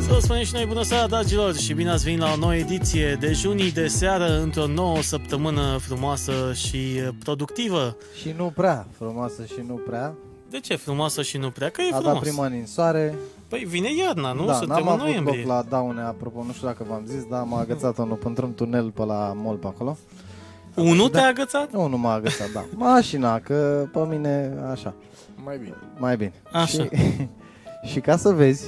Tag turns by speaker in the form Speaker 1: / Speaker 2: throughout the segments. Speaker 1: Să și noi bună seara, dragilor, și bine ați venit la o nouă ediție de junii de seară într-o nouă săptămână frumoasă și productivă.
Speaker 2: Și nu prea frumoasă și nu prea.
Speaker 1: De ce frumoasă și nu prea? Că e
Speaker 2: A
Speaker 1: frumos.
Speaker 2: dat prima ninsoare.
Speaker 1: Păi vine iarna, nu?
Speaker 2: da,
Speaker 1: Suntem
Speaker 2: n-am
Speaker 1: în
Speaker 2: avut
Speaker 1: noiembrie.
Speaker 2: loc la daune, apropo, nu știu dacă v-am zis, dar m-a agățat unul într-un tunel pe la mol pe acolo.
Speaker 1: Unul
Speaker 2: Da.
Speaker 1: te-a agățat?
Speaker 2: Nu, nu m-a agățat, da. Mașina, că pe mine, așa,
Speaker 3: Mai bine.
Speaker 2: mai bine.
Speaker 1: Așa.
Speaker 2: Și, și ca să vezi,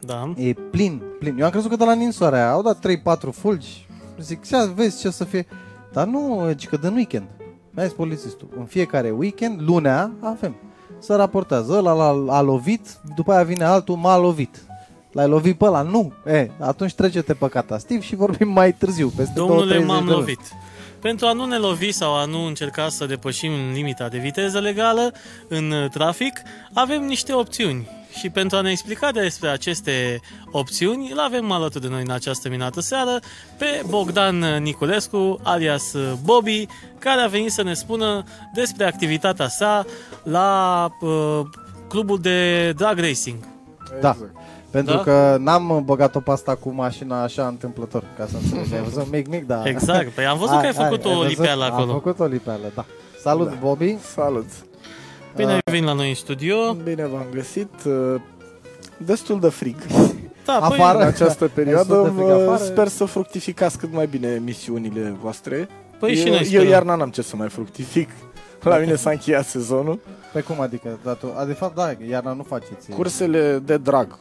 Speaker 1: Da.
Speaker 2: e plin, plin. Eu am crezut că de la ninsoare aia au dat 3-4 fulgi. Zic, ia vezi ce o să fie. Dar nu, ci că de în weekend. Mi-a zis polițistul, în fiecare weekend, lunea, avem. Să raportează, ăla l-a, a lovit, după aia vine altul, m-a lovit. L-ai lovit pe ăla? Nu. E, atunci trece-te pe catastiv și vorbim mai târziu, peste
Speaker 1: Domnule,
Speaker 2: 30
Speaker 1: m-am
Speaker 2: de luni.
Speaker 1: lovit. Pentru a nu ne lovi sau a nu încerca să depășim limita de viteză legală în uh, trafic, avem niște opțiuni. Și pentru a ne explica despre aceste opțiuni, îl avem alături de noi în această minată seară pe Bogdan Niculescu, alias uh, Bobby, care a venit să ne spună despre activitatea sa la uh, clubul de drag racing.
Speaker 2: Da. Pentru
Speaker 1: Da?
Speaker 2: că n-am băgat-o pasta cu mașina așa întâmplător, ca să înțelegi. Ai văzut? Mic, mic, da.
Speaker 1: Exact, păi am văzut că ai făcut o
Speaker 2: văzut?
Speaker 1: lipeală
Speaker 2: Am
Speaker 1: acolo.
Speaker 2: făcut o lipeală, da. Salut,
Speaker 3: Da.
Speaker 2: Bobby.
Speaker 3: Salut!
Speaker 1: Bine ai venit la noi în
Speaker 2: Oh.
Speaker 1: studio.
Speaker 3: Bine v-am găsit. uh, Destul de frig
Speaker 1: Da, păi,
Speaker 2: Afară.
Speaker 3: în această perioadă.
Speaker 2: Destul de frig
Speaker 3: Vă
Speaker 2: afară.
Speaker 3: sper să fructificați cât mai bine misiunile voastre.
Speaker 1: păi și
Speaker 3: eu,
Speaker 1: noi
Speaker 3: eu
Speaker 1: sperăm.
Speaker 3: iarna n-am ce să mai fructific. La mine s-a încheiat sezonul.
Speaker 2: Pe cum adică? Da, tu, a, de fapt, da, iarna nu faceți.
Speaker 3: Cursele de drag,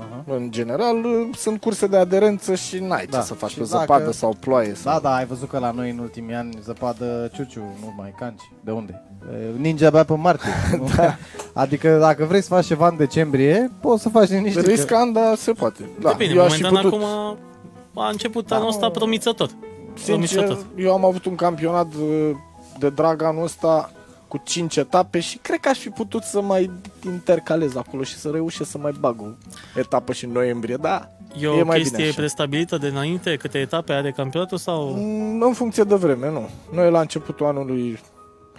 Speaker 2: Uh-huh.
Speaker 3: în general, uh, sunt curse de aderență și n-ai
Speaker 2: Da.
Speaker 3: ce să faci
Speaker 2: Și
Speaker 3: pe
Speaker 2: dacă-
Speaker 3: zăpadă sau ploaie.
Speaker 2: Da,
Speaker 3: Sau...
Speaker 2: da, ai văzut că la noi în ultimii ani zăpadă ciuciu, nu mai canci. De unde? E, Ninja abia pe martie. da. Adică dacă vrei să faci ceva în decembrie, poți să faci niște...
Speaker 3: Riscant, dar se poate. Da,
Speaker 1: Da, bine,
Speaker 3: eu aș fi
Speaker 1: momentan
Speaker 3: putut. Da,
Speaker 1: acum a început anul ăsta promițător.
Speaker 3: Sincer,
Speaker 1: Promițător.
Speaker 3: eu am avut un campionat uh, de drag anul ăsta cu 5 etape și cred că aș fi putut să mai intercalez acolo și să reușesc să mai bag o etapă și în noiembrie, da?
Speaker 1: E o
Speaker 3: e mai bine
Speaker 1: chestie
Speaker 3: așa.
Speaker 1: prestabilită de înainte, câte etape are campionatul sau...
Speaker 3: Mm, În funcție de vreme, nu. Noi la începutul anului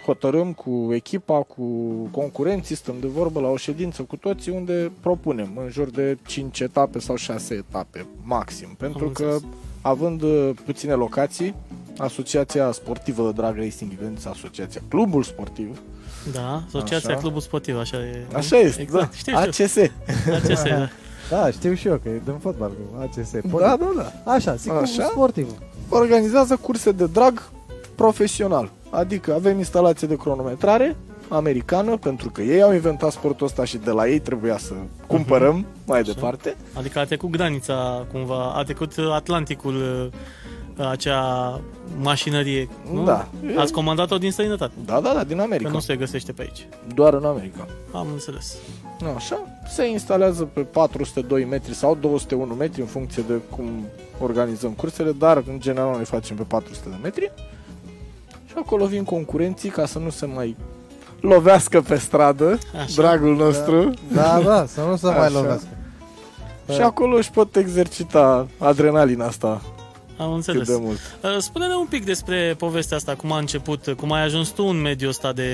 Speaker 3: hotărâm cu echipa, cu concurenții, stăm de vorbă la o ședință cu toții unde propunem în jur de 5 etape sau 6 etape maxim, pentru că
Speaker 1: înțeles.
Speaker 3: având uh, puține locații, Asociația Sportivă Drag Racing Events, Asociația Clubul Sportiv,
Speaker 1: Da, Asociația
Speaker 3: Așa.
Speaker 1: Clubul Sportiv, așa e.
Speaker 3: așa este,
Speaker 1: Exact,
Speaker 3: da,
Speaker 1: știu, știu.
Speaker 3: ACS.
Speaker 1: ACS, da.
Speaker 2: Da, știu și eu că e din fotbal cu ACS.
Speaker 3: Da, da, da.
Speaker 2: Așa, zic
Speaker 3: Așa?
Speaker 2: Așa? sportiv.
Speaker 3: organizează curse de drag profesional. Adică avem instalație de cronometrare americană, pentru că ei au inventat sportul ăsta și de la ei trebuia să cumpărăm mai
Speaker 1: Mhm. Așa.
Speaker 3: departe.
Speaker 1: Adică a trecut granița cumva, a trecut Atlanticul uh, acea mașinărie, nu?
Speaker 3: Da.
Speaker 1: Ați comandat-o din străinătate,
Speaker 3: Da, da, da, din
Speaker 1: că
Speaker 3: America.
Speaker 1: Păi nu se găsește pe aici.
Speaker 3: Doar în America.
Speaker 1: Am înțeles.
Speaker 3: Așa. Se instalează pe 402 metri sau 201 metri în funcție de cum organizăm cursele, dar în general le facem pe 400 de metri. Și acolo vin concurenții ca să nu se mai lovească pe stradă,
Speaker 1: Așa.
Speaker 3: dragul nostru.
Speaker 2: Da, da, să nu se mai
Speaker 3: Așa.
Speaker 2: lovească.
Speaker 3: Și Păi. acolo își pot exercita adrenalina asta
Speaker 1: Am
Speaker 3: cât
Speaker 1: înțeles.
Speaker 3: de mult.
Speaker 1: Uh, Spune-ne un pic despre povestea asta, cum a început, cum ai ajuns tu în mediul ăsta de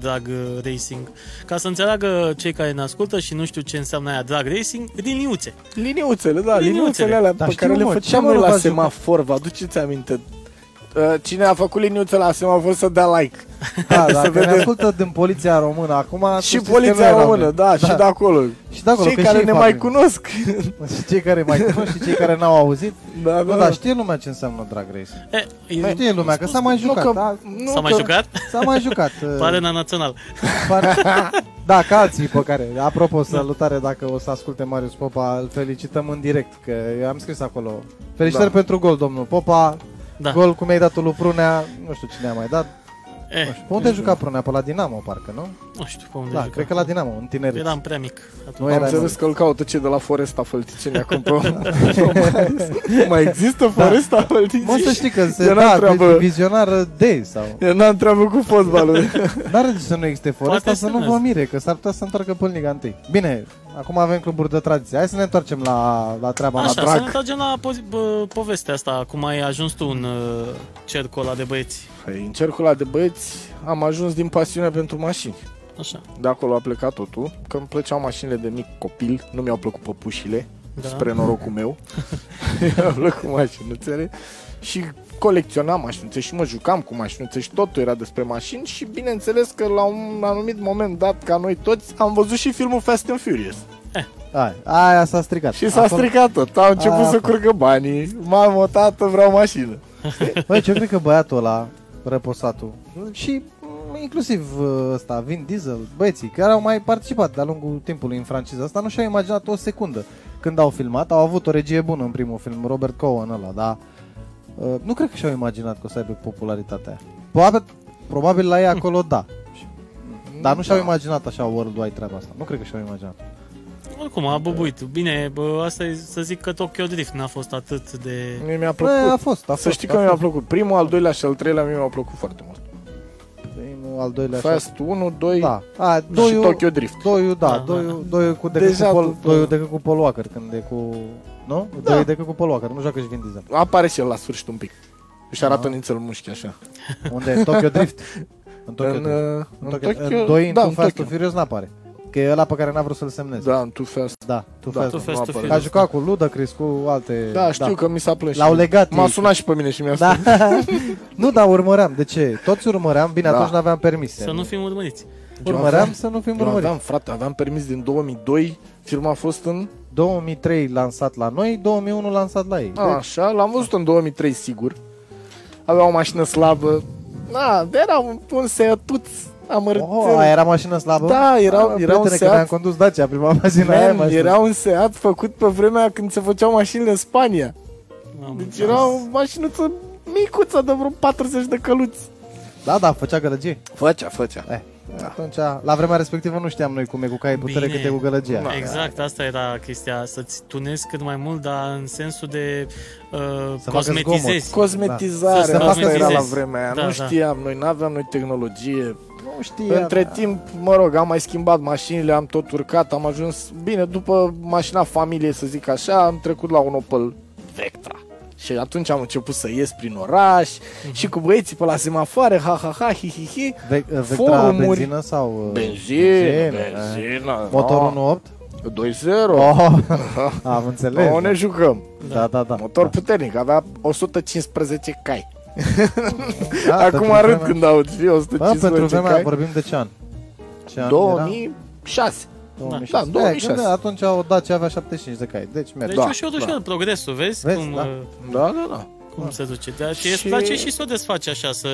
Speaker 1: drag uh, racing. Ca să înțeleagă cei care ne ascultă și nu știu ce înseamnă aia drag racing, din liuțe.
Speaker 3: Liniuțele, da, liniuțele,
Speaker 1: Liniuțele.
Speaker 3: alea
Speaker 2: Dar
Speaker 3: pe
Speaker 2: știu,
Speaker 3: care le
Speaker 2: mă, ce
Speaker 3: făceam
Speaker 2: mă
Speaker 3: noi la
Speaker 2: rugați,
Speaker 3: semafor, vă aduceți aminte? Uh, Cine a făcut liniuțe la semafor să dea like.
Speaker 2: Da,
Speaker 3: Să
Speaker 2: dacă ne
Speaker 3: vedem.
Speaker 2: ascultă din poliția română acum... să
Speaker 3: și
Speaker 2: știți că
Speaker 3: poliția
Speaker 2: noi eram
Speaker 3: română,
Speaker 2: noi.
Speaker 3: da, și de acolo.
Speaker 2: Și de acolo,
Speaker 3: cei
Speaker 2: că
Speaker 3: care
Speaker 2: și ei
Speaker 3: ne
Speaker 2: fac
Speaker 3: mai
Speaker 2: bine.
Speaker 3: cunosc.
Speaker 2: Și cei care mai cunosc și cei care n-au auzit.
Speaker 3: da,
Speaker 2: Nu, dar știe lumea ce înseamnă drag racing.
Speaker 1: Eh, E,
Speaker 2: Mai știe lumea că s-a mai
Speaker 3: nu
Speaker 2: jucat.
Speaker 3: că,
Speaker 2: da?
Speaker 3: nu
Speaker 1: S-a mai
Speaker 3: că,
Speaker 1: jucat?
Speaker 2: S-a mai jucat. uh,
Speaker 1: Pare na național.
Speaker 2: pare- Da, ca alții pe care, apropo, salutare dacă o să asculte Marius Popa, îl felicităm în direct, că eu am scris acolo. Felicitări
Speaker 3: Da.
Speaker 2: pentru gol, domnul Popa,
Speaker 1: Da.
Speaker 2: gol cum ai dat lui Prunea, nu știu cine a mai dat.
Speaker 1: E,
Speaker 2: Nu știu. Pe unde juca Prunea? Pe la Dinamo, parcă, nu?
Speaker 1: nu știu pe Eh. unde
Speaker 2: Da,
Speaker 1: juca.
Speaker 2: cred că la Dinamo, în tineret.
Speaker 1: Eram prea mic. atunci.
Speaker 2: Nu
Speaker 3: Am
Speaker 2: era
Speaker 3: înțeles că îl caută cei de la Foresta Fălticeni acum pe Mai există Foresta Fălticeni?
Speaker 2: Mă să știi că se
Speaker 3: Era
Speaker 2: da,
Speaker 3: treabă.
Speaker 2: vizionar de sau...
Speaker 3: Eu n-am treabă cu fotbalul.
Speaker 2: N-are de ce să nu existe foresta
Speaker 1: Poate
Speaker 2: să
Speaker 1: să
Speaker 2: nu
Speaker 1: ne-
Speaker 2: vă mire, că s-ar putea să întoarcă pe în Liga 1. Bine, acum avem cluburi de tradiție. Hai să ne întoarcem la, la treaba
Speaker 1: Așa,
Speaker 2: la
Speaker 1: să
Speaker 2: drag.
Speaker 1: ne tragem la po- bă, povestea asta, cum ai ajuns tu în uh, cercul ăla de băieți.
Speaker 3: Păi, în cercul ăla de băieți am ajuns din pasiunea pentru mașini.
Speaker 1: Așa.
Speaker 3: De acolo a plecat totul, că îmi plăceau mașinile de mic copil, nu mi-au plăcut păpușile.
Speaker 1: Da.
Speaker 3: da. spre norocul meu. Am luat cu mașinuțele și colecționam mașinuțe și mă jucam cu mașinuțe și totul era despre mașini și bineînțeles că la un anumit moment dat, ca noi toți, am văzut și filmul Fast and Furious.
Speaker 2: Aia, aia s-a stricat.
Speaker 3: Și s-a
Speaker 2: Acolo-
Speaker 3: stricat tot. Au început
Speaker 2: Acolo.
Speaker 3: să curgă banii. Mamă, tată, vreau mașină.
Speaker 2: Băi, ce cred că băiatul ăla, răposatul, și m, inclusiv ă, ăsta, Vin Diesel, băieții care au mai participat de-a lungul timpului în franciza asta, nu și-au imaginat o secundă când au filmat. Au avut o regie bună în primul film, Robert Cohen ăla, dar ă, nu cred că și-au imaginat că o să aibă popularitatea aia. Probabil, probabil la ei acolo, da. Dar nu și-au
Speaker 3: Da.
Speaker 2: imaginat așa worldwide treaba asta. Nu cred că și-au imaginat.
Speaker 3: Păi,
Speaker 1: Oricum, a bubuit. Bine, bă, asta e să zic că Tokyo Drift n-a fost atât de...
Speaker 3: Mie mi-a
Speaker 2: Bă, Păi, a
Speaker 3: plăcut.
Speaker 2: fost, a fost.
Speaker 3: Să știi
Speaker 2: a
Speaker 3: că mi-a
Speaker 2: fost.
Speaker 3: plăcut. Primul, al doilea și al treilea mie mi-au plăcut foarte mult.
Speaker 2: Primul, Al doilea așa.
Speaker 3: Fast 1, 2
Speaker 2: Da. A,
Speaker 3: și
Speaker 2: doiul,
Speaker 3: Tokyo Drift.
Speaker 2: Doiul, da,
Speaker 1: Da,
Speaker 2: doiul, doiul cu decât
Speaker 3: Deja
Speaker 2: cu, pol,
Speaker 3: tot,
Speaker 2: doiul
Speaker 3: da.
Speaker 2: decât cu Paul Walker, când e cu... Nu? Da. Doiul decât cu Paul Walker, nu joacă și Vin Diesel.
Speaker 3: Apare și el la sfârșit un pic. Își arată
Speaker 2: Da.
Speaker 3: nițel mușchi așa.
Speaker 2: Unde e? Tokyo Drift. În Tokyo
Speaker 3: în,
Speaker 2: Drift.
Speaker 3: uh,
Speaker 2: În
Speaker 3: în
Speaker 2: Tokyo,
Speaker 3: Tokyo,
Speaker 2: în doi, în
Speaker 3: da,
Speaker 2: Too
Speaker 3: în
Speaker 2: Fast
Speaker 3: Tokyo.
Speaker 2: and Furious n-apare. Că e ăla pe care n-a vrut să-l semneze.
Speaker 3: Da, în Too Fast.
Speaker 2: Da, Too
Speaker 3: Da,
Speaker 2: Fast.
Speaker 1: Too Fast,
Speaker 2: and
Speaker 1: Too
Speaker 3: apare.
Speaker 2: Furious. A
Speaker 1: Furious.
Speaker 2: jucat cu Luda, Chris, cu alte...
Speaker 3: Da, știu
Speaker 2: da.
Speaker 3: că mi s-a plâns.
Speaker 2: L-au
Speaker 3: și-
Speaker 2: legat
Speaker 3: M-a
Speaker 2: ei.
Speaker 3: sunat și pe mine și mi-a
Speaker 2: Da.
Speaker 3: spus.
Speaker 2: nu, dar urmăream. De ce? Toți urmăream. Bine,
Speaker 3: Da.
Speaker 2: atunci n-aveam permise.
Speaker 1: Să nu fim urmăriți.
Speaker 2: Urmăream să nu fim
Speaker 3: Eu
Speaker 2: urmăriți.
Speaker 3: aveam, Da, frate, aveam permis din 2002. Filmul a fost în...
Speaker 2: 2003 lansat la noi, 2001 lansat la ei.
Speaker 3: A, așa, l-am văzut în 2003, sigur. Avea o mașină slabă. Da, era un, un seatuț amărât.
Speaker 2: Oh, aia era mașină slabă? Ah,
Speaker 3: Da, era, era un
Speaker 2: Prietene, că mi-am
Speaker 3: Seat.
Speaker 2: condus Dacia prima mașină aia
Speaker 3: Man,
Speaker 2: mașină.
Speaker 3: era un Seat făcut pe vremea când se făceau mașinile în Spania.
Speaker 1: Am
Speaker 3: Deci
Speaker 1: înțeles.
Speaker 3: era o mașinuță micuță de vreo 40 de căluți.
Speaker 2: Da, da, făcea gălăgie.
Speaker 3: Făcea, făcea.
Speaker 1: Da.
Speaker 2: Eh, Atunci, la vremea respectivă nu știam noi cum e cu cai putere
Speaker 1: Bine.
Speaker 2: cât e cu gălăgia.
Speaker 3: Da.
Speaker 1: Exact, asta era chestia, să-ți tunezi cât mai mult, dar în sensul de uh,
Speaker 2: facă
Speaker 1: cosmetizezi. Da.
Speaker 3: Cosmetizare,
Speaker 1: Să se
Speaker 3: da. asta
Speaker 1: cosmetizezi.
Speaker 3: era la vremea aia.
Speaker 1: Da,
Speaker 3: Da, nu
Speaker 1: da.
Speaker 3: știam, noi nu aveam noi tehnologie.
Speaker 2: Nu știam.
Speaker 3: Între timp, mă rog, am mai schimbat mașinile, am tot urcat, am ajuns, bine, după mașina familiei, să zic așa, am trecut la un Opel Vectra. Și atunci am început să ies prin oraș
Speaker 1: Mhm.
Speaker 3: și cu băieții pe la semafoare, ha, ha, ha, hi, hi, hi.
Speaker 2: Ve- Vectra
Speaker 3: forumuri.
Speaker 2: benzină sau... uh,
Speaker 3: Benzină,
Speaker 2: eh.
Speaker 3: benzină. da.
Speaker 2: Motor 1.8?
Speaker 3: 2-0. Oh,
Speaker 2: Oh, am înțeles.
Speaker 3: no, ne jucăm.
Speaker 2: Da, da, da.
Speaker 3: Motor puternic, avea 115 cai.
Speaker 2: Da, pentru
Speaker 3: Acum arăt
Speaker 2: vremea-
Speaker 3: când aud, fie
Speaker 2: Bă,
Speaker 3: 115
Speaker 2: pentru vremea
Speaker 3: cai.
Speaker 2: vorbim de ce an? Ce an
Speaker 3: 2006.
Speaker 2: Era?
Speaker 3: Da,
Speaker 2: 2006.
Speaker 3: 2006.
Speaker 2: Da, atunci o Dacia avea 75 de cai, deci merge.
Speaker 1: Deci
Speaker 3: Da,
Speaker 1: ușor, ușor, progresul, vezi,
Speaker 2: Vezi,
Speaker 1: cum,
Speaker 2: da.
Speaker 1: uh,
Speaker 3: Da, da, da.
Speaker 1: cum se duce. Dar ce îți
Speaker 3: Și-
Speaker 1: place și să o desfaci așa, să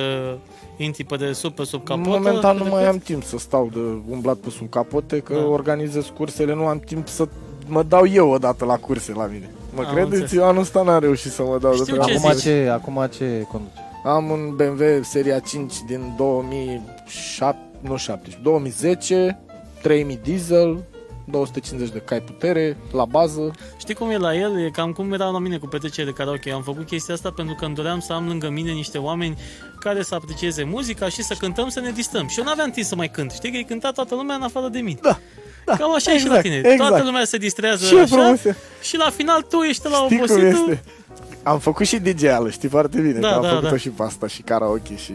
Speaker 1: intri pe de sub, pe sub capotă.
Speaker 3: Momentan nu
Speaker 1: da, de-
Speaker 3: mai am timp să stau de umblat pe sub capote, că
Speaker 1: Da.
Speaker 3: organizez cursele, nu am timp să mă dau eu odată la curse la mine. Mă
Speaker 1: Am înțeles.
Speaker 3: credeți? Eu anul ăsta n-am reușit să mă dau
Speaker 1: Știu
Speaker 3: de treabă.
Speaker 1: Deci, ce
Speaker 2: Acum
Speaker 1: zici?
Speaker 2: ce, acum ce conduci?
Speaker 3: Am un BMW seria 5 din 2007, nu 17, 2010, 3000 diesel, 250 de cai putere, la bază.
Speaker 1: Știi cum e la el? E cam cum era la mine cu petrecerea de karaoke. Am făcut chestia asta pentru că îmi doream să am lângă mine niște oameni care să aprecieze muzica și să cântăm, să ne distrăm. Și eu n-aveam timp să mai cânt. Știi că e cântat toată lumea în afară de mine.
Speaker 3: Da, da,
Speaker 1: Cam așa e și la
Speaker 3: exact,
Speaker 1: tine.
Speaker 3: exact.
Speaker 1: Toată lumea se distrează
Speaker 3: Ce
Speaker 1: așa
Speaker 3: frumuse!
Speaker 1: și la final tu ești la
Speaker 3: Știi cum
Speaker 1: obositul.
Speaker 3: este? Am făcut și dj -ală, știi foarte
Speaker 1: Da,
Speaker 3: bine, da, că am
Speaker 1: da,
Speaker 3: făcut-o
Speaker 1: da.
Speaker 3: și pe asta și karaoke și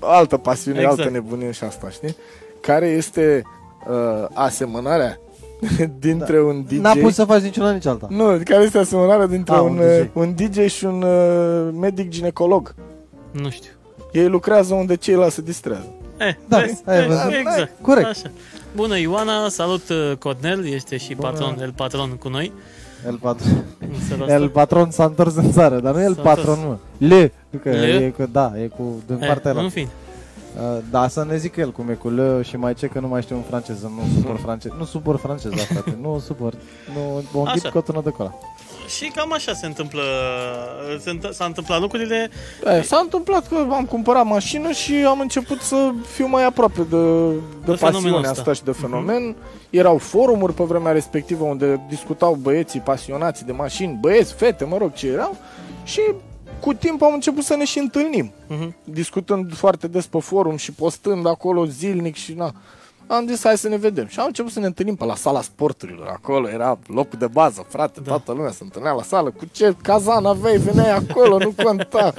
Speaker 3: altă pasiune,
Speaker 1: Exact.
Speaker 3: exact. altă nebunie și asta, știi? Care este uh, asemănarea dintre da. un DJ...
Speaker 2: N-a pus să faci niciuna, nici alta.
Speaker 3: Nu, care este asemănarea dintre
Speaker 2: Ah,
Speaker 3: un,
Speaker 2: un DJ.
Speaker 3: uh, un DJ și un uh, medic ginecolog?
Speaker 1: Nu știu.
Speaker 3: Ei lucrează unde ceilalți se distrează.
Speaker 1: Eh,
Speaker 2: Da,
Speaker 1: vezi,
Speaker 2: ai
Speaker 1: vezi,
Speaker 2: văzut.
Speaker 1: exact.
Speaker 2: Corect.
Speaker 1: Așa. Bună Ioana, salut uh, Cornel, este și
Speaker 2: Bună.
Speaker 1: patron, el patron cu noi.
Speaker 2: El patru.
Speaker 1: în seara asta.
Speaker 2: El patron s-a întors în țară, dar nu el
Speaker 1: S-a
Speaker 2: patron, mă. Le, că
Speaker 1: Le?
Speaker 2: e cu, da, e cu din
Speaker 1: Eh,
Speaker 2: partea
Speaker 1: În
Speaker 2: la.
Speaker 1: fine.
Speaker 2: Da, să ne zic el cum e cu le și mai ce că nu mai știu în franceză, nu supor francez, nu supor francez, da, frate, nu supor, nu, o închid
Speaker 1: Așa.
Speaker 2: cotună de cola. Și
Speaker 1: Și cam așa se întâmplă, se întâ- s-a întâmplat lucrurile.
Speaker 3: E, s-a întâmplat că am cumpărat mașină și am început să fiu mai aproape de, de,
Speaker 1: De
Speaker 3: de
Speaker 1: fenomenul
Speaker 3: pasiunea
Speaker 1: ăsta. Mhm.
Speaker 3: asta și de fenomen. Erau forumuri pe vremea respectivă unde discutau băieții pasionați de mașini, băieți, fete, mă rog ce erau. Și cu timp am început să ne și întâlnim,
Speaker 1: Mhm.
Speaker 3: discutând foarte des pe forum și postând acolo zilnic și na. Am zis hai să ne vedem și am început să ne întâlnim pe la sala sporturilor Acolo era locul de bază, frate, da. toată lumea se întâlnea la sală Cu ce cazan aveai, veneai acolo, nu conta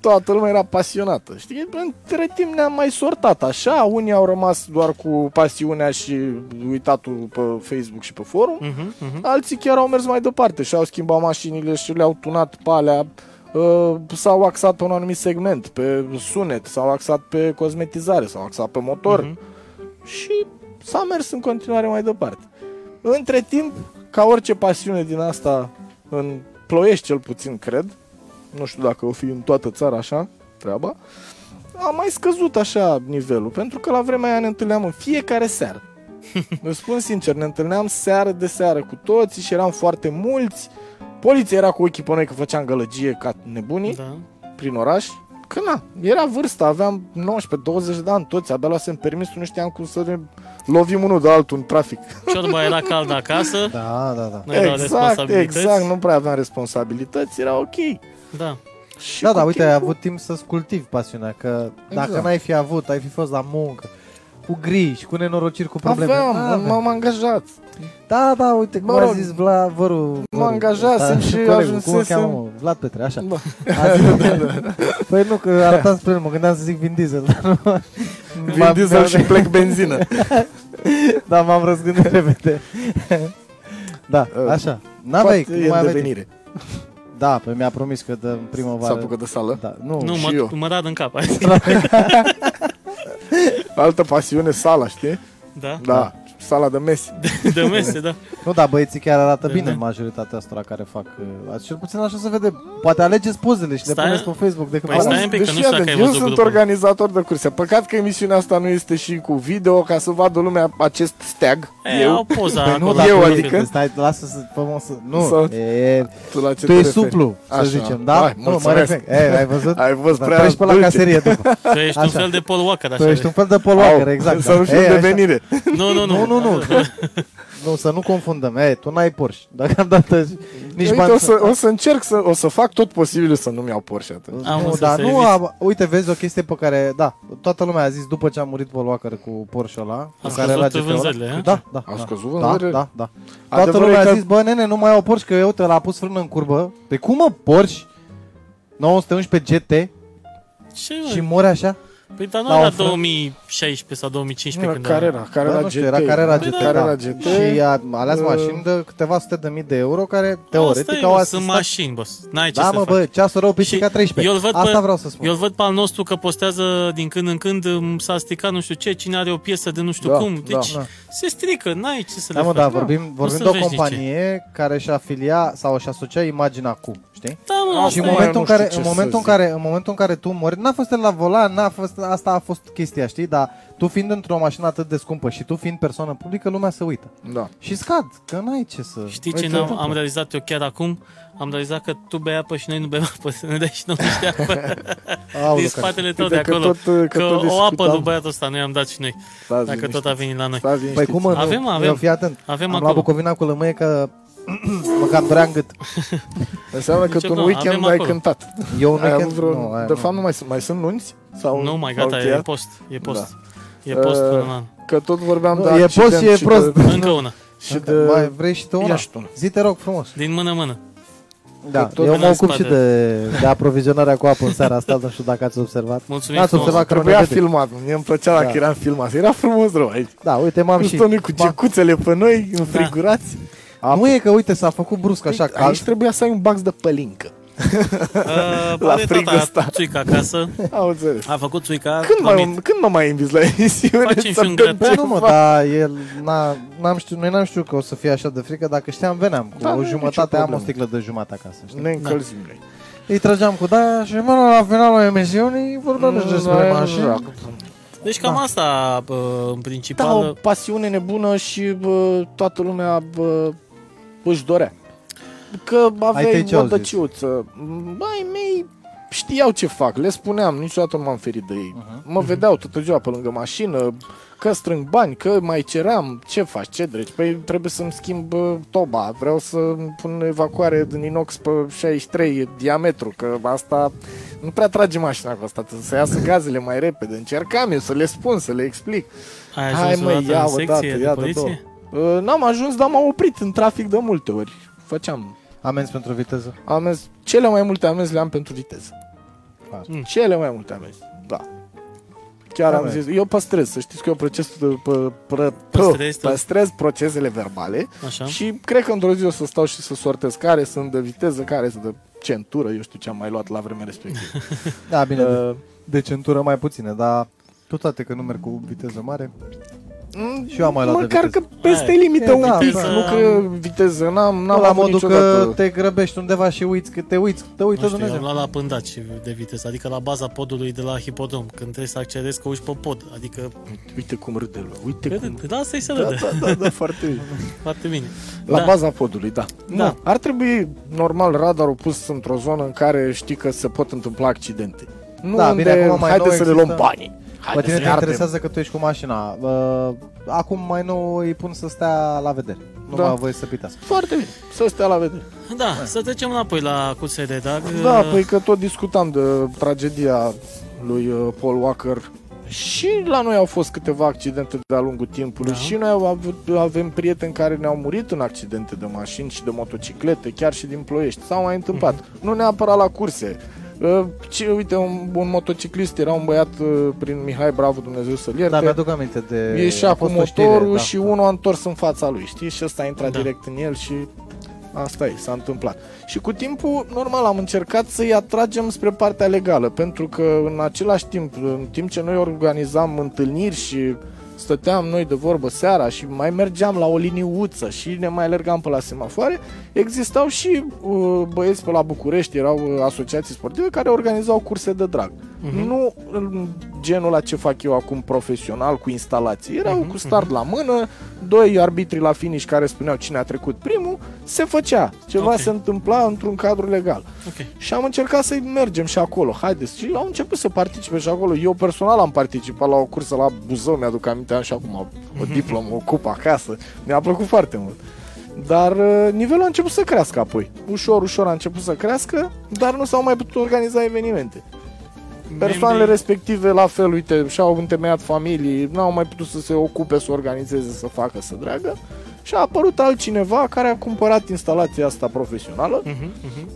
Speaker 3: toată lumea era pasionată. Știi, între timp ne-am mai sortat așa, unii au rămas doar cu pasiunea și uitatul pe Facebook și pe forum,
Speaker 1: Mhm, mhm.
Speaker 3: alții chiar au mers mai departe și au schimbat mașinile și le-au tunat pe alea, uh, s-au axat pe un anumit segment, pe sunet, s-au axat pe cosmetizare, s-au axat pe motor
Speaker 1: Mhm.
Speaker 3: și s-a mers în continuare mai departe. Între timp, ca orice pasiune din asta, în ploiești cel puțin, cred, nu știu dacă o fi în toată țara așa, treaba, a mai scăzut așa nivelul, pentru că la vremea aia ne întâlneam în fiecare seară. Vă spun sincer, ne întâlneam seară de seară cu toți și eram foarte mulți. Poliția era cu ochii pe noi că făceam gălăgie ca nebunii
Speaker 1: Da.
Speaker 3: prin oraș. Că na, era vârsta, aveam 19-20 de ani toți, abia luasem permisul, nu știam cum să ne lovim unul de altul în trafic.
Speaker 1: Ciorba era caldă acasă,
Speaker 2: Da, da, da.
Speaker 1: nu erau
Speaker 3: exact,
Speaker 1: responsabilități.
Speaker 3: exact, nu prea aveam responsabilități, era ok.
Speaker 1: Da.
Speaker 3: Și
Speaker 2: Da,
Speaker 3: cu
Speaker 2: da, uite, ai
Speaker 3: timpul-
Speaker 2: avut timp să-ți cultivi pasiunea, că dacă
Speaker 3: Exact.
Speaker 2: n-ai fi avut, ai fi fost la muncă, cu griji, cu nenorociri, cu probleme.
Speaker 3: Aveam,
Speaker 2: Da, aveam.
Speaker 3: m-am angajat.
Speaker 2: Da, da, uite, cum
Speaker 3: Mă
Speaker 2: a
Speaker 3: rog,
Speaker 2: zis Vla, văru,
Speaker 3: mă angajasem și
Speaker 2: Da, Cum îl
Speaker 3: ajunsesem-
Speaker 2: cheamă, mă? Vlad Petre, așa.
Speaker 3: Da.
Speaker 2: A zis, păi nu, că arătam spre el, mă gândeam să zic Vin Diesel, dar nu.
Speaker 3: Vin diesel și plec benzină.
Speaker 2: Da, m-am răzgândit repede. da,
Speaker 3: Uh,
Speaker 2: așa. N-aveai,
Speaker 3: Poate e
Speaker 2: nu mai
Speaker 3: în
Speaker 2: aveai timp.
Speaker 3: devenire.
Speaker 2: Da, pe mi-a promis că dă în primăvară.
Speaker 3: S-a apucat de sală.
Speaker 2: Da, nu,
Speaker 1: Nu,
Speaker 3: și
Speaker 1: mă,
Speaker 3: eu.
Speaker 1: mă dat în cap.
Speaker 2: Da.
Speaker 3: Altă pasiune, sala, știi?
Speaker 1: da,
Speaker 3: Da, sala de Messi.
Speaker 1: de mese, da.
Speaker 2: nu, da, băieții chiar arată
Speaker 1: Da,
Speaker 2: bine
Speaker 1: da.
Speaker 2: majoritatea astora care fac. uh, Cel puțin așa se vede. Poate alegeți pozele și le
Speaker 1: Stai-
Speaker 2: puneți pe Facebook decât
Speaker 1: Păi
Speaker 2: pe
Speaker 1: stai
Speaker 2: alea.
Speaker 1: un pic, că
Speaker 3: Deci,
Speaker 1: nu știu
Speaker 3: iată,
Speaker 1: dacă ai
Speaker 3: eu
Speaker 1: văzut
Speaker 3: sunt
Speaker 1: grupul.
Speaker 3: organizator de curse. Păcat că emisiunea asta nu este și cu video ca să vadă lumea acest steag.
Speaker 1: E,
Speaker 3: eu,
Speaker 1: au poza
Speaker 2: Păi
Speaker 1: acolo.
Speaker 2: dar
Speaker 3: eu,
Speaker 2: tu-
Speaker 3: adică?
Speaker 2: Stai, lasă să fă mă să... Nu,
Speaker 3: Sau-
Speaker 2: e,
Speaker 3: tu la ce
Speaker 2: tu
Speaker 3: te
Speaker 2: ești
Speaker 3: referi?
Speaker 2: suplu, să
Speaker 3: Așa.
Speaker 2: zicem, da?
Speaker 3: Hai,
Speaker 2: nu, mă
Speaker 3: mulțumesc.
Speaker 2: refer. E, ai văzut?
Speaker 3: Ai fost
Speaker 2: Da,
Speaker 3: prea
Speaker 2: Treci pe la
Speaker 3: dulce.
Speaker 2: caserie după.
Speaker 1: Tu ești un
Speaker 2: Așa.
Speaker 1: fel de Paul Walker,
Speaker 2: Tu
Speaker 1: așa.
Speaker 2: ești un fel de
Speaker 3: Au,
Speaker 2: poluacă, exact.
Speaker 3: Să nu
Speaker 2: da.
Speaker 3: fiu
Speaker 2: E,
Speaker 3: în
Speaker 2: așa.
Speaker 3: devenire.
Speaker 1: Nu, nu, nu.
Speaker 2: Nu, nu, nu. nu, să nu confundăm. E, tu n-ai Porsche. Dacă am dat nici
Speaker 3: Uite,
Speaker 2: bani.
Speaker 3: o să, o să încerc să, o să fac tot posibilul să nu-mi iau Porsche atunci.
Speaker 1: Am
Speaker 2: nu,
Speaker 1: însă
Speaker 2: dar nu
Speaker 1: serviciu.
Speaker 2: am, Uite, vezi o chestie pe care, da, toată lumea a zis după ce a murit Paul Walker cu Porsche ăla, cu
Speaker 1: scăzut
Speaker 2: care era GT-ul ăla.
Speaker 1: vânzările, a?
Speaker 2: Da, da.
Speaker 3: Au
Speaker 2: da.
Speaker 3: scăzut
Speaker 2: da,
Speaker 3: vânzările?
Speaker 2: da, da. Toată
Speaker 3: Adevărul
Speaker 2: lumea
Speaker 3: e că-
Speaker 2: a zis, bă, nene, nu mai au Porsche, că uite, l-a pus frână în curbă. Pe cum, mă, Porsche? 911 GT
Speaker 1: Ce, mă?
Speaker 2: și mori așa?
Speaker 1: Păi, dar nu
Speaker 2: la
Speaker 1: era
Speaker 2: ofertă?
Speaker 1: 2016 sau 2015
Speaker 3: Era
Speaker 1: când
Speaker 3: care era? Care
Speaker 2: Da,
Speaker 3: era
Speaker 2: nu
Speaker 3: GT?
Speaker 2: știu, era care
Speaker 1: Păi
Speaker 2: era GT,
Speaker 3: Care
Speaker 2: da.
Speaker 3: era GT?
Speaker 2: Și a ales
Speaker 3: Uh,
Speaker 2: mașini de câteva sute de mii de euro care,
Speaker 1: Asta
Speaker 2: teoretic,
Speaker 1: e,
Speaker 2: au
Speaker 1: Sunt
Speaker 2: asistat
Speaker 1: mașini, boss. N-ai ce
Speaker 2: da,
Speaker 1: să
Speaker 2: mă,
Speaker 1: faci.
Speaker 2: bă, ceasul rău pe
Speaker 1: Și
Speaker 2: ca 13.
Speaker 1: eu îl văd
Speaker 2: Asta
Speaker 1: pe-
Speaker 2: vreau să spun.
Speaker 1: Eu îl văd pe al nostru că postează din când în când m, s-a stricat nu știu ce, cine are o piesă de nu știu
Speaker 3: Da,
Speaker 1: cum.
Speaker 3: da.
Speaker 1: Deci
Speaker 2: Da.
Speaker 1: se strică, n-ai ce să
Speaker 2: Da,
Speaker 1: le
Speaker 2: mă,
Speaker 1: faci.
Speaker 2: da, vorbim, vorbim
Speaker 1: se
Speaker 2: de o
Speaker 1: vezi nici
Speaker 2: companie care își afilia sau își asocia imaginea acum, știi?
Speaker 1: Da, mă,
Speaker 3: Asta
Speaker 2: Și în
Speaker 1: asta e.
Speaker 3: moment-
Speaker 2: momentul, în
Speaker 3: nu știu
Speaker 2: care,
Speaker 3: ce
Speaker 2: în,
Speaker 3: să
Speaker 2: momentul în,
Speaker 3: zic.
Speaker 2: care, în momentul în care tu mori, n-a fost el la volan, n-a fost, asta a fost chestia, știi? Dar tu fiind într-o mașină atât de scumpă și tu fiind persoană publică, lumea se uită.
Speaker 3: Da.
Speaker 2: Și scad, că n-ai ce să... Păi
Speaker 1: Știi
Speaker 2: Uite,
Speaker 3: Păi
Speaker 1: ce am,
Speaker 2: întâmplă.
Speaker 1: am realizat eu chiar acum? Am realizat că tu bei apă și noi nu bem apă, să ne dai și nouă niște apă
Speaker 2: Aoleu,
Speaker 1: din
Speaker 2: că-
Speaker 1: spatele tău de
Speaker 3: Uite că
Speaker 1: acolo.
Speaker 3: tot- că
Speaker 1: Că
Speaker 3: tot
Speaker 1: o apă
Speaker 3: discutam.
Speaker 1: lui băiatul ăsta noi am dat și noi,
Speaker 3: Stați
Speaker 1: dacă tot a venit la noi.
Speaker 3: Stați liniștiți.
Speaker 2: Păi cum, mă, nu?
Speaker 1: Avem, avem.
Speaker 2: Eu fii atent.
Speaker 1: Avem
Speaker 2: am
Speaker 1: acolo.
Speaker 2: luat Bucovina cu lămâie că mă cam dorea în gât.
Speaker 3: Înseamnă că
Speaker 1: Deci,
Speaker 3: tu în
Speaker 1: bă,
Speaker 3: weekend
Speaker 1: avem
Speaker 3: ai
Speaker 1: acolo.
Speaker 3: cântat.
Speaker 2: Eu nu
Speaker 3: Ai avut vreo...
Speaker 2: nu, aia
Speaker 3: de
Speaker 2: nu.
Speaker 3: fapt, nu mai, sunt- mai sunt nunți? Sau,
Speaker 1: Nu, mai
Speaker 3: sau
Speaker 1: gata, e
Speaker 3: încheiat?
Speaker 1: post, e post. E
Speaker 3: Da.
Speaker 1: post
Speaker 3: Uh,
Speaker 1: până la anul.
Speaker 3: Că tot vorbeam
Speaker 2: Nu,
Speaker 3: de
Speaker 2: e post
Speaker 3: accident
Speaker 2: și e
Speaker 3: și
Speaker 2: prost.
Speaker 3: De,
Speaker 1: Încă una,
Speaker 3: și de...
Speaker 2: Mai vrei și tu una?
Speaker 3: Ia și tu una.
Speaker 2: Zi, te rog frumos.
Speaker 1: din mână-mână.
Speaker 2: Da,
Speaker 3: Tot
Speaker 2: eu
Speaker 1: în
Speaker 2: mă ocup
Speaker 1: spate.
Speaker 2: și de, de aprovizionarea cu apă în seara asta, nu știu dacă ați observat.
Speaker 1: Mulțumim
Speaker 2: N-ați
Speaker 1: frumos.
Speaker 2: observat că nu
Speaker 3: Trebuia
Speaker 2: ne filmat.
Speaker 3: filmat, mie îmi plăcea dacă
Speaker 2: Da.
Speaker 3: eram filmat. Era frumos rău aici.
Speaker 2: Da, uite, m-am
Speaker 3: Am
Speaker 2: și...
Speaker 3: și noi cu
Speaker 2: Ba,
Speaker 3: gecuțele pe noi, înfrigurați. Apă.
Speaker 2: Nu e că, uite, s-a făcut brusc așa
Speaker 3: Aici
Speaker 2: cald.
Speaker 3: trebuia să ai un bax de pălincă.
Speaker 1: Uh,
Speaker 3: La
Speaker 1: are
Speaker 3: frigul ăsta.
Speaker 1: tata țuica acasă,
Speaker 3: Am înțeles.
Speaker 1: a făcut țuica,
Speaker 3: Când mă,
Speaker 1: glumit.
Speaker 3: când mă mai inviți la emisiune?
Speaker 1: Facem și
Speaker 3: să
Speaker 1: un
Speaker 3: dăm
Speaker 1: grătar.
Speaker 2: Bă,
Speaker 3: ceva?
Speaker 2: nu mă, dar el n-a, n-am știut, noi n-am știut că o să fie așa de frică. Dacă știam, veneam cu
Speaker 3: Da, nu
Speaker 2: o
Speaker 3: e
Speaker 2: jumătate,
Speaker 3: nicio
Speaker 2: am o
Speaker 3: problemă.
Speaker 2: sticlă de jumătate acasă. Știi?
Speaker 3: Ne încălzim noi.
Speaker 2: Îi trăgeam cu da și mă la finalul emisiunii vorbeam și despre
Speaker 3: Noi,
Speaker 2: mașini.
Speaker 1: Deci cam
Speaker 2: Da.
Speaker 1: asta, bă, în
Speaker 3: Da, o
Speaker 1: principal,
Speaker 3: pasiune nebună și bă, toată lumea bă, își dorea. Că
Speaker 2: tăi
Speaker 3: aveai
Speaker 2: ce
Speaker 3: o
Speaker 2: au zis?
Speaker 3: dăciuță. Băi mei știau ce fac, le spuneam, niciodată nu m-am ferit de ei.
Speaker 2: Uh-huh.
Speaker 3: Mă vedeau toată ziua pe lângă mașină, că strâng bani, că mai ceream, ce faci, ce dreci? Păi trebuie să-mi schimb bă, toba, vreau să pun evacuare din inox pe 63 diametru, că asta nu prea trage mașina cu asta, trebuie să iasă gazele mai repede. Încercam eu să le spun, să le explic.
Speaker 1: ai
Speaker 3: Hai
Speaker 1: ajuns
Speaker 3: mă,
Speaker 1: odată
Speaker 3: ia
Speaker 1: în
Speaker 3: o dată,
Speaker 1: secție
Speaker 3: ia
Speaker 1: de
Speaker 3: de două.
Speaker 1: poliție?
Speaker 3: Uh, N-am ajuns, dar m-am oprit în trafic de multe ori. Făceam
Speaker 2: Amenzi pentru viteză.
Speaker 3: amenzi, cele mai multe amenzi le-am pentru viteză. Da,
Speaker 2: clar.
Speaker 3: Cele mai multe amenzi. Da. Chiar
Speaker 2: Da,
Speaker 3: am
Speaker 2: băi.
Speaker 3: zis, eu păstrez, să știți că eu proces, pă, pă, pă,
Speaker 1: Păstrezi tu?
Speaker 3: păstrez procesele verbale
Speaker 1: Așa.
Speaker 3: și cred că într-o zi o să stau și să sortez care sunt de viteză, care sunt de centură, eu știu ce am mai luat la vremea respectivă.
Speaker 2: Da, bine, de,
Speaker 3: uh,
Speaker 2: de centură mai puține, dar cu toate că nu merg cu viteză mare.
Speaker 3: mm,
Speaker 2: Și eu am mai luat de
Speaker 3: Măcar că
Speaker 2: viteză.
Speaker 3: peste
Speaker 1: Hai.
Speaker 3: limită
Speaker 2: E,
Speaker 3: un
Speaker 2: da,
Speaker 3: pic,
Speaker 1: da.
Speaker 3: nu că viteză, n-am,
Speaker 2: Nu
Speaker 3: n-am
Speaker 2: la
Speaker 3: avut
Speaker 2: modul
Speaker 3: niciodată.
Speaker 2: că te grăbești undeva și uiți, că te uiți, te uită
Speaker 1: Nu știu, eu
Speaker 2: Dumnezeu.
Speaker 1: am luat la pândaci de viteză, adică la baza podului de la hipodrom, când trebuie să accelerezi că uși pe pod, adică...
Speaker 3: Uite cum râde lui, uite cum...
Speaker 1: Râde, da, să-i se
Speaker 3: Da,
Speaker 1: râde,
Speaker 3: da, da, da, foarte bine.
Speaker 1: foarte bine.
Speaker 3: La
Speaker 1: Da.
Speaker 3: baza podului, da.
Speaker 1: Da.
Speaker 3: Nu, Ar trebui, normal, radarul pus într-o zonă în care știi că se pot întâmpla accidente. Nu
Speaker 2: Da,
Speaker 3: unde,
Speaker 2: bine, acum mai
Speaker 3: haide
Speaker 2: nou
Speaker 3: să le
Speaker 2: există-
Speaker 3: luăm banii. Haide
Speaker 2: Pe tine
Speaker 3: să
Speaker 2: te
Speaker 3: ne ardem.
Speaker 2: interesează că tu ești cu mașina. Uh, acum mai nou îi pun să stea la vedere. Nu
Speaker 3: Da.
Speaker 2: da. mai voie să pitească.
Speaker 3: Foarte bine, să stea la vedere.
Speaker 1: Da, să trecem înapoi la cursele de drag.
Speaker 3: Da,
Speaker 2: Eh.
Speaker 1: Uh,
Speaker 3: păi că tot discutam de tragedia lui uh, Paul Walker. Și la noi au fost câteva accidente de-a lungul timpului
Speaker 1: Da.
Speaker 3: da. și noi au avut, avem prieteni care ne-au murit în accidente de mașini și de motociclete, chiar și din ploiești. S-au mai întâmplat.
Speaker 2: Mhm.
Speaker 3: Nu neapărat la curse. Uh, Ce, uite, un, un motociclist era un băiat uh, prin Mihai Bravo, Dumnezeu să-l ierte.
Speaker 2: Da, mi-aduc aminte de...
Speaker 3: ieșea
Speaker 2: a
Speaker 3: cu
Speaker 2: fost o știre,
Speaker 3: motorul
Speaker 2: da.
Speaker 3: și unul a întors în fața lui, știi? Și ăsta a intrat
Speaker 1: Da.
Speaker 3: direct în el și asta e, s-a întâmplat. Și cu timpul, normal, am încercat să-i atragem spre partea legală, pentru că în același timp, în timp ce noi organizam întâlniri și stăteam noi de vorbă seara și mai mergeam la o liniuță și ne mai alergam pe la semafoare, existau și uh, băieți pe la București, erau uh, asociații sportive care organizau curse de drag.
Speaker 1: Mhm.
Speaker 3: Nu în genul la ce fac eu acum profesional cu instalații. Erau
Speaker 1: Mhm,
Speaker 3: cu start la mână, doi arbitri la finish care spuneau cine a trecut primul, se făcea. Ceva
Speaker 1: Ok.
Speaker 3: se întâmpla într-un cadru legal.
Speaker 1: Ok.
Speaker 3: Și am încercat să mergem și acolo. Haideți. Și au început să participe și acolo. Eu personal am participat la o cursă la Buzău, mi-aduc aminte, am și acum o diplomă, o cupă acasă. Mi-a plăcut foarte mult. Dar uh, nivelul a început să crească apoi. Ușor, ușor a început să crească, dar nu s-au mai putut organiza evenimente. Persoanele
Speaker 1: Membrii-
Speaker 3: respective, la fel, uite, și-au întemeiat familii, n-au mai putut să se ocupe, să organizeze, să facă, să dreagă. Și a apărut altcineva care a cumpărat instalația asta profesională,
Speaker 1: Mhm, mhm,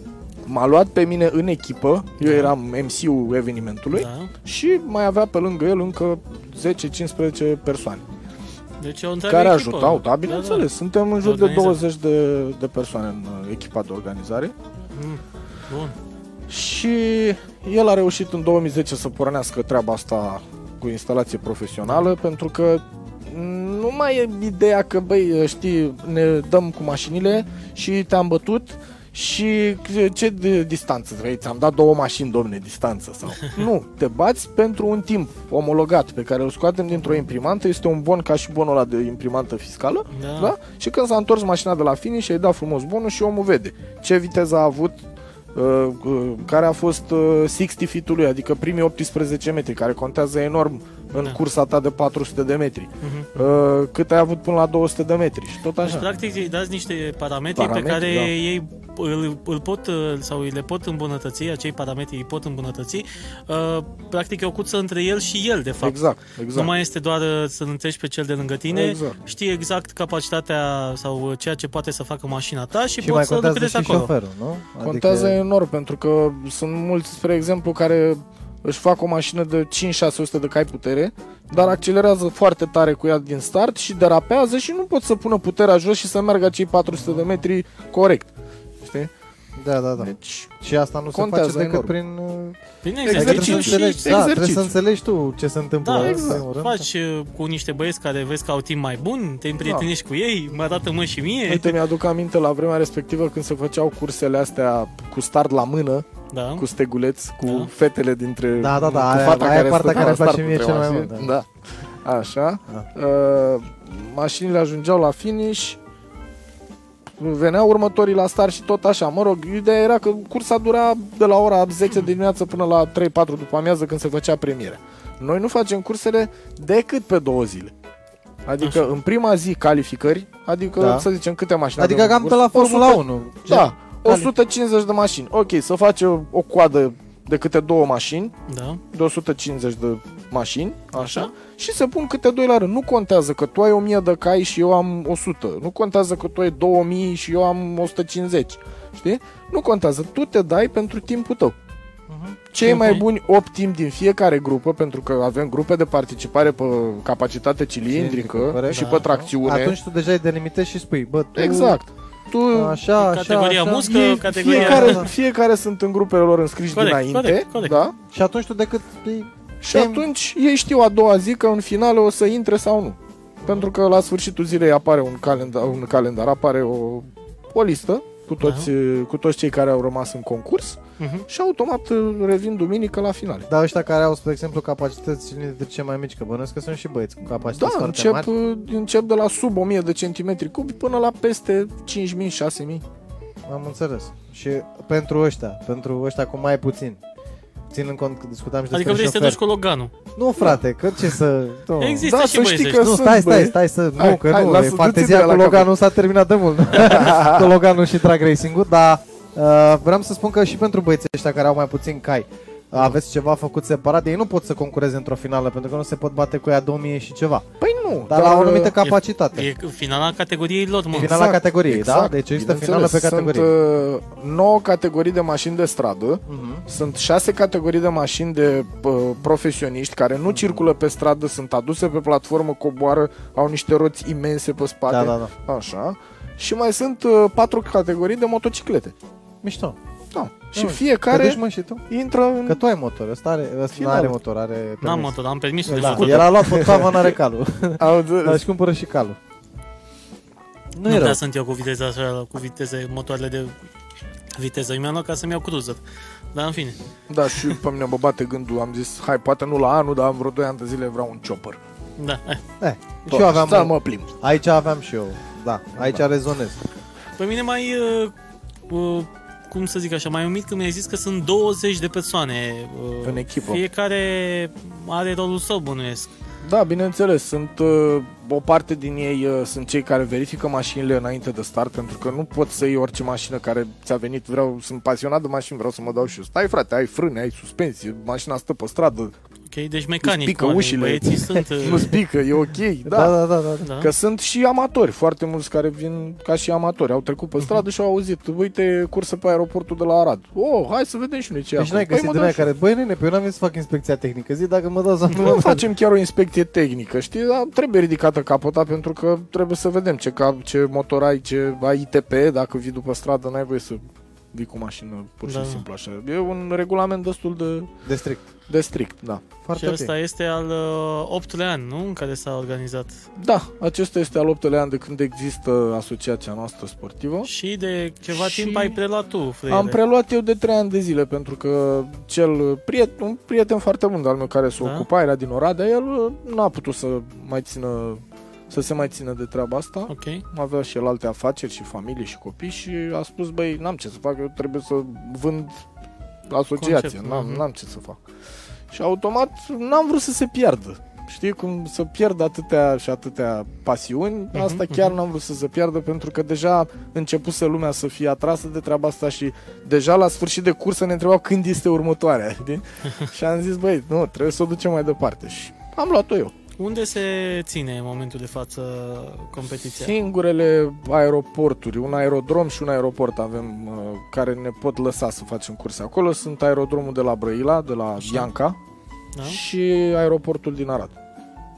Speaker 3: m-a luat pe mine în echipă, eu eram MC-ul evenimentului
Speaker 1: Da.
Speaker 3: și mai avea pe lângă el încă 10-15 persoane
Speaker 1: Deci e o întreagă
Speaker 3: care
Speaker 1: echipă.
Speaker 3: ajutau, da, bineînțeles, suntem în jur de
Speaker 1: Organizat.
Speaker 3: 20 de, de persoane în uh, echipa de organizare.
Speaker 1: Mm, Bun.
Speaker 3: Și el a reușit în 2010 să pornească treaba asta cu instalație profesională, pentru că nu mai e ideea că, băi, știi, ne dăm cu mașinile și te-am bătut și ce de distanță vrei? Ți-am dat două mașini, domne, distanță sau... nu, te bați pentru un timp omologat pe care îl scoatem dintr-o imprimantă, este un bon ca și bonul ăla de imprimantă fiscală,
Speaker 1: Da.
Speaker 3: da? Și când s-a întors mașina de la finish, i-ai dat frumos bonul și omul vede ce viteză a avut, uh, uh, care a fost uh, 60 feet lui, adică primii 18 metri, care contează enorm în
Speaker 1: Da.
Speaker 3: cursa ta de 400 de metri.
Speaker 1: Mhm.
Speaker 3: Uh, Cât ai avut până la 200 de metri și tot
Speaker 1: Deci,
Speaker 3: așa.
Speaker 1: practic, îi dați niște parametri,
Speaker 3: Parametri,
Speaker 1: pe care
Speaker 3: da.
Speaker 1: ei îl, îl pot uh, sau îi le pot îmbunătăți, acei parametri îi pot îmbunătăți. Uh, practic, e o cuță între el și el, de fapt.
Speaker 3: Exact,
Speaker 1: Nu
Speaker 3: exact.
Speaker 1: mai este doar uh, să-l întrești pe cel de lângă tine,
Speaker 3: Exact.
Speaker 1: știi exact capacitatea sau uh, ceea ce poate să facă mașina ta și,
Speaker 2: Și
Speaker 1: poți
Speaker 2: mai
Speaker 1: să
Speaker 2: contează
Speaker 1: lucrezi
Speaker 2: și
Speaker 1: acolo.
Speaker 2: șoferul, nu? Adică-
Speaker 3: Contează enorm, pentru că sunt mulți, spre exemplu, care își fac o mașină de 5-600 de cai putere, dar accelerează foarte tare cu ea din start și derapează și nu pot să pună puterea jos și să meargă acei 400 de metri corect. Știi?
Speaker 2: Da, da, da.
Speaker 3: Deci,
Speaker 2: Și asta nu se
Speaker 3: Contează
Speaker 2: face decât
Speaker 3: enorm.
Speaker 2: prin... uh,
Speaker 1: Prin
Speaker 3: Exercițiu
Speaker 2: Trebuie să
Speaker 1: exercițiu
Speaker 3: și
Speaker 2: înțelegi, da, trebuie să
Speaker 3: exercițiu.
Speaker 2: înțelegi tu ce se întâmplă.
Speaker 1: Da,
Speaker 2: în
Speaker 3: exact.
Speaker 2: primul rând.
Speaker 1: Faci uh, cu niște băieți care vezi că au timp mai bun, te împrietenești
Speaker 2: Da.
Speaker 1: cu ei, mă arată mă și mie.
Speaker 3: uite, mi-aduc aminte la vremea respectivă când se făceau cursele astea cu start la mână,
Speaker 1: da.
Speaker 3: cu steguleț, cu
Speaker 1: Da.
Speaker 3: fetele dintre...
Speaker 2: Da, da, da,
Speaker 3: cu
Speaker 2: aia-
Speaker 3: fata
Speaker 2: aia e
Speaker 3: care
Speaker 2: partea care
Speaker 3: stătea la
Speaker 2: îmi place
Speaker 3: start
Speaker 2: mie
Speaker 3: între
Speaker 2: cel mai
Speaker 3: mașini.
Speaker 2: mult,
Speaker 3: Da. Așa.
Speaker 2: Da.
Speaker 3: Uh, mașinile ajungeau la finish, veneau următorii la start și tot așa. Mă rog, ideea era că cursa dura de la ora 10 de dimineață până la 3-4 după amiază când se făcea premiera. Noi nu facem cursele decât pe două zile. Adică în prima zi calificări, adică
Speaker 2: Da.
Speaker 3: să zicem câte mașini
Speaker 2: Adică
Speaker 3: avem
Speaker 2: cam
Speaker 3: în
Speaker 2: pe
Speaker 3: curs?
Speaker 2: la Formula
Speaker 3: 100
Speaker 2: 1.
Speaker 3: da, 150 de mașini. Ok, să faci o, o coadă de câte două mașini,
Speaker 1: Da.
Speaker 3: de 150 de mașini, așa,
Speaker 1: Așa.
Speaker 3: și se pun câte doi la rând. Nu contează că tu ai 1000 de cai și eu am 100. Nu contează că tu ai 2000 și eu am 150. Știi? Nu contează. Tu te dai pentru timpul tău.
Speaker 2: Mhm.
Speaker 1: Uh-huh.
Speaker 3: Cei mai
Speaker 1: Ok.
Speaker 3: buni 8 timp din fiecare grupă, pentru că avem grupe de participare pe capacitate cilindrică
Speaker 2: Cilindrică, corect.
Speaker 3: și
Speaker 1: Da.
Speaker 3: pe tracțiune.
Speaker 2: Atunci tu deja îi delimitezi și spui, bă, tu...
Speaker 3: exact. Tu
Speaker 2: Așa, așa,
Speaker 1: Categoria
Speaker 2: așa.
Speaker 1: muscă,
Speaker 3: ei,
Speaker 1: categoria...
Speaker 3: fiecare,
Speaker 2: Da.
Speaker 3: fiecare sunt în grupele lor înscriși
Speaker 1: Corect,
Speaker 3: dinainte,
Speaker 1: corect, corect.
Speaker 3: da?
Speaker 2: Și atunci tu decât Păi, îi
Speaker 3: Și
Speaker 2: Tem-
Speaker 3: atunci ei știu a doua zi că în finală o să intre sau nu. Pentru că la sfârșitul zilei apare un calendar, un calendar apare o, o listă cu toți,
Speaker 1: Da.
Speaker 3: cu toți cei care au rămas în concurs
Speaker 1: Mhm.
Speaker 3: și automat uh, revin duminică la finale.
Speaker 2: Dar ăștia care au, spre exemplu, capacități de ce mai mici, că bănuiesc că sunt și băieți cu
Speaker 3: Da,
Speaker 2: capacități foarte
Speaker 3: încep,
Speaker 2: mari.
Speaker 3: uh, încep de la sub 1000 de centimetri cubi până la peste 5000-6000.
Speaker 2: Am înțeles. Și pentru ăștia, pentru ăștia cu mai puțin. Ținând cont că discutam și despre
Speaker 1: Adică vrei să te
Speaker 2: șoferi.
Speaker 1: duci cu loganul.
Speaker 2: Nu, frate, că ce să... Tu...
Speaker 1: Există și băieți ăștia.
Speaker 3: Da,
Speaker 2: Nu,
Speaker 3: că sunt
Speaker 2: stai, stai,
Speaker 3: băieți.
Speaker 2: stai să... Nu,
Speaker 3: Hai,
Speaker 2: că
Speaker 3: hai,
Speaker 2: nu,
Speaker 3: lasă,
Speaker 2: e fantezia
Speaker 3: du-ți-te
Speaker 2: cu
Speaker 3: la
Speaker 2: Loganul s-a terminat de mult. că Loganul și Drag Racing ul dar uh, vreau să spun că și pentru băieții ăștia care au mai puțin cai, uh, aveți ceva făcut separat, ei nu pot să concureze într-o finală pentru că nu se pot bate cu ea 2000 și ceva.
Speaker 3: Păi nu,
Speaker 2: Dar, la o anumită
Speaker 3: uh, exact,
Speaker 2: capacitate.
Speaker 1: E finala categoriei lor, mă. Exact.
Speaker 2: E finala categoriei, da? Deci există finală pe
Speaker 3: bineînțeles.
Speaker 2: categorie.
Speaker 3: Sunt uh, 9 categorii de mașini de stradă,
Speaker 2: Mhm.
Speaker 3: Sunt șase categorii de mașini de uh, profesioniști care nu circulă pe stradă, sunt aduse pe platformă, coboară, au niște roți imense pe
Speaker 2: Da,
Speaker 3: spate.
Speaker 2: da, da.
Speaker 3: Așa. Și mai sunt uh, patru categorii de motociclete.
Speaker 2: Mișto.
Speaker 3: Da. Și
Speaker 2: Te
Speaker 3: fiecare
Speaker 2: duci, mă, și tu?
Speaker 3: intră în...
Speaker 2: Că tu ai motor, ăsta are, ăsta nu
Speaker 3: Final.
Speaker 2: are motor, are permis.
Speaker 1: N-am motor, am permis de
Speaker 2: Da,
Speaker 1: motor.
Speaker 2: el a luat potava, n-are calul.
Speaker 3: Auzi,
Speaker 2: Dar își cumpără Da, și calul. Nu,
Speaker 1: Nu,
Speaker 2: e rău.
Speaker 1: prea sunt eu cu viteza așa, cu viteze, motoarele de viteză. Eu mi-am luat ca să-mi iau cruiser. Dar în fine.
Speaker 3: Da, și pe mine mă bate gândul, am zis, hai, poate nu la anul, dar am vreo 2 ani de zile vreau un chopper.
Speaker 1: Da. eh.
Speaker 2: Eh, și eu
Speaker 3: da,
Speaker 2: aveam,
Speaker 3: mă plim.
Speaker 2: aici aveam și eu. Da, aici rezonez.
Speaker 1: Pe mine mai... uh, uh, cum să zic așa, mai umit când mi-ai zis că sunt 20 de persoane. uh,
Speaker 3: În echipă.
Speaker 1: Fiecare are rolul său, bănuiesc.
Speaker 3: Da, bineînțeles, sunt uh, o parte din ei uh, sunt cei care verifică mașinile înainte de start, pentru că nu pot să iei orice mașină care ți-a venit. Vreau, sunt pasionat de mașini, vreau să mă dau și eu. Stai, frate, ai frâne, ai suspensie, mașina stă pe stradă,
Speaker 2: Mm.
Speaker 1: Ok, deci mecanic.
Speaker 3: Îți pică
Speaker 1: oamenii,
Speaker 3: ușile.
Speaker 1: Băieții sunt... uh,
Speaker 3: nu spică, e ok, da.
Speaker 2: Da, da, da, da.
Speaker 1: da.
Speaker 3: Că sunt și amatori, foarte mulți care vin ca și amatori, au trecut
Speaker 2: Mhm.
Speaker 3: pe stradă și au auzit, uite, cursă pe aeroportul de la Arad. Oh, hai să vedem și noi ce e
Speaker 2: Deci
Speaker 3: acolo.
Speaker 2: n-ai
Speaker 3: Păi
Speaker 2: găsit
Speaker 3: mă
Speaker 2: de
Speaker 3: dau
Speaker 2: aia
Speaker 3: și eu.
Speaker 2: care, băi nene, pe eu n-am venit să fac inspecția tehnică, zi dacă mă dau sau nu.
Speaker 3: Nu facem chiar o inspecție tehnică, știi? Dar trebuie ridicată capota pentru că trebuie să vedem ce, cap, ce motor ai, ce ai ITP, dacă vii după stradă, n-ai voie să vii cu mașină pur și
Speaker 1: Da.
Speaker 3: simplu așa. E un regulament destul de,
Speaker 2: De strict.
Speaker 3: de strict, da.
Speaker 1: Și
Speaker 2: Foarte
Speaker 1: ăsta
Speaker 2: ok.
Speaker 1: este al uh, optulea an, nu? În care s-a organizat.
Speaker 3: Da, acesta este al optelea an de când există asociația noastră sportivă.
Speaker 1: Și de ceva
Speaker 3: Oh. Și-
Speaker 1: timp ai preluat tu, Freiere.
Speaker 3: Am preluat eu de 3 ani de zile pentru că cel prieten, un prieten foarte bun al meu care se
Speaker 1: Da?
Speaker 3: da? ocupa, era din Oradea, el n-a putut să mai țină să se mai țină de treaba asta.
Speaker 1: Ok.
Speaker 3: avea și el alte afaceri și familie și copii și a spus, băi, n-am ce să fac, eu trebuie să vând asociația,
Speaker 1: Concept,
Speaker 3: n-am,
Speaker 1: mhm.
Speaker 3: n-am ce să fac. Și automat n-am vrut să se piardă. Știi cum să pierd atâtea și atâtea pasiuni,
Speaker 1: Mhm,
Speaker 3: asta chiar
Speaker 1: mhm.
Speaker 3: n-am vrut să se piardă pentru că deja începuse lumea să fie atrasă de treaba asta și deja la sfârșit de cursă ne întrebau când este următoarea. Știi? și am zis, băi, nu, trebuie să o ducem mai departe și am luat-o eu.
Speaker 1: Unde se ține în momentul de față competiția?
Speaker 3: Singurele aeroporturi, un aerodrom și un aeroport avem uh, care ne pot lăsa să facem curse acolo, sunt aerodromul de la Brăila, de la
Speaker 1: Așa.
Speaker 3: Bianca
Speaker 1: Da?
Speaker 3: și aeroportul din Arad,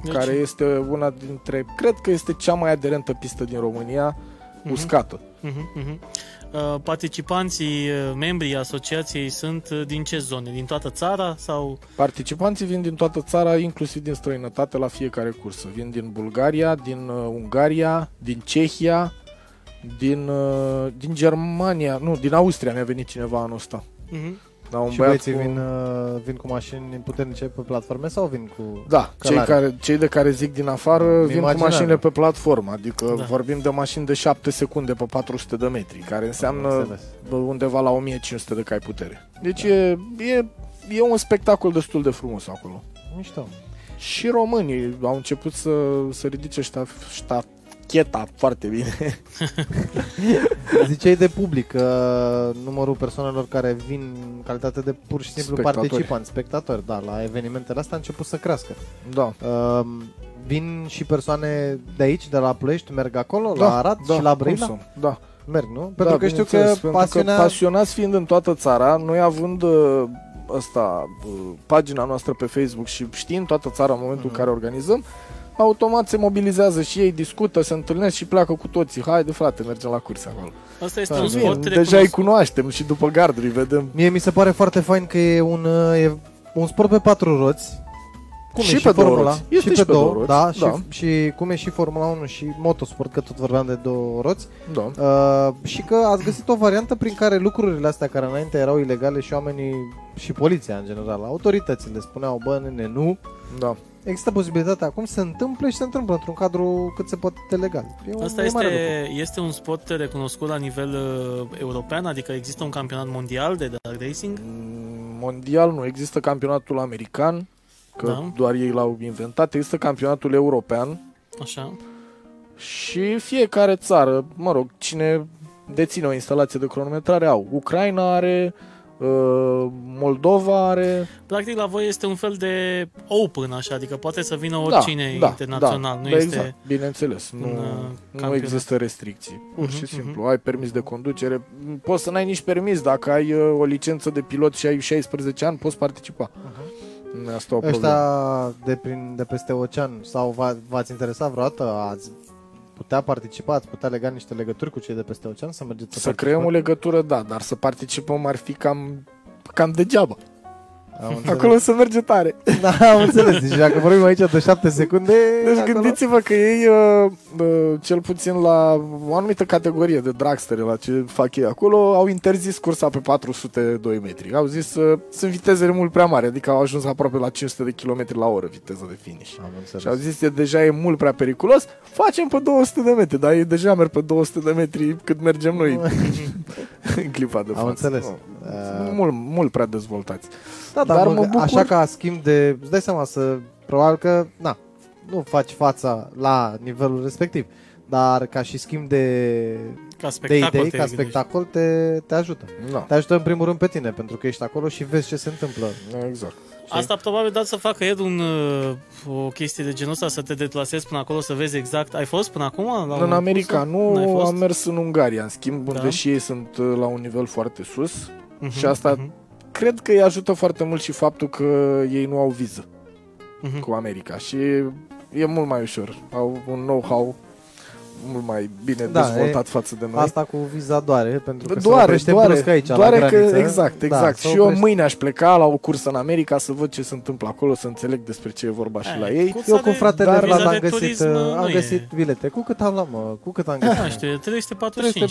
Speaker 1: Deci,
Speaker 3: care este una dintre, cred că este cea mai aderentă pistă din România,
Speaker 1: Mhm.
Speaker 3: uscată.
Speaker 1: Mhm, mhm. Uh, Participanții, uh, membrii asociației sunt uh, din ce zone? Din toată țara sau
Speaker 3: Participanții vin din toată țara, inclusiv din străinătate la fiecare cursă. Vin din Bulgaria, din uh, Ungaria, din Cehia, din, uh, din Germania, nu, din Austria mi-a venit cineva anul ăsta.
Speaker 1: Mhm.
Speaker 3: Da, un
Speaker 2: Și
Speaker 3: băiat
Speaker 2: băieții
Speaker 3: cu-
Speaker 2: vin, uh, vin cu mașini puternice pe platforme sau vin cu...
Speaker 3: Da, cei,
Speaker 2: Călare.
Speaker 3: care, cei de care zic din afară vin cu
Speaker 2: Imaginare.
Speaker 3: mașinile pe platformă, adică
Speaker 1: Da.
Speaker 3: da. vorbim de mașini de 7 secunde pe 400 de metri, care
Speaker 2: Am
Speaker 3: înseamnă
Speaker 2: înțeles.
Speaker 3: bă, undeva la 1500 de cai putere. Deci e, e, e un spectacol destul de frumos acolo.
Speaker 2: Mișto.
Speaker 3: Și românii au început să, să ridice ștaf, ștacheta foarte bine.
Speaker 2: Ziceai de public, uh, numărul persoanelor care vin în calitate de pur și simplu
Speaker 3: Spectatori.
Speaker 2: participanți, spectatori, da, la evenimentele astea a început să crească.
Speaker 3: Da.
Speaker 2: Uh, vin și persoane de aici, de la Ploiești, merg acolo,
Speaker 3: Da,
Speaker 2: la Arad
Speaker 3: da,
Speaker 2: și la
Speaker 3: cum
Speaker 2: Brăila?
Speaker 3: să nu. Da.
Speaker 2: Merg, nu? Pentru că știu
Speaker 3: bineînțeles,
Speaker 2: că
Speaker 3: pentru
Speaker 2: pasiunea...
Speaker 3: că pasionați fiind în toată țara, noi având uh, asta, uh, pagina noastră pe Facebook și știind toată țara în momentul în
Speaker 2: Mhm.
Speaker 3: care organizăm, automat se mobilizează și ei discută, se întâlnesc și pleacă cu toții. Haide frate, mergem la curse acolo.
Speaker 1: Asta este
Speaker 3: Da,
Speaker 1: un
Speaker 3: bine,
Speaker 1: sport
Speaker 3: deja îi
Speaker 1: recunoscut.
Speaker 3: cunoaștem și după garduri vedem.
Speaker 2: Mie mi se pare foarte fain că e un, uh, e un sport pe patru roți. Cum
Speaker 3: Și
Speaker 2: e
Speaker 3: pe două
Speaker 2: formula,
Speaker 3: roți. Este
Speaker 2: și pe două, roți, da,
Speaker 3: da.
Speaker 2: Și, și cum e și Formula 1 și motosport, că tot vorbeam de două roți.
Speaker 3: Da.
Speaker 2: Uh, și că ați găsit o variantă prin care lucrurile astea care înainte erau ilegale și oamenii și poliția în general, autoritățile spuneau, bă, nene, nu.
Speaker 3: Da.
Speaker 2: Există posibilitatea acum să se întâmple și se întâmplă într-un cadru cât se poate de legal. E un-
Speaker 1: Asta
Speaker 2: e mare
Speaker 1: este, este un sport recunoscut la nivel uh, european, adică există un campionat mondial de drag racing.
Speaker 3: Mm, Mondial nu există campionatul american, că
Speaker 1: Da.
Speaker 3: da. doar ei l-au inventat. Există campionatul european,
Speaker 1: Așa.
Speaker 3: Și fiecare țară, mă rog, cine deține o instalație de cronometrare au. Ucraina are, uh, Moldova are,
Speaker 1: Practic la voi este un fel de open, așa, adică poate să vină
Speaker 3: da,
Speaker 1: oricine
Speaker 3: da,
Speaker 1: internațional.
Speaker 3: da,
Speaker 1: nu
Speaker 3: da,
Speaker 1: este...
Speaker 3: exact, bineîțeles, nu,
Speaker 1: un, uh,
Speaker 3: nu
Speaker 1: campionat.
Speaker 3: există restricții, pur și
Speaker 1: Mhm,
Speaker 3: simplu, ai permis de conducere, poți să n-ai nici permis, dacă ai uh, o licență de pilot și ai 16 ani, poți participa.
Speaker 1: Mhm.
Speaker 3: Nu e Asta o problemă.
Speaker 2: Ăștia de, prin, de peste ocean sau v- v-ați interesat vreodată, ați putea participa, ați putea lega niște legături cu cei de peste ocean să mergeți să,
Speaker 3: Să creăm o legătură, da, dar să participăm ar fi cam, cam degeaba.
Speaker 2: legătură.
Speaker 3: Acolo se merge tare.
Speaker 2: Da, am înțeles. Deci dacă vorbim aici de 7 secunde...
Speaker 3: Deci
Speaker 2: acolo-
Speaker 3: gândiți-vă că ei, uh, uh, cel puțin la o anumită categorie de dragster, la ce fac ei acolo, au interzis cursa pe 402 metri. Au zis uh, sunt vitezele mult prea mari, adică au ajuns aproape la 500 de km la oră viteza de finish.
Speaker 2: Am înțeles.
Speaker 3: Și au zis e deja e mult prea periculos, facem pe 200 de metri, dar ei deja merg pe 200 de metri cât mergem noi în clipa de față.
Speaker 2: Am înțeles.
Speaker 3: Nu,
Speaker 2: Uh,
Speaker 3: sunt Mult, mult prea dezvoltați.
Speaker 2: Da, dar,
Speaker 3: Dar
Speaker 2: mă,
Speaker 3: mă bucur.
Speaker 2: așa ca schimb de... Îți dai seama să... Probabil că, na, nu faci fața la nivelul respectiv, dar ca și schimb de,
Speaker 1: Ca
Speaker 2: de
Speaker 1: spectacol.
Speaker 2: idei,
Speaker 1: te
Speaker 2: ca
Speaker 1: gândești.
Speaker 2: spectacol, te, te ajută.
Speaker 3: Da,
Speaker 2: Te ajută în primul rând pe tine, pentru că ești acolo și vezi ce se întâmplă.
Speaker 3: exact.
Speaker 1: Asta probabil dat să facă Ed un, uh, o chestie de genul ăsta, să te deplasezi până acolo, să vezi exact. Ai fost până acum? La
Speaker 3: În
Speaker 1: un
Speaker 3: America
Speaker 1: cursă? N-ai
Speaker 3: nu,
Speaker 1: fost?
Speaker 3: am mers în Ungaria, în schimb,
Speaker 1: Da.
Speaker 3: unde și ei sunt uh, la un nivel foarte sus.
Speaker 1: Mhm,
Speaker 3: și asta-
Speaker 1: mhm,
Speaker 3: Cred că îi ajută foarte mult și faptul că ei nu au viză
Speaker 1: mhm.
Speaker 3: cu America și e mult mai ușor. Au un know-how mult mai bine
Speaker 2: Da,
Speaker 3: dezvoltat față de noi.
Speaker 2: Asta cu viza doare, pentru că se
Speaker 3: doare,
Speaker 2: oprește
Speaker 3: doare,
Speaker 2: brusc aici,
Speaker 3: doare
Speaker 2: la
Speaker 3: că,
Speaker 2: graniță.
Speaker 3: exact,
Speaker 2: Da,
Speaker 3: exact.
Speaker 2: se
Speaker 3: și eu
Speaker 2: oprește.
Speaker 3: mâine aș pleca la o cursă în America să văd ce se întâmplă acolo, să înțeleg despre ce e vorba și
Speaker 1: Aia,
Speaker 3: la ei.
Speaker 1: cursa
Speaker 2: Eu cu
Speaker 1: de-
Speaker 2: fratele
Speaker 1: dar
Speaker 2: Vlad
Speaker 1: viza
Speaker 2: am
Speaker 1: de
Speaker 2: găsit,
Speaker 1: turism,
Speaker 2: uh,
Speaker 1: nu
Speaker 2: am
Speaker 1: e-
Speaker 2: găsit bilete. Cu cât am luat, mă? Cu cât am
Speaker 1: Nu
Speaker 2: găsit?
Speaker 1: știu, e 345.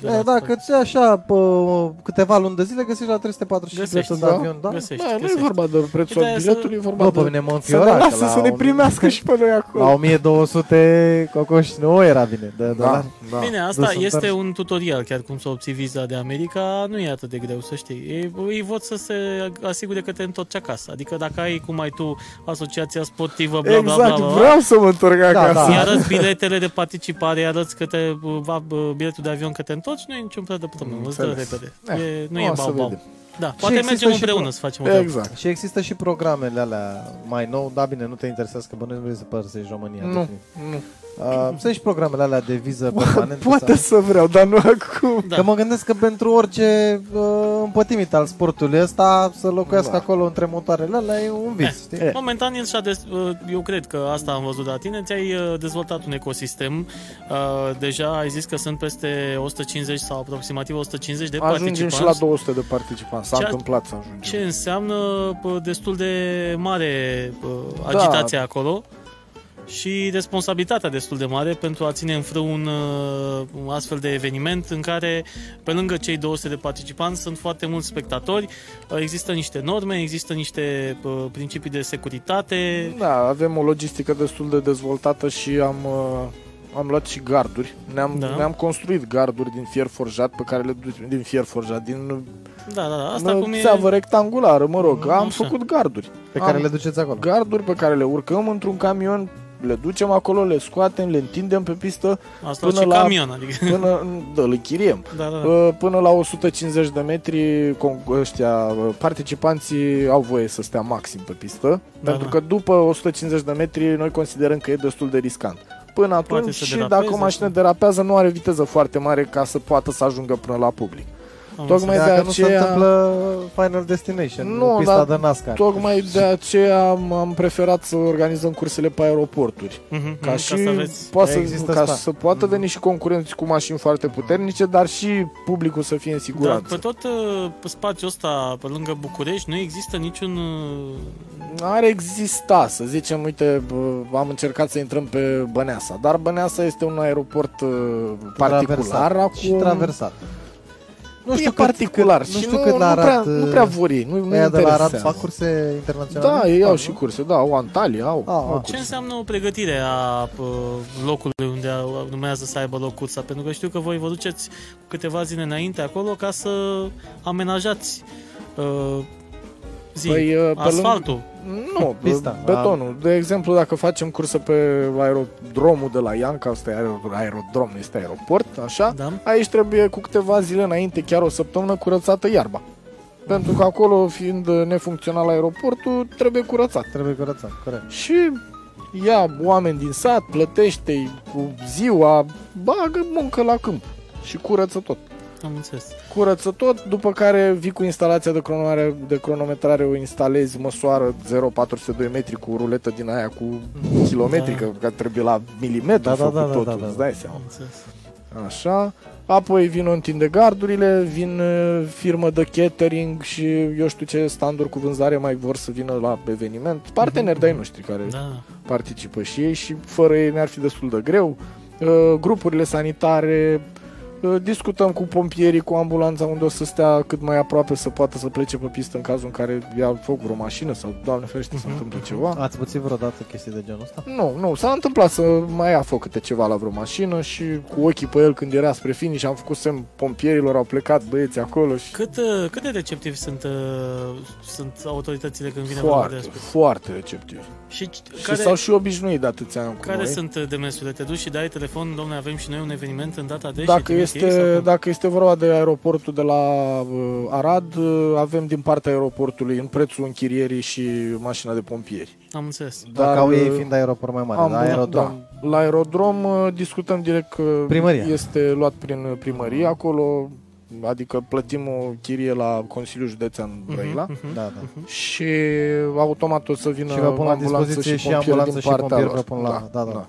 Speaker 1: de- de
Speaker 2: Da,
Speaker 1: la
Speaker 2: da,
Speaker 1: asta.
Speaker 2: că ți așa pă, câteva luni de zile găsești la 345
Speaker 1: Găsești,
Speaker 2: biletul de
Speaker 3: da?
Speaker 2: avion, da?
Speaker 1: Găsești,
Speaker 3: Bă, nu e
Speaker 1: găsești.
Speaker 3: vorba de prețul
Speaker 1: Ideea e să-
Speaker 3: biletului, e vorba
Speaker 2: Bă, pe
Speaker 3: de...
Speaker 2: mine mă
Speaker 3: Să ne
Speaker 2: înfiora că
Speaker 3: lasă
Speaker 2: la
Speaker 3: să ne
Speaker 2: un- Da,
Speaker 3: primească și pe noi acolo.
Speaker 2: La 1200 cocoși nu era bine de
Speaker 3: Da,
Speaker 2: dolari.
Speaker 3: da.
Speaker 1: Bine,
Speaker 2: nu
Speaker 1: asta
Speaker 2: sunt
Speaker 1: este
Speaker 2: tare.
Speaker 1: un tutorial, chiar cum să obții viza de America, nu e atât de greu să știi. Ei, ei văd să se asigure că te întorci acasă. Adică dacă ai, cum ai tu, asociația sportivă, bla, bla,
Speaker 3: Exact,
Speaker 1: bla, bla, bla
Speaker 3: vreau să mă întorc acasă.
Speaker 2: da.
Speaker 1: îi arăți biletele de participare, îi arăți că te, va, biletul de avion că te întorci, nu e niciun fel de problemă, îți dă
Speaker 3: Înțeles.
Speaker 1: repede.
Speaker 3: Eh,
Speaker 1: E, nu
Speaker 3: o
Speaker 1: e
Speaker 3: să
Speaker 1: bau-bau.
Speaker 3: vedem.
Speaker 1: Da, poate
Speaker 2: există
Speaker 1: mergem
Speaker 2: și
Speaker 1: împreună
Speaker 2: pro-
Speaker 1: să facem o treabă.
Speaker 3: Exact.
Speaker 2: Și există și programele alea mai nou, da bine, nu te interesează că bănuiesc nu vrei să părăsești România.
Speaker 3: Nu,
Speaker 2: definitiv.
Speaker 3: nu.
Speaker 2: Uh, sunt și programele alea de viză permanentă.
Speaker 3: Poate să vreau, dar nu acum.
Speaker 2: Da. Că mă gândesc că pentru orice uh, împătimit al sportului ăsta, să locuiască
Speaker 3: Da.
Speaker 2: acolo între motoarele alea e un vis, știi?
Speaker 3: E.
Speaker 1: Momentan el și-a des- eh, eu cred că asta am văzut de la tine, ți-ai uh, dezvoltat un ecosistem. Uh, Deja ai zis că sunt peste 150 sau aproximativ 150 de
Speaker 3: Ajungem
Speaker 1: participanți.
Speaker 3: și la 200 de participanți. S-a
Speaker 1: Ce-
Speaker 3: întâmplat să ajungem.
Speaker 1: Ce înseamnă pă, destul de mare pă,
Speaker 3: Da.
Speaker 1: agitație acolo și responsabilitatea destul de mare pentru a ține în frâu un, uh, un astfel de eveniment în care, pe lângă cei 200 de participanți, sunt foarte mulți spectatori, uh, există niște norme, există niște pă, principii de securitate.
Speaker 3: Da, avem o logistică destul de dezvoltată și am, uh, am luat și garduri. Ne-am,
Speaker 1: Da.
Speaker 3: ne-am construit garduri din fier forjat pe care le ducem din fier forjat, din
Speaker 1: Da, da, da. Asta
Speaker 3: în
Speaker 1: cum e...
Speaker 3: țeavă rectangulară, mă rog.
Speaker 1: Mm,
Speaker 3: Am
Speaker 1: așa.
Speaker 3: făcut garduri.
Speaker 2: Pe care
Speaker 3: Am-
Speaker 2: le duceți acolo.
Speaker 3: Garduri pe care le urcăm într-un camion, le ducem acolo, le scoatem, le întindem pe pistă
Speaker 1: Asta și
Speaker 3: până la-
Speaker 1: camion, adică.
Speaker 3: până da, le chiriem.
Speaker 1: Da, da, da.
Speaker 3: Uh, Până la 150 de metri, con- ăștia, uh, participanții au voie să stea maxim pe pistă,
Speaker 1: Da,
Speaker 3: pentru
Speaker 1: da.
Speaker 3: că după 150 de metri noi considerăm că e destul de riscant. Până
Speaker 1: Poate
Speaker 3: atunci
Speaker 1: să
Speaker 3: și
Speaker 1: derapeze
Speaker 3: dacă o mașină
Speaker 1: sau-
Speaker 3: derapează, nu are viteză foarte mare ca să poată să ajungă până la public.
Speaker 1: Am
Speaker 3: Tocmai de
Speaker 2: Dacă nu se
Speaker 3: aceea-
Speaker 2: întâmplă Final Destination,
Speaker 3: Nu,
Speaker 2: nu, pista
Speaker 3: dar
Speaker 2: de NASCAR.
Speaker 3: Tocmai de aceea am, am preferat să organizăm cursele pe aeroporturi.
Speaker 1: Mhm, mhm,
Speaker 3: Ca și
Speaker 1: să Mm. aveți...
Speaker 3: poate să,
Speaker 2: Există
Speaker 3: ca
Speaker 2: asta.
Speaker 3: să poată veni și concurenți cu mașini foarte puternice, dar și publicul să fie în
Speaker 1: Dar
Speaker 3: siguranță.
Speaker 1: Da, pe tot uh, spațiul ăsta, pe lângă București, nu există niciun... uh,
Speaker 3: Ar exista, să zicem, uite, bă, am încercat să intrăm pe Băneasa, dar Băneasa este un aeroport uh, particular
Speaker 2: Traversat.
Speaker 3: acum.
Speaker 2: Și traversat.
Speaker 3: Nu știu, e
Speaker 2: cât-
Speaker 3: particular
Speaker 2: cât-
Speaker 3: și
Speaker 2: nu știu
Speaker 3: nu,
Speaker 2: cât la
Speaker 3: nu, prea,
Speaker 2: Arad,
Speaker 3: nu prea vori, nu, nu
Speaker 2: Aia de la Arad
Speaker 3: interesează.
Speaker 2: fac curse internaționale?
Speaker 3: Da, ei au
Speaker 2: Fac,
Speaker 3: și
Speaker 2: nu?
Speaker 3: curse, da, au Antalya, au.
Speaker 2: A,
Speaker 3: au
Speaker 2: a.
Speaker 1: Ce
Speaker 3: curse.
Speaker 1: înseamnă o pregătire a uh, locului unde uh, urmează să aibă loc cursa? Pentru că știu că voi vă duceți cu câteva zile înainte acolo ca să amenajați uh, zi,
Speaker 3: Păi, uh, pe lângă-
Speaker 1: asfaltul.
Speaker 3: Nu,
Speaker 2: Pista,
Speaker 3: Pista, betonul. De exemplu, dacă facem cursă pe aerodromul de la Ianca, asta e aer- aerodrom, nu este aeroport, așa,
Speaker 1: Da?
Speaker 3: aici trebuie cu câteva zile înainte, chiar o săptămână, curățată iarba. Pentru că acolo, fiind nefuncțional aeroportul, trebuie curățat.
Speaker 2: Trebuie curățat, corect.
Speaker 3: Și ia oameni din sat, plătește-i cu ziua, bagă muncă la câmp și curăță tot
Speaker 1: Am înțeles.
Speaker 3: curăță tot, după care vii cu instalația de, cronoare, de cronometrare, o instalezi, măsoară 0,402 metri cu ruletă din aia cu kilometrică, da. că trebuie la milimetru da, făcut da, da, totul, da, da,
Speaker 2: da.
Speaker 3: îți dai
Speaker 1: Am
Speaker 3: seama.
Speaker 1: înțeles.
Speaker 3: Așa. Apoi vin o întinde gardurile, vin eh, firmă de catering și eu știu ce standuri cu vânzare mai vor să vină la eveniment. Parteneri de-ai noștri care
Speaker 1: Da.
Speaker 3: participă și ei și fără ei ne-ar fi destul de greu. Uh, Grupurile sanitare, uh, discutăm cu pompierii, cu ambulanța unde o să stea cât mai aproape să poată să plece pe pistă în cazul în care ia foc vreo mașină sau, doamne ferește, se întâmplă ceva.
Speaker 2: Ați pățit vreodată chestii de genul ăsta?
Speaker 3: Nu, nu, s-a întâmplat să mai ia foc câte ceva la vreo mașină și cu ochii pe el când era spre finish am făcut semn pompierilor, au plecat băieții acolo și
Speaker 1: Cât, uh, cât de receptivi sunt, uh, sunt autoritățile când vine vorba de
Speaker 3: foarte,
Speaker 1: asta?
Speaker 3: foarte receptivi.
Speaker 1: Și, c-
Speaker 3: Și
Speaker 1: care,
Speaker 3: s-au și obișnuit de atâția ani cu
Speaker 1: care
Speaker 3: noi.
Speaker 1: sunt uh, demersurile? Te duci și dai telefon, domnule, avem și noi un eveniment în data de și
Speaker 3: Dacă
Speaker 1: trimite ei sau
Speaker 3: este, da.
Speaker 1: cum?
Speaker 3: dacă este vorba de aeroportul de la uh, Arad, uh, avem din partea aeroportului în prețul închirierii și mașina de pompieri.
Speaker 1: Am înțeles.
Speaker 2: Dar, Dacă au ei
Speaker 3: uh,
Speaker 2: fiind aeroport mai mare,
Speaker 3: am-
Speaker 2: la aerodrom.
Speaker 3: Da, la aerodrom uh, discutăm direct că
Speaker 2: Primăria.
Speaker 3: este luat prin uh, primărie acolo, adică plătim o chirie la Consiliul Județean Brăila.
Speaker 1: Mhm.
Speaker 2: Da, da.
Speaker 3: Și automat o să vină
Speaker 2: Și vă pun la
Speaker 3: uh, ambulanță
Speaker 2: dispoziție
Speaker 3: și
Speaker 2: și
Speaker 3: pompieri
Speaker 2: ambulanță
Speaker 3: din
Speaker 2: și
Speaker 3: partea
Speaker 2: pompieri
Speaker 3: lor.
Speaker 2: vă pun la- da, da.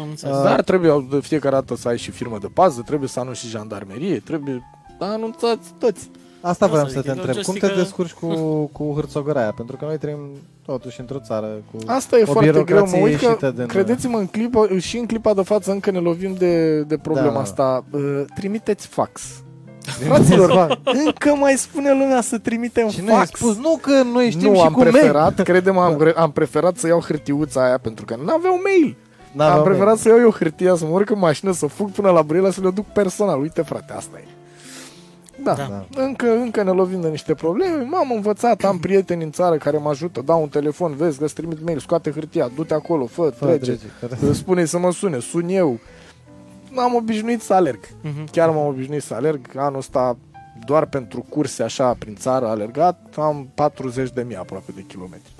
Speaker 1: Am înțeles.
Speaker 2: Uh,
Speaker 3: Dar trebuie de fiecare dată să ai și firmă de pază, trebuie să anunți și jandarmerie, trebuie anunțați toți.
Speaker 2: Asta
Speaker 1: Asta
Speaker 2: vreau
Speaker 1: zic,
Speaker 2: să te
Speaker 1: e
Speaker 2: întreb. Cum te
Speaker 1: logistică-
Speaker 2: descurci cu, cu hârțogăraia? Pentru că noi trăim totuși într-o țară cu...
Speaker 3: Asta e
Speaker 2: O
Speaker 3: foarte greu, mă
Speaker 2: birocrație
Speaker 3: uit că,
Speaker 2: ieșită din-
Speaker 3: credeți-mă, în clipa, și în clipa de față încă ne lovim de, de problema
Speaker 2: Da.
Speaker 3: asta. Uh, Trimiteți fax. Fraților, încă mai spune lumea să trimitem
Speaker 2: și noi ai
Speaker 3: fax.
Speaker 2: spus, nu că noi știm
Speaker 3: nu,
Speaker 2: și Da.
Speaker 3: am
Speaker 2: cu mail.
Speaker 3: preferat, credem, am, re- am preferat să iau hârtiuța aia pentru că n-aveau mail.
Speaker 2: N-aveau
Speaker 3: am preferat
Speaker 2: mail.
Speaker 3: să iau eu hârtia, să mă urc în mașină, să fug până la Brăila, să le duc personal. Uite, frate, asta e. Da,
Speaker 1: Da.
Speaker 3: da. Încă, încă ne lovim de niște probleme. M-am învățat, am prieteni în țară care mă ajută, dau un telefon, vezi, îți trimit mail, scoate hârtia, du-te acolo, fă,
Speaker 2: Fără
Speaker 3: trece.
Speaker 2: trece.
Speaker 3: spune să mă sune, sun eu. M-am obișnuit să alerg.
Speaker 1: Mhm.
Speaker 3: Chiar m-am obișnuit să alerg. Anul ăsta, doar pentru curse așa prin țară alergat, am 40 de mii aproape de kilometri.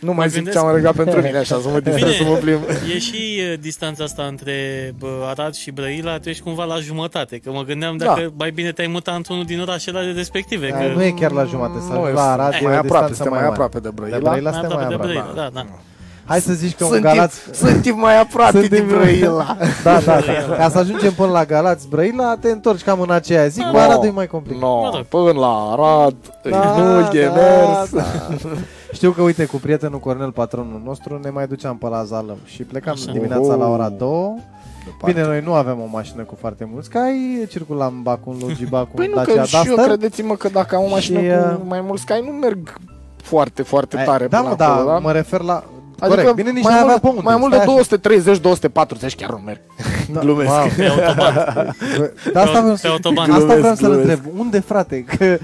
Speaker 3: Nu mai zic
Speaker 1: gândesc-
Speaker 3: ce am alergat pentru mine așa, să mă distrez, să
Speaker 1: Bine.
Speaker 3: mă plim.
Speaker 1: E și uh, distanța asta între bă, Arad și Brăila, tu ești cumva la jumătate, că mă gândeam
Speaker 3: Da.
Speaker 1: dacă mai bine te-ai mutat într-unul din orașele respective.
Speaker 2: Ai,
Speaker 1: că...
Speaker 2: Da, nu e chiar la jumate, sau
Speaker 3: Nu,
Speaker 2: la Arad,
Speaker 3: mai
Speaker 2: e o
Speaker 3: aproape,
Speaker 2: distanță
Speaker 3: suntem mai
Speaker 2: mare.
Speaker 3: aproape de
Speaker 2: De
Speaker 3: Brăila.
Speaker 2: Brăila
Speaker 1: Mai
Speaker 2: suntem mai
Speaker 1: aproape de
Speaker 2: aproape.
Speaker 1: Brăila, da, da.
Speaker 2: Hai să zici că un
Speaker 3: Sunt,
Speaker 2: Galați...
Speaker 3: tip, sunt tip mai aproape de
Speaker 2: Suntem-
Speaker 3: Brăila.
Speaker 2: Da, da, da. Ca să ajungem până la Galați, Brăila, te întorci cam în aceea zi. Cu
Speaker 3: No.
Speaker 2: Aradul e mai complicat.
Speaker 3: No,
Speaker 1: Mă rog.
Speaker 3: până la Arad,
Speaker 2: Da,
Speaker 3: nu e
Speaker 2: da,
Speaker 3: mers.
Speaker 2: da. Știu că, uite, cu prietenul Cornel, patronul nostru, ne mai duceam pe la Zalău și plecam
Speaker 1: Așa.
Speaker 2: dimineața la ora 2.
Speaker 3: Departe.
Speaker 2: Bine, noi nu avem o mașină cu foarte mulți cai, circulam ba cu un Logiba, cu
Speaker 3: Păi
Speaker 2: un
Speaker 3: nu,
Speaker 2: Dacia
Speaker 3: că și eu
Speaker 2: Duster.
Speaker 3: credeți-mă că dacă am o mașină
Speaker 2: Și,
Speaker 3: și,
Speaker 2: uh,
Speaker 3: cu mai mulți cai, nu merg foarte, foarte tare
Speaker 2: da,
Speaker 3: până
Speaker 2: mă, da,
Speaker 3: acolo, da? Adică
Speaker 2: mă refer la... Corect, bine, nici
Speaker 3: mai,
Speaker 2: n-ai avea
Speaker 3: mult,
Speaker 2: pe unde.
Speaker 3: mai mult
Speaker 2: stai
Speaker 3: de
Speaker 2: așa.
Speaker 3: 230, 240 chiar nu merg.
Speaker 2: Da,
Speaker 3: Glumesc.
Speaker 2: wow.
Speaker 1: Pe automat.
Speaker 2: Dar
Speaker 1: Pe-
Speaker 2: asta vreau
Speaker 1: pe
Speaker 2: să...
Speaker 1: autoban.
Speaker 2: Asta vreau
Speaker 3: Glumesc,
Speaker 2: să-l
Speaker 3: glumesc.
Speaker 2: întreb. Unde, frate? Că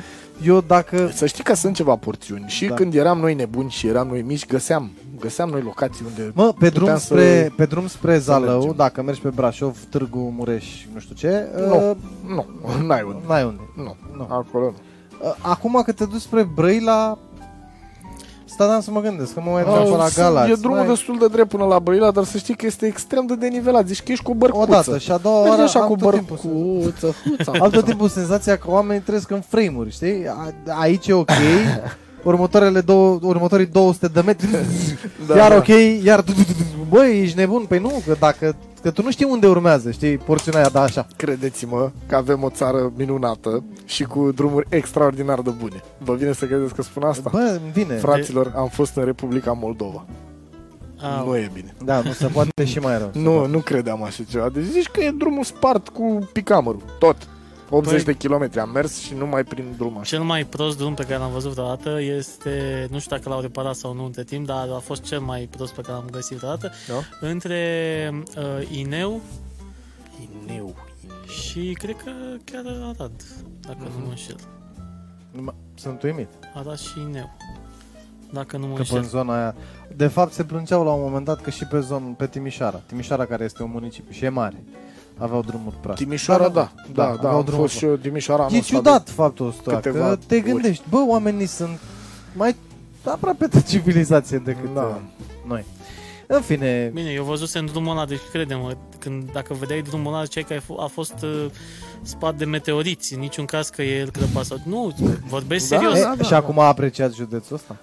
Speaker 2: eu dacă...
Speaker 3: Păi Să știi că sunt ceva porțiuni și
Speaker 2: Da.
Speaker 3: când eram noi nebuni și eram noi mici, găseam, găseam noi locații unde
Speaker 2: Mă, pe drum,
Speaker 3: Puteam să-
Speaker 2: spre, pe drum spre Zalău,
Speaker 3: mergem.
Speaker 2: dacă mergi pe Brașov, Târgu Mureș, nu știu ce,
Speaker 3: Nu.
Speaker 2: uh,
Speaker 3: nu, n-ai unde.
Speaker 2: n-ai unde. Ă,
Speaker 3: Nu,
Speaker 2: Nu.
Speaker 3: acolo nu.
Speaker 2: Uh, Acum că te duci spre Brăila, Stăteam să mă gândesc că mă mai
Speaker 3: Au,
Speaker 2: duceam pe la
Speaker 3: sunt-
Speaker 2: Galați.
Speaker 3: E drumul
Speaker 2: mai-
Speaker 3: destul de drept până la Brăila, dar să știi că este extrem de denivelat. Zici că ești cu bărcuță.
Speaker 2: O dată și a doua
Speaker 3: Mergi
Speaker 2: oară
Speaker 3: așa
Speaker 2: am
Speaker 3: cu
Speaker 2: tot timpul să-
Speaker 3: bărcuță, huța,
Speaker 2: Am tot timpul senzația că oamenii trăiesc în frame-uri, știi? A- Aici e ok, următoarele două, următorii 200 de metri, da,
Speaker 3: Da,
Speaker 2: iar
Speaker 3: da.
Speaker 2: ok, iar... Băi, ești nebun? Păi nu, că dacă... Că tu nu știi unde urmează, știi, porțiunea aia, da, așa.
Speaker 3: Credeți-mă că avem o țară minunată și cu drumuri extraordinar de bune. Vă vine să credeți că spun asta?
Speaker 2: Bă, îmi vine.
Speaker 3: Fraților, am fost în Republica Moldova.
Speaker 1: Au.
Speaker 3: Nu e bine.
Speaker 2: da, nu se poate și mai rău.
Speaker 3: Nu, nu credeam așa ceva. Deci zici că e drumul spart cu picamărul. Tot. 80
Speaker 1: Păi-
Speaker 3: de kilometri am mers și numai prin drumul așa.
Speaker 1: Cel mai prost drum pe care l-am văzut vreodată este, nu știu dacă l-au reparat sau nu între timp, dar a fost cel mai prost pe care l-am găsit vreodată,
Speaker 3: Da?
Speaker 1: între uh, Ineu
Speaker 3: Ineu.
Speaker 1: și cred că chiar Arad, dacă mm-hmm. nu mă înșel.
Speaker 2: Numai- Sunt uimit.
Speaker 1: Arad și Ineu, dacă nu mă
Speaker 2: Că pe în
Speaker 1: înșel.
Speaker 2: zona aia... De fapt, se plângeau la un moment dat că și pe zon, pe Timișoara. Timișoara care este un municipiu și e mare. Aveau drumuri proaste.
Speaker 3: Timișoara, da. Da, da,
Speaker 2: aveau
Speaker 3: am
Speaker 2: drumul
Speaker 3: fost și eu Timișoara. anul
Speaker 2: E
Speaker 3: ăsta de-
Speaker 2: ciudat faptul ăsta,
Speaker 3: câteva
Speaker 2: că te
Speaker 3: ori.
Speaker 2: gândești, bă, oamenii sunt mai aproape de civilizație decât
Speaker 3: Da.
Speaker 2: da. noi. În fine,
Speaker 1: Bine, eu văzusem drumul ăla, deci crede-mă, când, dacă vedeai drumul ăla, cei că ai f- a fost uh, spart de meteoriți, în niciun caz că el crăpa sau... Nu, vorbesc
Speaker 3: Da,
Speaker 1: serios.
Speaker 2: e,
Speaker 3: da, da,
Speaker 2: și
Speaker 3: da.
Speaker 2: acum apreciați județul ăsta?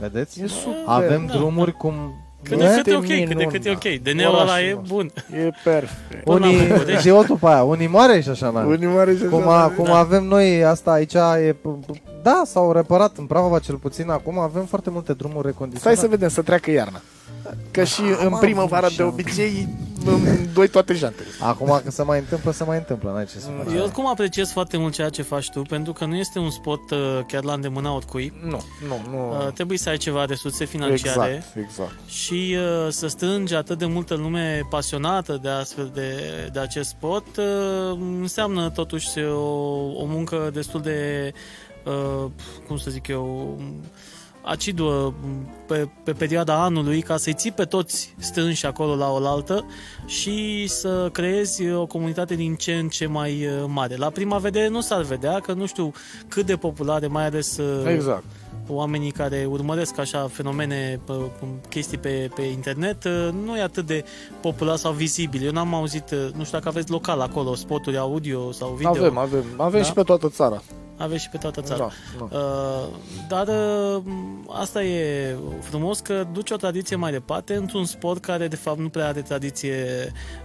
Speaker 2: Vedeți?
Speaker 3: E super.
Speaker 2: Avem
Speaker 1: da.
Speaker 2: drumuri cum...
Speaker 1: Cât de cât e
Speaker 3: Este
Speaker 1: ok, cât de cât e
Speaker 3: minunat.
Speaker 1: ok. DNA-ul ăla e
Speaker 3: Orașul nostru.
Speaker 1: bun.
Speaker 3: deci E perfect.
Speaker 1: Până la
Speaker 2: Unii,
Speaker 1: București.
Speaker 2: zi o după aia, unii moare și așa n
Speaker 3: deci- Unii mari
Speaker 2: Cum, a, cum avem noi asta aici e... p- p- Da, s-au reparat în Prahova cel puțin acum, avem foarte multe drumuri
Speaker 3: Stai
Speaker 2: recondiționate.
Speaker 3: să vedem, să treacă iarna. Că și în primăvară de obicei în doi toate jantele.
Speaker 2: Acum că se mai întâmplă, se mai întâmplă, n-ai ce să faci.
Speaker 1: Eu oricum apreciez foarte mult ceea ce faci tu, pentru că nu este un spot uh, chiar la îndemâna oricui.
Speaker 3: Nu, nu,
Speaker 1: Uh,
Speaker 3: nu.
Speaker 1: trebuie să ai ceva resurse financiare
Speaker 3: Exact, exact.
Speaker 1: și uh, să strângi atât de multă lume pasionată de astfel de, de acest sport uh, înseamnă totuși o, o muncă destul de, uh, cum să zic eu, aciduă pe, pe perioada anului ca să-i ții pe toți strânși acolo la oaltă și să creezi o comunitate din ce în ce mai uh, mare. La prima vedere nu s-ar vedea că nu știu cât de populare, mai ales uh,
Speaker 3: Exact.
Speaker 1: oamenii care urmăresc așa fenomene, pe, p- chestii pe, pe internet, uh, nu e atât de popular sau vizibil. Eu n-am auzit, uh, nu știu dacă aveți local acolo, spoturi audio sau video.
Speaker 3: Avem, avem. Avem
Speaker 1: Da?
Speaker 3: și pe toată țara.
Speaker 1: Aveți și pe toată țara.
Speaker 3: Da, da.
Speaker 1: Uh, dar uh, asta e frumos că duce o tradiție mai departe într-un sport care de fapt nu prea are tradiție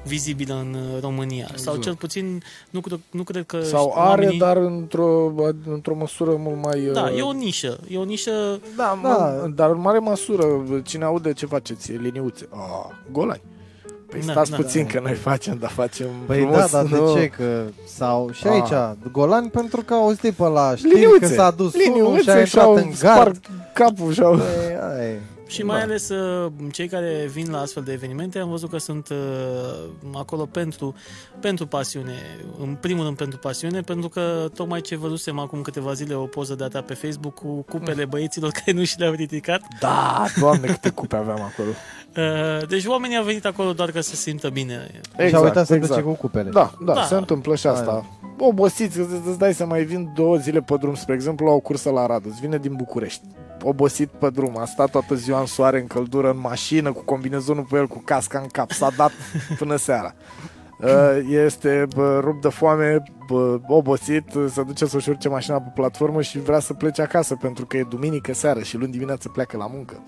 Speaker 1: vizibilă în uh, România. Exact. Sau cel puțin nu, cred- nu cred că știu,
Speaker 3: Sau are,
Speaker 1: Păi, oamenii-
Speaker 3: dar într-o, într-o măsură mult mai...
Speaker 1: Da,
Speaker 3: uh,
Speaker 1: e o nișă. E o nișă
Speaker 3: Da, da, dar în mare măsură, cine aude ce faceți, e liniuțe. Ah, golai. Păi
Speaker 1: Da,
Speaker 3: stați
Speaker 1: da,
Speaker 3: puțin
Speaker 2: da.
Speaker 3: că noi facem, dar facem
Speaker 2: Păi
Speaker 3: frumos,
Speaker 2: da, dar
Speaker 3: nu?
Speaker 2: de ce? Că sau și
Speaker 3: A.
Speaker 2: aici, golani pentru că au pe la știri
Speaker 3: Liniuțe,
Speaker 2: că s-a dus unul și a
Speaker 3: liniuțe
Speaker 2: intrat
Speaker 3: și-au
Speaker 2: în gard.
Speaker 3: spart capul și-au...
Speaker 2: Păi, aia e.
Speaker 1: Și mai
Speaker 3: Da.
Speaker 1: ales uh, cei care vin la astfel de evenimente, am văzut că sunt uh, acolo pentru, pentru pasiune. În primul rând pentru pasiune, pentru că tocmai ce văzusem acum câteva zile o poză de-a ta pe Facebook cu cupele
Speaker 3: Mm.
Speaker 1: băieților care nu și le-au ridicat.
Speaker 3: Da, doamne, câte cupe aveam acolo.
Speaker 1: Uh, Deci oamenii au venit acolo doar ca să se simtă bine.
Speaker 2: Și a uitat să plece cu cupele.
Speaker 3: Exact, Da, da,
Speaker 1: Da.
Speaker 3: da, se întâmplă și asta. Obosiți, că îți- îți dai să mai vin două zile pe drum, spre exemplu, la o cursă la Radu, îți vine din București. Obosit pe drum, a stat toată ziua în soare, în căldură, în mașină, cu combinezonul pe el, cu casca în cap, s-a dat până seara. Uh, Este bă, rupt de foame, bă, obosit, se duce să-și urce mașina pe platformă și vrea să plece acasă pentru că e duminică seară și luni dimineață pleacă la muncă.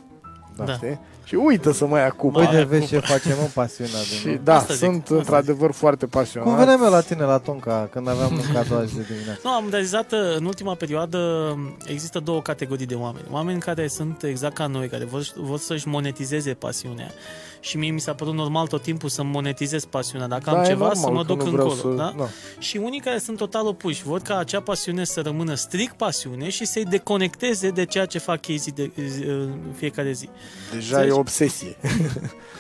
Speaker 3: Da,
Speaker 1: Da.
Speaker 3: Știi? Și uită să mă ia cu
Speaker 1: Bă,
Speaker 2: Uite,
Speaker 1: Mare
Speaker 2: vezi
Speaker 1: cupă.
Speaker 2: ce facem, mă, pasiunea
Speaker 3: și
Speaker 2: din
Speaker 3: da,
Speaker 1: Asta zic,
Speaker 3: sunt
Speaker 1: asta
Speaker 3: într-adevăr foarte pasionat.
Speaker 2: Cum veneam eu la tine la Tonca când aveam un cadou azi de dimineață?
Speaker 1: Nu, am realizat uh, în ultima perioadă um, există două categorii de oameni. Oameni care sunt exact ca noi, care vor, vor să-și monetizeze pasiunea. Și mie mi s-a părut normal tot timpul să monetizez pasiunea. Dacă
Speaker 3: Da,
Speaker 1: am
Speaker 3: e
Speaker 1: ceva,
Speaker 3: normal
Speaker 1: să mă
Speaker 3: că
Speaker 1: duc
Speaker 3: nu vreau
Speaker 1: încolo.
Speaker 3: să-
Speaker 1: Da? și unii care sunt total opuși. Vor ca acea pasiune să rămână strict pasiune și să-i deconecteze de ceea ce fac ei zi de, zi, în fiecare zi.
Speaker 3: Deja
Speaker 1: Înțelegi? da,
Speaker 3: e obsesie.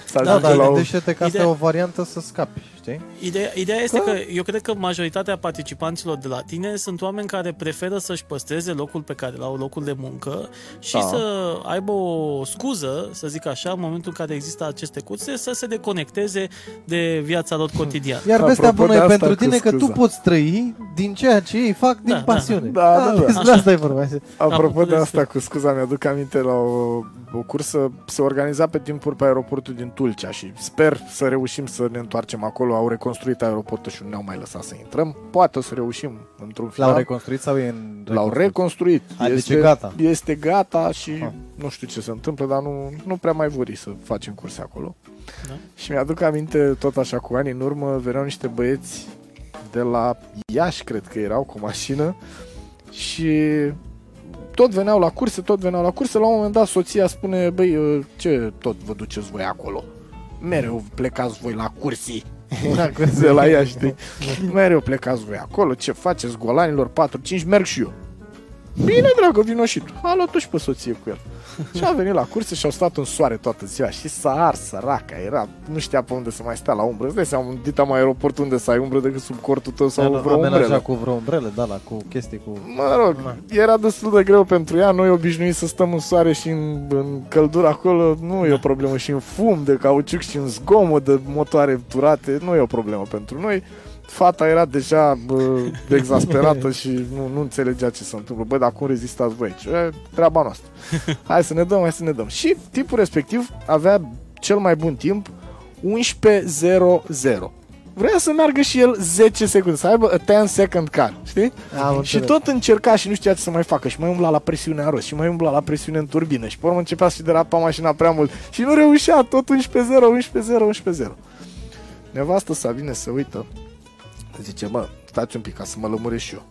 Speaker 3: Să
Speaker 2: Da,
Speaker 3: ajungi
Speaker 2: dar
Speaker 3: la o...
Speaker 2: gândește-te că asta e
Speaker 1: Ideea-
Speaker 2: o variantă să scapi. știi?
Speaker 1: Ideea, ideea este
Speaker 2: Că-
Speaker 1: că... eu cred că majoritatea participanților de la tine sunt oameni care preferă să-și păstreze locul pe care l-au, locul de muncă și
Speaker 2: Da.
Speaker 1: da. să aibă o scuză, să zic așa, în momentul în care există aceste curse, să se deconecteze de viața lor cotidiană.
Speaker 2: Iar
Speaker 3: Apropo
Speaker 2: vestea bună
Speaker 3: de
Speaker 2: e
Speaker 3: asta
Speaker 2: pentru
Speaker 3: cu
Speaker 2: tine că tu
Speaker 3: scuza.
Speaker 2: poți trăi din ceea ce ei fac din
Speaker 1: Da, da.
Speaker 2: pasiune. Ah,
Speaker 3: Da, da, da.
Speaker 2: Despre asta e vorba.
Speaker 3: Apropo
Speaker 1: Apropo
Speaker 3: de
Speaker 1: de
Speaker 3: asta cu scuza, mi-aduc aminte la o, o cursă, se organiza pe timpuri pe aeroportul din Tulcea și sper să reușim să ne întoarcem acolo. Au reconstruit aeroportul și nu ne-au mai lăsat să intrăm. Poate o să reușim într-un
Speaker 2: L-au
Speaker 3: final.
Speaker 2: reconstruit sau e în
Speaker 3: L-au reconstruit.
Speaker 2: A, deci e gata.
Speaker 3: Este gata și
Speaker 2: Ah.
Speaker 3: nu știu ce se întâmplă, dar nu, nu prea mai vori să facem curse acolo.
Speaker 1: Da.
Speaker 3: Și mi-aduc aminte, tot așa, cu ani în urmă, veneau niște băieți de la Iași, cred că erau, cu mașină și tot veneau la curse, tot veneau la curse. La un moment dat, soția spune, băi, ce tot vă duceți voi acolo? Mereu plecați voi la cursii. de la ea, știi? Mereu plecați voi acolo, ce faceți, golanilor, 4-5, merg și eu. Bine, dragă, vino și tu. A luat și pe soție cu el. Și a venit la curse și au stat în soare toată ziua și s-a ars săraca, era, nu știa pe unde să mai stea la umbră. Îți dai seama, în dita mai aeroport unde să ai umbră decât sub cortul tău
Speaker 2: Da,
Speaker 3: sau vreo umbrelă.
Speaker 2: cu vreo umbrele, da, la, cu chestii cu...
Speaker 3: Mă rog, era destul de greu pentru ea, noi obișnuiți să stăm în soare și în, în căldură acolo, nu e o problemă, și în fum de cauciuc și în zgomot de motoare turate, nu e o problemă pentru noi. Fata era deja bă, exasperată și nu, nu înțelegea ce se întâmplă. Bă, dar cum rezistați voi aici? E treaba noastră. Hai să ne dăm, hai să ne dăm. Și tipul respectiv avea cel mai bun timp 11.00. Vrea să meargă și el 10 secunde, să aibă a 10 second car, știi?
Speaker 2: Am
Speaker 3: Și tot încerca și nu știa ce să mai facă și mai umbla la presiune în rost și mai umbla la presiune în turbină și pe urmă începea să derapa mașina prea mult și nu reușea, tot 11-0, 11-0, 11-0. Nevastă sa vine să uită, zice, mă, stați un pic ca să mă lămuresc și eu.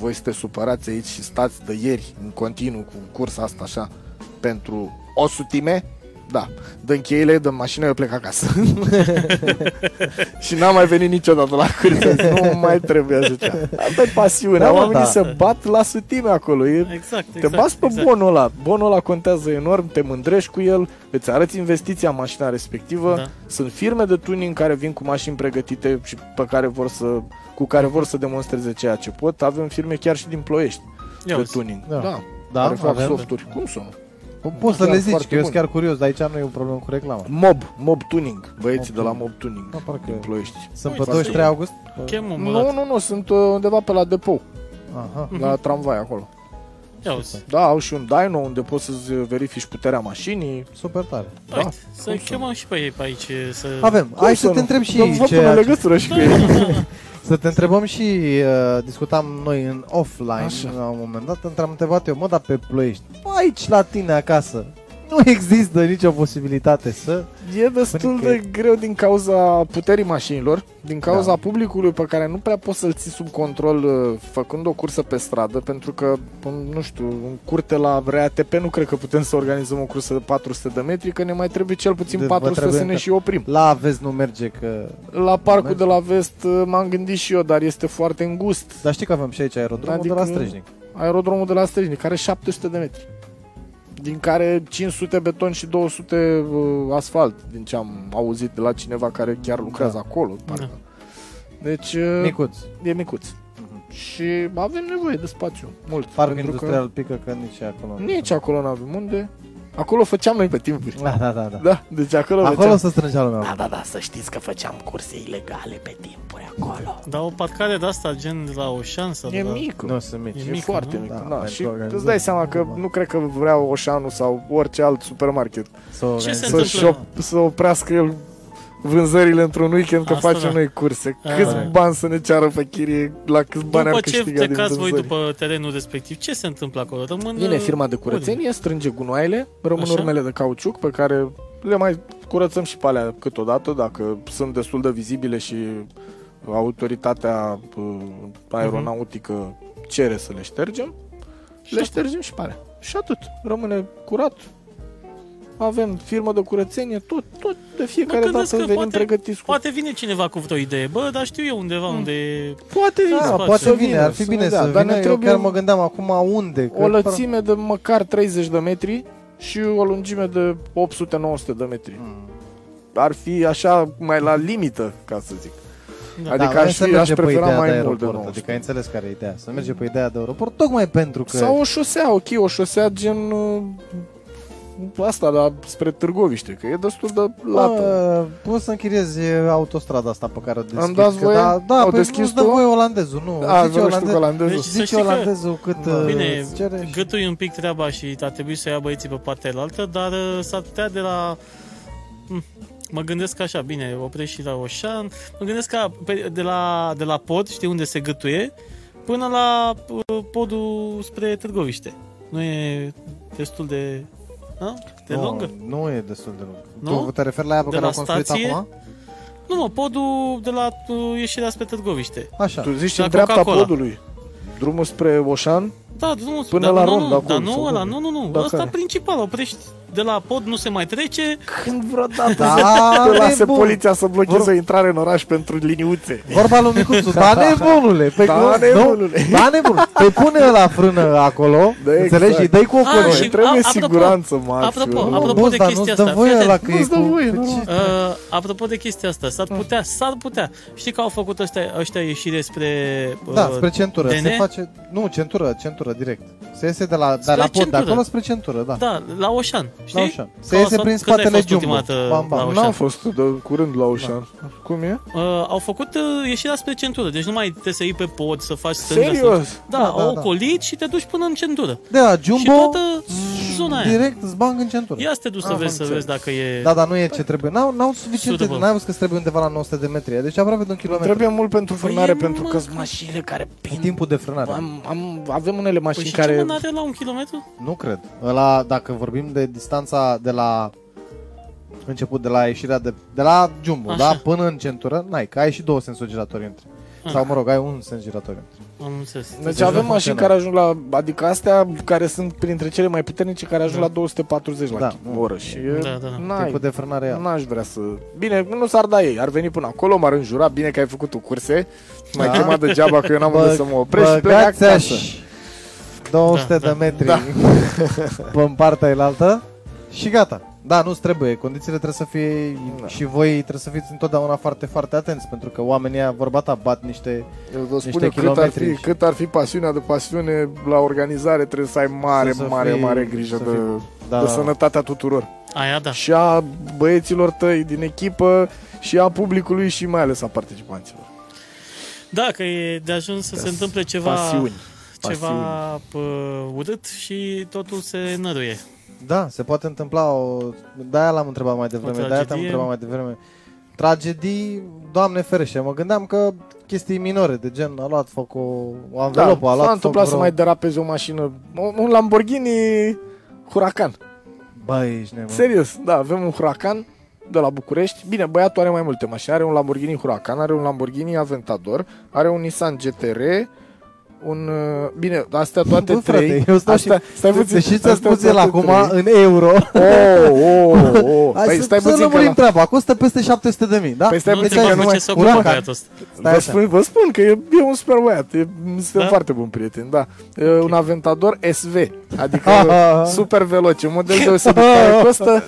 Speaker 3: Voi sunteți supărați aici și stați de ieri în continuu cu cursa asta așa pentru o sutime? Da, dăm cheile, dăm mașina, eu plec acasă. și n-am mai venit niciodată la cursă, nu mai trebuie așa. ceva. Asta e pasiunea,
Speaker 2: Da, da,
Speaker 3: oamenii
Speaker 2: da.
Speaker 3: se bat la sutime acolo. E
Speaker 1: Exact, exact.
Speaker 3: te bați pe
Speaker 1: exact.
Speaker 3: bonul ăla. Bonul ăla contează enorm, te mândrești cu el, îți arăți investiția în mașina respectivă.
Speaker 1: Da.
Speaker 3: Sunt firme de tuning care vin cu mașini pregătite și pe care vor să, cu care vor să demonstreze ceea ce pot. Avem firme chiar și din Ploiești
Speaker 1: Ia
Speaker 3: de
Speaker 1: uite.
Speaker 3: tuning.
Speaker 2: Da.
Speaker 3: Da.
Speaker 2: Da,
Speaker 3: care fac
Speaker 2: avem.
Speaker 3: softuri. Cum sună?
Speaker 2: Poți să
Speaker 3: Chiar
Speaker 2: le zici,
Speaker 3: foarte
Speaker 2: că eu sunt
Speaker 3: bun.
Speaker 2: chiar curios, dar aici nu e un problemă cu reclama.
Speaker 3: Mob, Mob Tuning. Băieții
Speaker 2: Mob
Speaker 3: de la
Speaker 2: Tuning.
Speaker 3: Mob Tuning
Speaker 2: Da, parcă-
Speaker 3: din Ploiești.
Speaker 2: Sunt pe
Speaker 1: Uite,
Speaker 2: 23
Speaker 1: e-
Speaker 2: august?
Speaker 1: Chemă, mă,
Speaker 3: Nu,
Speaker 1: nu,
Speaker 3: nu, nu, sunt uh, undeva pe la depou,
Speaker 2: Aha.
Speaker 1: Mhm.
Speaker 3: la tramvai acolo.
Speaker 1: Ia uite.
Speaker 3: Da, au și un dyno unde poți să-ți verifici puterea mașinii.
Speaker 2: Super tare.
Speaker 3: Da,
Speaker 1: Uite, să
Speaker 3: cum să
Speaker 1: chemăm și pe ei pe aici să...
Speaker 2: Avem.
Speaker 3: Cum
Speaker 2: Hai să
Speaker 3: nu?
Speaker 2: te întreb și
Speaker 3: Dăm votul
Speaker 2: ceea
Speaker 3: în
Speaker 2: ce-
Speaker 3: legătură și cu ei.
Speaker 2: Să te întrebăm și uh, discutam noi în offline
Speaker 3: Așa.
Speaker 2: Așa. la un moment dat, te-am întrebat eu, mă, dar pe ploiești, aici la tine acasă, nu există nicio posibilitate să...
Speaker 3: E destul
Speaker 2: Adică-
Speaker 3: de greu din cauza puterii mașinilor, din cauza
Speaker 2: Da.
Speaker 3: publicului pe care nu prea poți să-l ții sub control uh, făcând o cursă pe stradă, pentru că, în- nu știu, în curte la RATP nu cred că putem să organizăm o cursă de 400 de metri, că ne mai trebuie cel puțin
Speaker 2: De- vă
Speaker 3: 400 să
Speaker 2: trebuie
Speaker 3: ne
Speaker 2: încă-
Speaker 3: și oprim.
Speaker 2: La vezi nu merge că...
Speaker 3: La parcul
Speaker 2: Mergi.
Speaker 3: de la vest uh, m-am gândit și eu, dar este foarte îngust.
Speaker 2: Dar știi că avem și aici aerodromul
Speaker 3: Adică-
Speaker 2: de la Strejnic.
Speaker 3: Aerodromul de la Strejnic care are 700 de metri, din care 500 beton și 200 uh, asfalt, din ce am auzit de la cineva care chiar lucrează
Speaker 2: Da.
Speaker 3: acolo.
Speaker 1: Da.
Speaker 3: Parcă. Deci uh,
Speaker 2: Micuț.
Speaker 3: e micuț. Și avem nevoie de spațiu, mult.
Speaker 2: Parcul
Speaker 3: pentru
Speaker 2: industrial că... pică că nici acolo.
Speaker 3: că nici acolo nu avem unde. Acolo făceam noi pe timpuri.
Speaker 2: Da, da, da. da.
Speaker 3: Da, deci acolo,
Speaker 2: Acolo
Speaker 3: făceam.
Speaker 2: se strângea lumea.
Speaker 3: da, da, să știți că făceam curse ilegale pe timpuri acolo.
Speaker 1: Dar o parcare de asta, gen de la o șansă.
Speaker 3: E
Speaker 1: de la...
Speaker 3: mic.
Speaker 2: Da, Nu sunt mici.
Speaker 1: E
Speaker 3: E
Speaker 1: mic,
Speaker 3: foarte
Speaker 1: nu?
Speaker 3: mic.
Speaker 2: Da,
Speaker 3: Da,
Speaker 2: pentru
Speaker 3: și
Speaker 2: organizare.
Speaker 3: îți dai seama că nu cred că vrea Oșanu sau orice alt supermarket
Speaker 2: Să
Speaker 1: Ce se
Speaker 3: să,
Speaker 1: întâmplă?
Speaker 3: șop, să oprească el vânzările într-un weekend că
Speaker 1: Asta
Speaker 3: facem
Speaker 1: da.
Speaker 3: noi curse.
Speaker 1: Da,
Speaker 3: Câți
Speaker 1: da.
Speaker 3: bani să ne ceară pe chirie, la câți bani
Speaker 1: După
Speaker 3: ar
Speaker 1: ce
Speaker 3: câștiga din
Speaker 1: plecați voi
Speaker 3: vânzări.
Speaker 1: după terenul respectiv, ce se întâmplă acolo? Rămân...
Speaker 3: Vine
Speaker 1: uh,
Speaker 3: firma de curățenie, strânge gunoaiele, rămân Așa?
Speaker 1: Așa.
Speaker 3: urmele de cauciuc pe care le mai curățăm și pe alea câteodată, dacă sunt destul de vizibile și autoritatea uh, aeronautică
Speaker 1: Mhm.
Speaker 3: cere să le ștergem, le
Speaker 1: atât.
Speaker 3: ștergem și pe alea. Și atât. Rămâne curat. Avem firmă de curățenie, tot, tot de fiecare
Speaker 1: gândesc
Speaker 3: dată
Speaker 1: că
Speaker 3: venim
Speaker 1: poate-
Speaker 3: pregătiți cu...
Speaker 1: Poate vine cineva cu vreo idee. Bă, dar știu eu undeva unde... e-
Speaker 3: poate vine.
Speaker 2: Da,
Speaker 1: Să
Speaker 2: poate
Speaker 3: vină,
Speaker 2: vine, ar fi
Speaker 3: să
Speaker 2: bine
Speaker 3: vedea,
Speaker 2: să
Speaker 3: dar ne
Speaker 2: vină. Eu
Speaker 3: trebuie
Speaker 2: chiar
Speaker 3: un-
Speaker 2: mă gândeam acum unde. că-
Speaker 3: O lățime de măcar 30 de metri și o lungime de 800-900 de metri.
Speaker 2: Mm.
Speaker 3: ar fi așa mai la limită, ca să zic.
Speaker 1: Da.
Speaker 3: Adică
Speaker 2: vrem
Speaker 3: aș,
Speaker 2: să
Speaker 3: fi, aș
Speaker 2: mergem pe
Speaker 3: prefera
Speaker 2: ideea
Speaker 3: mai
Speaker 2: de
Speaker 3: mult
Speaker 2: aeroport,
Speaker 3: de 900.
Speaker 2: Adică ai înțeles care e ideea. Să merge pe ideea de aeroport, tocmai pentru că...
Speaker 3: Sau o șosea, ok, o șosea gen uh, asta la, spre Târgoviște, că e destul de lată.
Speaker 2: Bă, poți să închiriezi e, autostrada asta pe care o deschizi.
Speaker 3: dat
Speaker 2: că
Speaker 3: voie?
Speaker 2: Da, da
Speaker 3: Au
Speaker 2: păi
Speaker 3: deschis
Speaker 2: nu-ți dă
Speaker 3: tu?
Speaker 2: voie olandezul, nu.
Speaker 3: A,
Speaker 2: zice
Speaker 3: nu știu
Speaker 2: olandezul,
Speaker 3: că olandezul.
Speaker 1: Deci- Să
Speaker 2: zice
Speaker 1: știi că-
Speaker 2: olandezul cât uh,
Speaker 1: Bine,
Speaker 2: îți cere. și-
Speaker 1: gâtul e un pic treaba și ar trebui să ia băieții pe partea altă, dar uh, s-ar putea de la... Mm, Mă gândesc așa, bine, oprești și la Oșan, mă gândesc ca pe- de la, de la pod, știi unde se gâtuie, până la uh, podul spre Târgoviște. Nu e destul de... A? De
Speaker 2: Nu,
Speaker 1: lungă?
Speaker 2: Nu e destul de lungă.
Speaker 1: Nu?
Speaker 2: Tu te referi la aia pe
Speaker 1: De
Speaker 2: care
Speaker 1: la
Speaker 2: au construit
Speaker 1: stație?
Speaker 2: acum?
Speaker 1: Nu, mă, podul de la uh, ieșirea spre Târgoviște.
Speaker 2: Așa.
Speaker 3: Tu zici
Speaker 1: La
Speaker 3: în dreapta
Speaker 1: Coca-Cola.
Speaker 3: podului. Drumul spre Oșan,
Speaker 1: Da, nu,
Speaker 3: Până
Speaker 1: dar
Speaker 3: la
Speaker 1: nu,
Speaker 3: rond,
Speaker 1: nu,
Speaker 3: acolo,
Speaker 1: dar
Speaker 3: sau
Speaker 1: nu ăla, nu, nu, nu,
Speaker 3: Da,
Speaker 1: ăsta
Speaker 3: care?
Speaker 1: principal, oprești de la pod, nu se mai trece,
Speaker 3: când vreodată
Speaker 2: Da,
Speaker 3: te lasă
Speaker 2: nebun.
Speaker 3: poliția să blocheze
Speaker 2: Vor-
Speaker 3: intrare în oraș pentru liniuțe.
Speaker 2: Vorba lui Micuțu, da nebunule, pe
Speaker 3: Da,
Speaker 2: cum- nu?
Speaker 3: nebunule.
Speaker 2: da nebunul, pe pune la frână acolo,
Speaker 3: Da,
Speaker 2: înțelegi,
Speaker 3: exact.
Speaker 2: și dă-i cu
Speaker 1: Ah,
Speaker 2: ocolo.
Speaker 1: și-
Speaker 3: trebuie
Speaker 1: a- apropo,
Speaker 3: siguranță, Max.
Speaker 1: apropo,
Speaker 3: eu-
Speaker 2: Nu,
Speaker 1: apropo
Speaker 2: boss,
Speaker 1: de
Speaker 2: dar
Speaker 1: chestia
Speaker 2: nu-ți dă
Speaker 1: asta,
Speaker 2: voie
Speaker 1: fii
Speaker 2: la
Speaker 1: atent.
Speaker 2: că e
Speaker 3: Nu-ți dă
Speaker 2: cu- Deci,
Speaker 3: voie,
Speaker 2: pe
Speaker 3: normal.
Speaker 2: ce-
Speaker 1: Uh, apropo de chestia asta, s-ar
Speaker 2: Ah.
Speaker 1: putea, s-ar putea. Știi că au făcut ăștia, ăștia ieșire spre... Uh,
Speaker 2: Da, spre centură.
Speaker 1: DN?
Speaker 2: Se face... Nu, centură, centură direct. Se iese de la, de
Speaker 1: Spre
Speaker 2: la pod de
Speaker 1: centură.
Speaker 2: acolo spre centură, da.
Speaker 1: Da, la Oșan, știi?
Speaker 2: La Oșan. Se iese prin spatele Jumbo. Bam,
Speaker 1: Bam,
Speaker 2: bam.
Speaker 1: bam.
Speaker 3: N-am fost de curând
Speaker 1: Da.
Speaker 3: la Oșan. Cum e?
Speaker 1: Uh, au făcut uh, ieșirea spre centură, deci nu mai trebuie să iei pe pod, să faci stânga. stânga.
Speaker 3: Serios?
Speaker 1: Da,
Speaker 2: Da, da,
Speaker 1: au
Speaker 2: da.
Speaker 1: ocolit și te duci până în centură.
Speaker 2: De la
Speaker 1: și
Speaker 2: Jumbo,
Speaker 1: toată zona aia.
Speaker 2: direct zbang în centură.
Speaker 1: Ia să te duci să
Speaker 2: Ah,
Speaker 1: vezi, să
Speaker 2: am
Speaker 1: vezi dacă e...
Speaker 2: Da, dar nu e ce trebuie. N-au, n-au suficient de...
Speaker 1: Suitable.
Speaker 2: N-ai văzut că trebuie undeva la 900 de metri. Deci aproape de un kilometru.
Speaker 3: Trebuie mult pentru
Speaker 1: Păi
Speaker 3: frânare,
Speaker 1: e
Speaker 3: pentru că
Speaker 1: mâncat.
Speaker 3: sunt mașinile care
Speaker 2: E
Speaker 3: pind.
Speaker 2: timpul de frânare.
Speaker 3: Am, am, da. avem unele
Speaker 1: Păi
Speaker 3: mașini
Speaker 1: și ce
Speaker 3: care...
Speaker 1: mână are la un kilometru?
Speaker 2: Nu cred. Ăla, dacă vorbim de distanța de la început de la ieșirea de, de la Jumbo,
Speaker 1: Așa.
Speaker 2: da, până în centură, n-ai, că ai și două sens giratoriu între.
Speaker 1: Ah.
Speaker 2: Sau, mă rog, ai un sens giratoriu între.
Speaker 1: Am înțeles.
Speaker 3: Deci
Speaker 2: Să
Speaker 3: avem
Speaker 2: ajungem
Speaker 3: mașini
Speaker 2: la-
Speaker 3: care ajung la... Adică astea care sunt printre cele mai puternice care ajung la 240 la
Speaker 2: Da,
Speaker 3: chi-
Speaker 2: nu.
Speaker 3: oră. Și
Speaker 1: Da, da, da.
Speaker 3: n-ai,
Speaker 2: Timpul de frânare e alt.
Speaker 3: n-aș vrea să... Bine, nu s-ar da ei. Ar veni până acolo, m-ar înjura. Bine că ai făcut tu curse. Mai
Speaker 2: Da.
Speaker 3: chemat degeaba că eu n-am unde să mă opresc și plec
Speaker 2: Băgați
Speaker 3: acasă.
Speaker 2: aș 200
Speaker 1: Da,
Speaker 2: de
Speaker 1: da.
Speaker 2: metri pe în partea elaltă și gata. Da, nu-ți trebuie. Condițiile trebuie să fie
Speaker 3: Da.
Speaker 2: și voi trebuie să fiți întotdeauna foarte, foarte atenți pentru că oamenii, aia, vorba ta, bat niște...
Speaker 3: Eu vă
Speaker 2: Niște
Speaker 3: spun cât ar,
Speaker 2: kilometri
Speaker 3: fi,
Speaker 2: și-
Speaker 3: cât ar fi pasiunea de pasiune la organizare, trebuie să ai mare,
Speaker 2: Să- să
Speaker 3: mare,
Speaker 2: fii-
Speaker 3: mare grijă
Speaker 2: să
Speaker 3: de,
Speaker 2: fii- Da,
Speaker 3: de
Speaker 2: da, da.
Speaker 3: sănătatea tuturor.
Speaker 1: Aia da.
Speaker 3: și a băieților tăi din echipă și a publicului și mai ales a participanților.
Speaker 1: Da, că e de ajuns să se întâmple ceva...
Speaker 3: Pasiuni.
Speaker 1: ceva pă, urât și totul se năruie.
Speaker 3: Păi,
Speaker 2: Da, se poate întâmpla o... De-aia l-am întrebat mai devreme, de-aia te-am
Speaker 1: tragedie.
Speaker 2: întrebat mai devreme. Tragedii, doamne ferește, mă gândeam că chestii minore, de gen a luat foc o, o
Speaker 3: Da,
Speaker 2: anvelopă, a luat
Speaker 3: s-a
Speaker 2: foc
Speaker 3: întâmplat să
Speaker 2: vreo-
Speaker 3: mai derapeze o mașină, o- un Lamborghini Huracan.
Speaker 2: Bă, ești nebun.
Speaker 3: Serios, da, avem un Huracan de la București. Bine, băiatul are mai multe mașini. Are un Lamborghini Huracan, are un Lamborghini Aventador, are un Nissan GTR, un... uh, Bine, astea toate
Speaker 2: Bă,
Speaker 3: trei.
Speaker 2: frate, eu stau
Speaker 3: astea, stai puțin.
Speaker 2: Deși ți-a
Speaker 3: astea
Speaker 2: spus el
Speaker 3: toate
Speaker 2: acum
Speaker 3: trei.
Speaker 2: în euro,
Speaker 3: Oh, oh, oh.
Speaker 2: hai
Speaker 3: Păi,
Speaker 2: să,
Speaker 3: stai
Speaker 2: să
Speaker 3: puțin că
Speaker 2: lămurim
Speaker 3: la-
Speaker 2: treaba, costă peste 700 de mii, da?
Speaker 3: Păi stai
Speaker 1: nu
Speaker 3: puțin
Speaker 1: înțeleg
Speaker 3: că
Speaker 1: cu
Speaker 3: nu mai-
Speaker 1: ce se ocupă
Speaker 2: Uracan.
Speaker 1: băiatul ăsta.
Speaker 2: Stai
Speaker 3: vă,
Speaker 2: așa.
Speaker 3: spun, vă spun că e, e un super băiat, e, suntem
Speaker 1: Da?
Speaker 3: foarte bun prieten, da. E un aventador SV, adică
Speaker 2: Ah.
Speaker 3: super veloce, un model deosebit care costă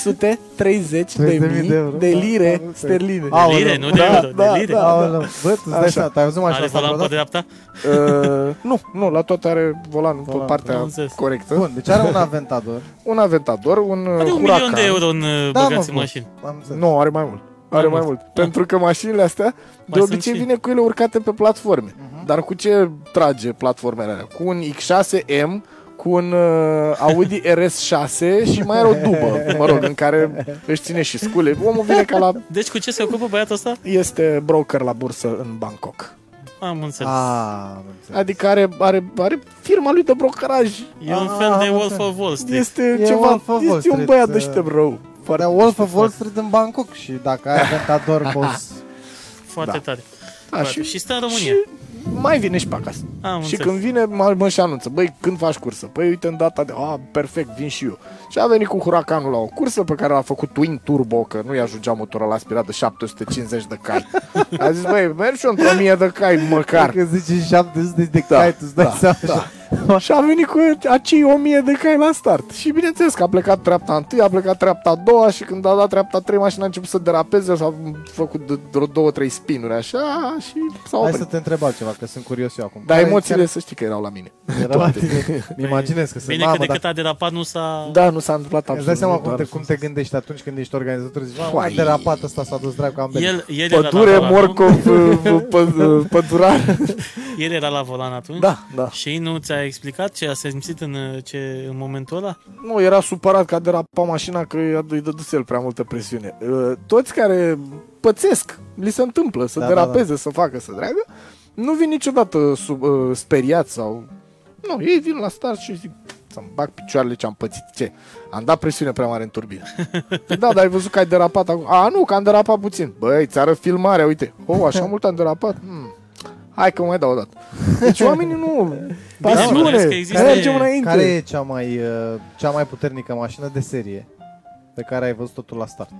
Speaker 3: 330 de
Speaker 2: 300.000
Speaker 3: mii
Speaker 2: de euro.
Speaker 3: de
Speaker 2: Da,
Speaker 3: lire
Speaker 2: da,
Speaker 3: sterline.
Speaker 2: Aoleu.
Speaker 1: lire, nu de
Speaker 3: Da,
Speaker 1: euro, de
Speaker 3: da,
Speaker 1: lire.
Speaker 3: da.
Speaker 2: Aoleu, bă, tu îți dai
Speaker 3: Așa. da.
Speaker 2: seama, ai văzut mașina
Speaker 1: Are
Speaker 2: asta
Speaker 1: volan pe
Speaker 2: vreodată?
Speaker 1: dreapta?
Speaker 3: Uh, nu, nu, la tot are volan pe
Speaker 2: Volan,
Speaker 1: am
Speaker 3: partea
Speaker 1: înțeles.
Speaker 3: corectă.
Speaker 2: da. Bun, deci are un aventador.
Speaker 3: Un aventador, un
Speaker 1: Are un milion
Speaker 3: huracan.
Speaker 1: de euro în uh,
Speaker 2: Da, mă,
Speaker 1: băgați în
Speaker 2: bă.
Speaker 1: mașini.
Speaker 2: Am înțeles.
Speaker 3: Nu, are mai mult. Are mai mult. Pentru că mașinile astea, de
Speaker 1: sunt
Speaker 3: obicei,
Speaker 1: și- Mhm.
Speaker 3: vine cu ele urcate pe platforme. Dar cu ce trage platformele alea? Cu un X6M, cu un uh, Audi RS6 și mai are o dubă, mă rog, în care își ține și scule. Omul vine ca la...
Speaker 1: Deci cu ce se ocupă băiatul ăsta?
Speaker 3: Este broker la bursă în Bangkok.
Speaker 1: Am înțeles.
Speaker 2: Ah, am înțeles.
Speaker 3: Adică are, are, are firma lui de brokeraj.
Speaker 1: E un
Speaker 2: Ah,
Speaker 1: fel de
Speaker 2: am
Speaker 1: Wolf
Speaker 2: înțeles.
Speaker 1: of Wall Street.
Speaker 3: Este
Speaker 2: E
Speaker 3: ceva...
Speaker 2: Wolf of Wall
Speaker 3: Este un
Speaker 2: Street,
Speaker 3: băiat
Speaker 2: uh,
Speaker 3: deștept rău. Foarte
Speaker 2: Dar Wolf of
Speaker 3: deștept.
Speaker 2: Wall Street în Bangkok și dacă ai aventador, boss.
Speaker 1: Foarte
Speaker 3: Da.
Speaker 1: tare.
Speaker 3: Da, și-
Speaker 1: Și stă în România.
Speaker 3: Și mai vine și pe acasă.
Speaker 1: Am
Speaker 3: și
Speaker 1: înțeles.
Speaker 3: când vine, mă, mă și anunță, băi, când faci cursă? Păi uite în data de, a, perfect, vin și eu. Și a venit cu Huracanul la o cursă pe care l-a făcut Twin Turbo, că nu-i ajungea motorul la aspirat de 750 de cai. A zis, băi, mergi și eu într-o mie de cai măcar.
Speaker 2: Că zici 700 de
Speaker 3: Da,
Speaker 2: cai, tu îți dai
Speaker 3: da,
Speaker 2: seama
Speaker 3: da.
Speaker 2: așa.
Speaker 3: Și a venit cu acei 1000 de cai la start. Și bineînțeles că a plecat treapta întâi, a plecat treapta a doua și când a dat treapta a trei, mașina a început să derapeze, s-a făcut de- vreo două, trei spinuri așa și s-a
Speaker 2: Hai
Speaker 3: oprit.
Speaker 2: să te întreb altceva, că sunt curios eu acum.
Speaker 3: Dar
Speaker 2: Care-
Speaker 3: emoțiile
Speaker 2: care-
Speaker 3: să știi că erau la mine.
Speaker 2: Era- Mi imaginez că sunt
Speaker 1: Bine că
Speaker 2: mamă,
Speaker 1: de
Speaker 2: dar
Speaker 1: cât a derapat nu s-a...
Speaker 3: Da, nu s-a întâmplat
Speaker 2: Îți
Speaker 3: absolut.
Speaker 2: dai seama cum
Speaker 3: doar
Speaker 2: te, cum te gândești atunci când ești organizator Zici, mamă, a
Speaker 3: Uai.
Speaker 2: derapat ăsta s-a dus dracu ambele
Speaker 1: El, el,
Speaker 3: da. Pădure,
Speaker 1: era la volan, nu?
Speaker 3: morcov, v- pă- pădurar.
Speaker 1: el era la volan atunci?
Speaker 3: Da, da.
Speaker 1: Și nu ți-a explicat ce a simțit în, uh, ce, în momentul ăla?
Speaker 3: Nu, era supărat că a derapat mașina că i-a- îi dăduse el prea multă presiune. Uh, Toți care pățesc, li se întâmplă să
Speaker 2: Da, da,
Speaker 3: derapeze, să facă, să dreagă, nu vin niciodată sub, uh, speriați sau... Nu, ei vin la start și zic să-mi bag picioarele ce am pățit. Ce? Am dat presiune prea mare în turbină. Păi da, dar ai văzut că ai derapat acum. A, nu, că am derapat puțin. Băi, ți arăt filmarea, uite. Oh, așa mult am derapat? Hmm. Hai că mă mai dau o dată. Deci oamenii nu...
Speaker 1: Da, mă gândesc că
Speaker 3: Pasiune,
Speaker 1: există-
Speaker 3: mergem înainte.
Speaker 2: Care e cea mai, uh, cea mai puternică mașină de serie pe care ai văzut totul la start?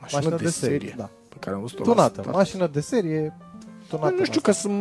Speaker 3: Mașină de serie.
Speaker 2: Da.
Speaker 3: Pe care am văzut-o la
Speaker 2: Tunată,
Speaker 3: start.
Speaker 2: mașină de serie tunată. da.
Speaker 3: Nu știu că sunt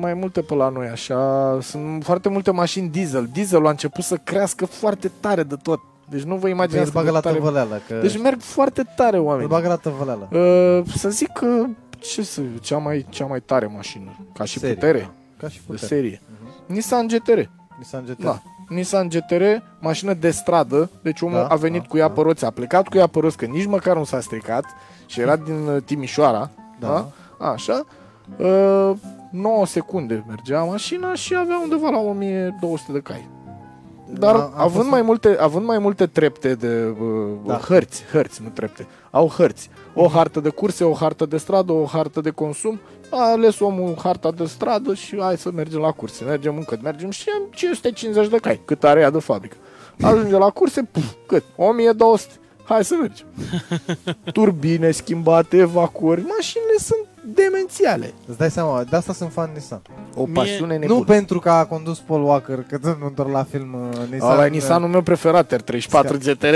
Speaker 3: mai multe pe la noi așa. Sunt foarte multe mașini diesel. Dieselul a început să crească foarte tare de tot. Deci nu vă
Speaker 2: Păi
Speaker 3: imaginați
Speaker 2: îl bagă
Speaker 3: cât
Speaker 2: la
Speaker 3: de tare...
Speaker 2: tăvăleală, că
Speaker 3: Deci merg foarte tare
Speaker 2: îl
Speaker 3: oamenii.
Speaker 2: bagă la tăvăleală.
Speaker 3: Uh, să zic că ce să, cea mai, cea mai tare mașină, ca și
Speaker 2: Serie,
Speaker 3: putere,
Speaker 2: da. Ca și
Speaker 3: de
Speaker 2: putere. Mhm.
Speaker 3: serie. Nissan GTR.
Speaker 2: Nissan GT.
Speaker 3: Da. Nissan GTR, mașină de stradă, deci omul
Speaker 2: Da,
Speaker 3: da, a venit
Speaker 2: da,
Speaker 3: da, cu ea
Speaker 2: da.
Speaker 3: pe roți, a plecat cu ea pe roți, că nici măcar nu s-a stricat și era din uh, Timișoara,
Speaker 2: Da.
Speaker 3: da. A, așa, uh, 9 secunde mergea mașina și avea undeva la 1200 de cai. Dar
Speaker 2: Da, a fost
Speaker 3: având,
Speaker 2: un-
Speaker 3: mai multe, având mai multe trepte de uh,
Speaker 2: Da. Mhm.
Speaker 3: da. hărți, hărți, nu trepte, au hărți, o hartă de curse, o hartă de stradă, o hartă de consum, a ales omul harta de stradă și hai să mergem la curse. Mergem încât mergem și am 550 de cai, cât are ea de fabrică. Ajunge la curse, puf, cât? 1200. Hai să mergem. Turbine schimbate, evacuări, mașinile sunt demențiale.
Speaker 2: Îți dai seama, de asta sunt fan Nissan.
Speaker 3: O
Speaker 1: Mie-
Speaker 3: pasiune
Speaker 2: Nu
Speaker 3: nebună.
Speaker 2: pentru că a condus Paul Walker, că tot nu întorc la film uh, Nissan.
Speaker 3: Ăla e Nissanul meu preferat, R34 GTR.